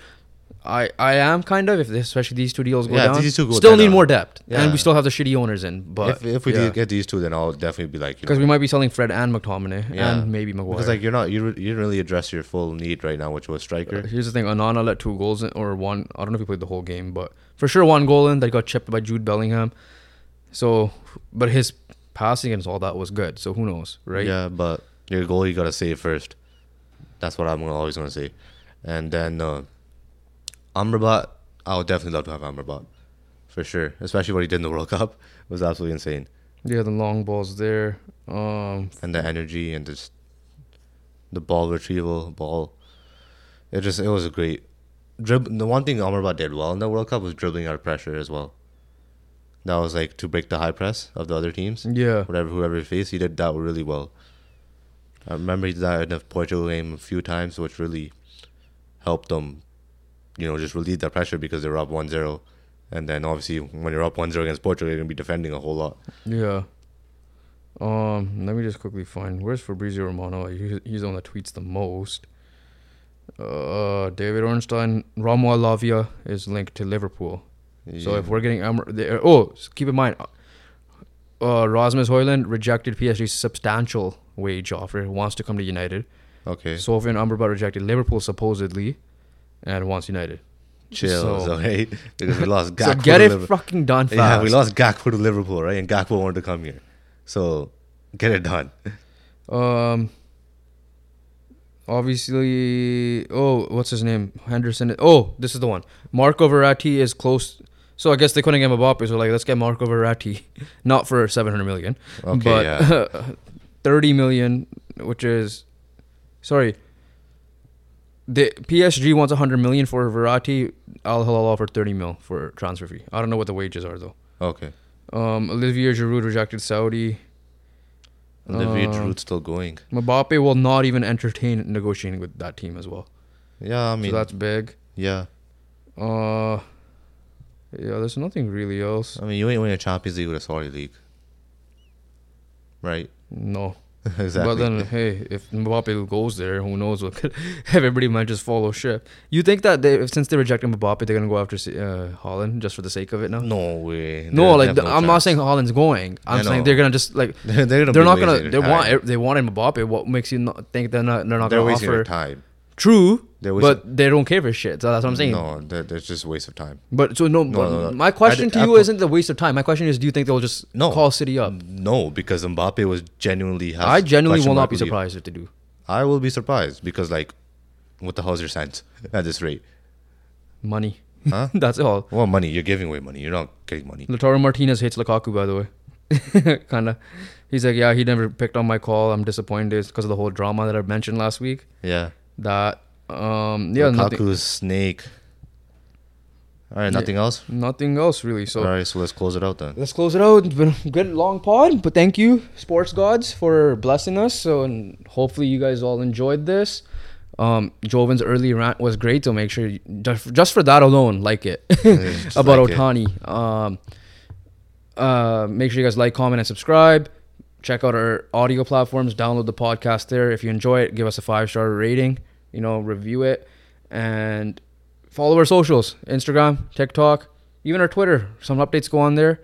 S1: I, I am kind of if this, especially these two deals go
S2: Yeah,
S1: down.
S2: these two go
S1: still need
S2: down.
S1: more depth,
S2: Yeah.
S1: and we still have the shitty owners in. But
S2: if, if we did get these two, then I'll definitely be like, you
S1: because
S2: know,
S1: we might be selling Fred and McTominay
S2: Yeah.
S1: and maybe Maguire.
S2: because like you're not you re- you didn't really address your full need right now, which was striker.
S1: Uh, Here's the thing: Anana let two goals in, or one. I don't know if he played the whole game, but for sure one goal in that got chipped by Jude Bellingham. So, but his passing and all that was good. So who knows, right?
S2: Yeah, but your goal you gotta save first. That's what I'm gonna- always gonna say. And then uh, Amrabat, I would definitely love to have Amrabat for sure, especially what he did in the World Cup It was absolutely insane.
S1: Yeah, the long balls there. Um,
S2: And the energy and just the ball retrieval, ball. It just it was a great dribble. The one thing Amrabat did well in the World Cup was dribbling out pressure as well. That was like to break the high press of the other teams
S1: yeah,
S2: whatever whoever he faced, he did that really well. I remember he did that in the Portugal game a few times, which really helped them, you know, just relieve that pressure because they were up 1-0. And then obviously when you're up 1-0 against Portugal, you're going to be defending a whole lot.
S1: Yeah. Um, let me just quickly find where's Fabrizio Romano. He, he's the one that tweets the most. Uh, David Ornstein, Romuald Lavia is linked to Liverpool. So if we're getting Amr- they, oh, s- keep in mind, uh, Rasmus Hoyland rejected PSG's substantial wage offer. Wants to come to United.
S2: Okay.
S1: Sofian Amrabat rejected Liverpool supposedly, and wants United.
S2: Chill,
S1: so-
S2: alright? Because we lost
S1: so
S2: Gakpo
S1: get
S2: to
S1: it
S2: Liverpool.
S1: fucking done fast.
S2: Yeah, we lost Gakpo to Liverpool, right? And Gakpo wanted to come here. So get it done.
S1: Um. Obviously, oh, what's his name? Henderson. Oh, this is the one. Marco Verratti is close So I guess they couldn't get Mbappe. So like, let's get Marco Verratti, not for 700 million,
S2: Okay,
S1: but
S2: yeah.
S1: 30 million, which is, sorry. The PSG wants 100 million for Verratti. Al Hilal offered 30 mil for transfer fee. I don't know what the wages are though.
S2: Okay.
S1: Um, Olivier Giroud rejected Saudi.
S2: Olivier
S1: Uh,
S2: Giroud's still going.
S1: Mbappe will not even entertain negotiating with that team as well.
S2: Yeah, I mean,
S1: so that's big.
S2: yeah.
S1: Uh, yeah, there's nothing really else.
S2: I mean, you ain't winning Champions League with a Saudi league, right?
S1: No.
S2: exactly.
S1: But then, hey, if Mbappe goes there, who knows what could everybody might just follow ship. You think that they, if, since they rejected Mbappe, they're gonna go after uh, Holland just for the sake of it now? No,
S2: no way.
S1: like the, I'm not saying Holland's going. I'm
S2: I
S1: saying
S2: know.
S1: they're gonna just like
S2: they're, they're gonna.
S1: they're
S2: be
S1: not gonna. They
S2: wasting their
S1: want
S2: time.
S1: want they wanted Mbappe. What makes you not think they're not they're not
S2: They're
S1: gonna
S2: wasting their
S1: offer?
S2: time.
S1: True,
S2: They're wasting-
S1: but they don't care for shit. So that's what I'm saying.
S2: No, they're, they're just a waste of time.
S1: But so no, but
S2: no, no.
S1: my question
S2: I did-
S1: to
S2: I
S1: you
S2: pro-
S1: isn't the waste of time. My question is, do you think they'll just
S2: No.
S1: call City up?
S2: No, because Mbappe was genuinely. Has
S1: I genuinely
S2: question
S1: will
S2: mark
S1: not be
S2: with you.
S1: surprised if they do.
S2: I will be surprised because, like, what the hell's your sense at this rate?
S1: Money.
S2: Huh?
S1: That's all.
S2: Well, money. You're giving away money. You're not getting money.
S1: Lautaro Martinez hates Lukaku, by the way. Kinda. He's like, yeah, he never picked on my call. I'm disappointed because of the whole drama that I mentioned last week.
S2: Yeah.
S1: That, um, yeah, nothing,
S2: Lukaku's snake. All right. Nothing else.
S1: nothing else really. So
S2: All right. So let's close it out then.
S1: let's close it out. It's been a good long pod, but thank you, sports gods, for blessing us. So, and hopefully, you guys all enjoyed this. Um, Jovin's early rant was great, so make sure you, just, just for that alone, like it
S2: just
S1: about
S2: like it.
S1: Otani. Um, uh, make sure you guys like, comment, and subscribe. Check out our audio platforms. Download the podcast there. If you enjoy it, give us a five star rating. You know, review it, and follow our socials: Instagram, TikTok, even our Twitter. Some updates go on there.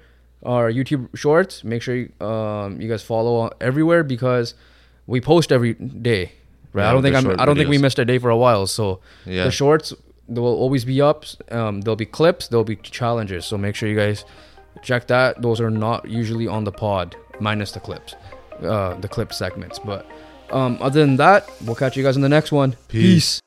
S1: Our YouTube Shorts. Make sure you, um, you guys follow everywhere because we post every day. Right.
S2: Yeah,
S1: I don't think
S2: the
S1: I'm,
S2: short
S1: I don't think we
S2: videos.
S1: missed a day for a while. So
S2: Yeah.
S1: the shorts they will always be ups. Um, there'll be clips. There'll be challenges. So make sure you guys check that. Those are not usually on the pod, minus the clips, uh, the clip segments. But um, other than that, we'll catch you guys in the next one.
S2: Peace.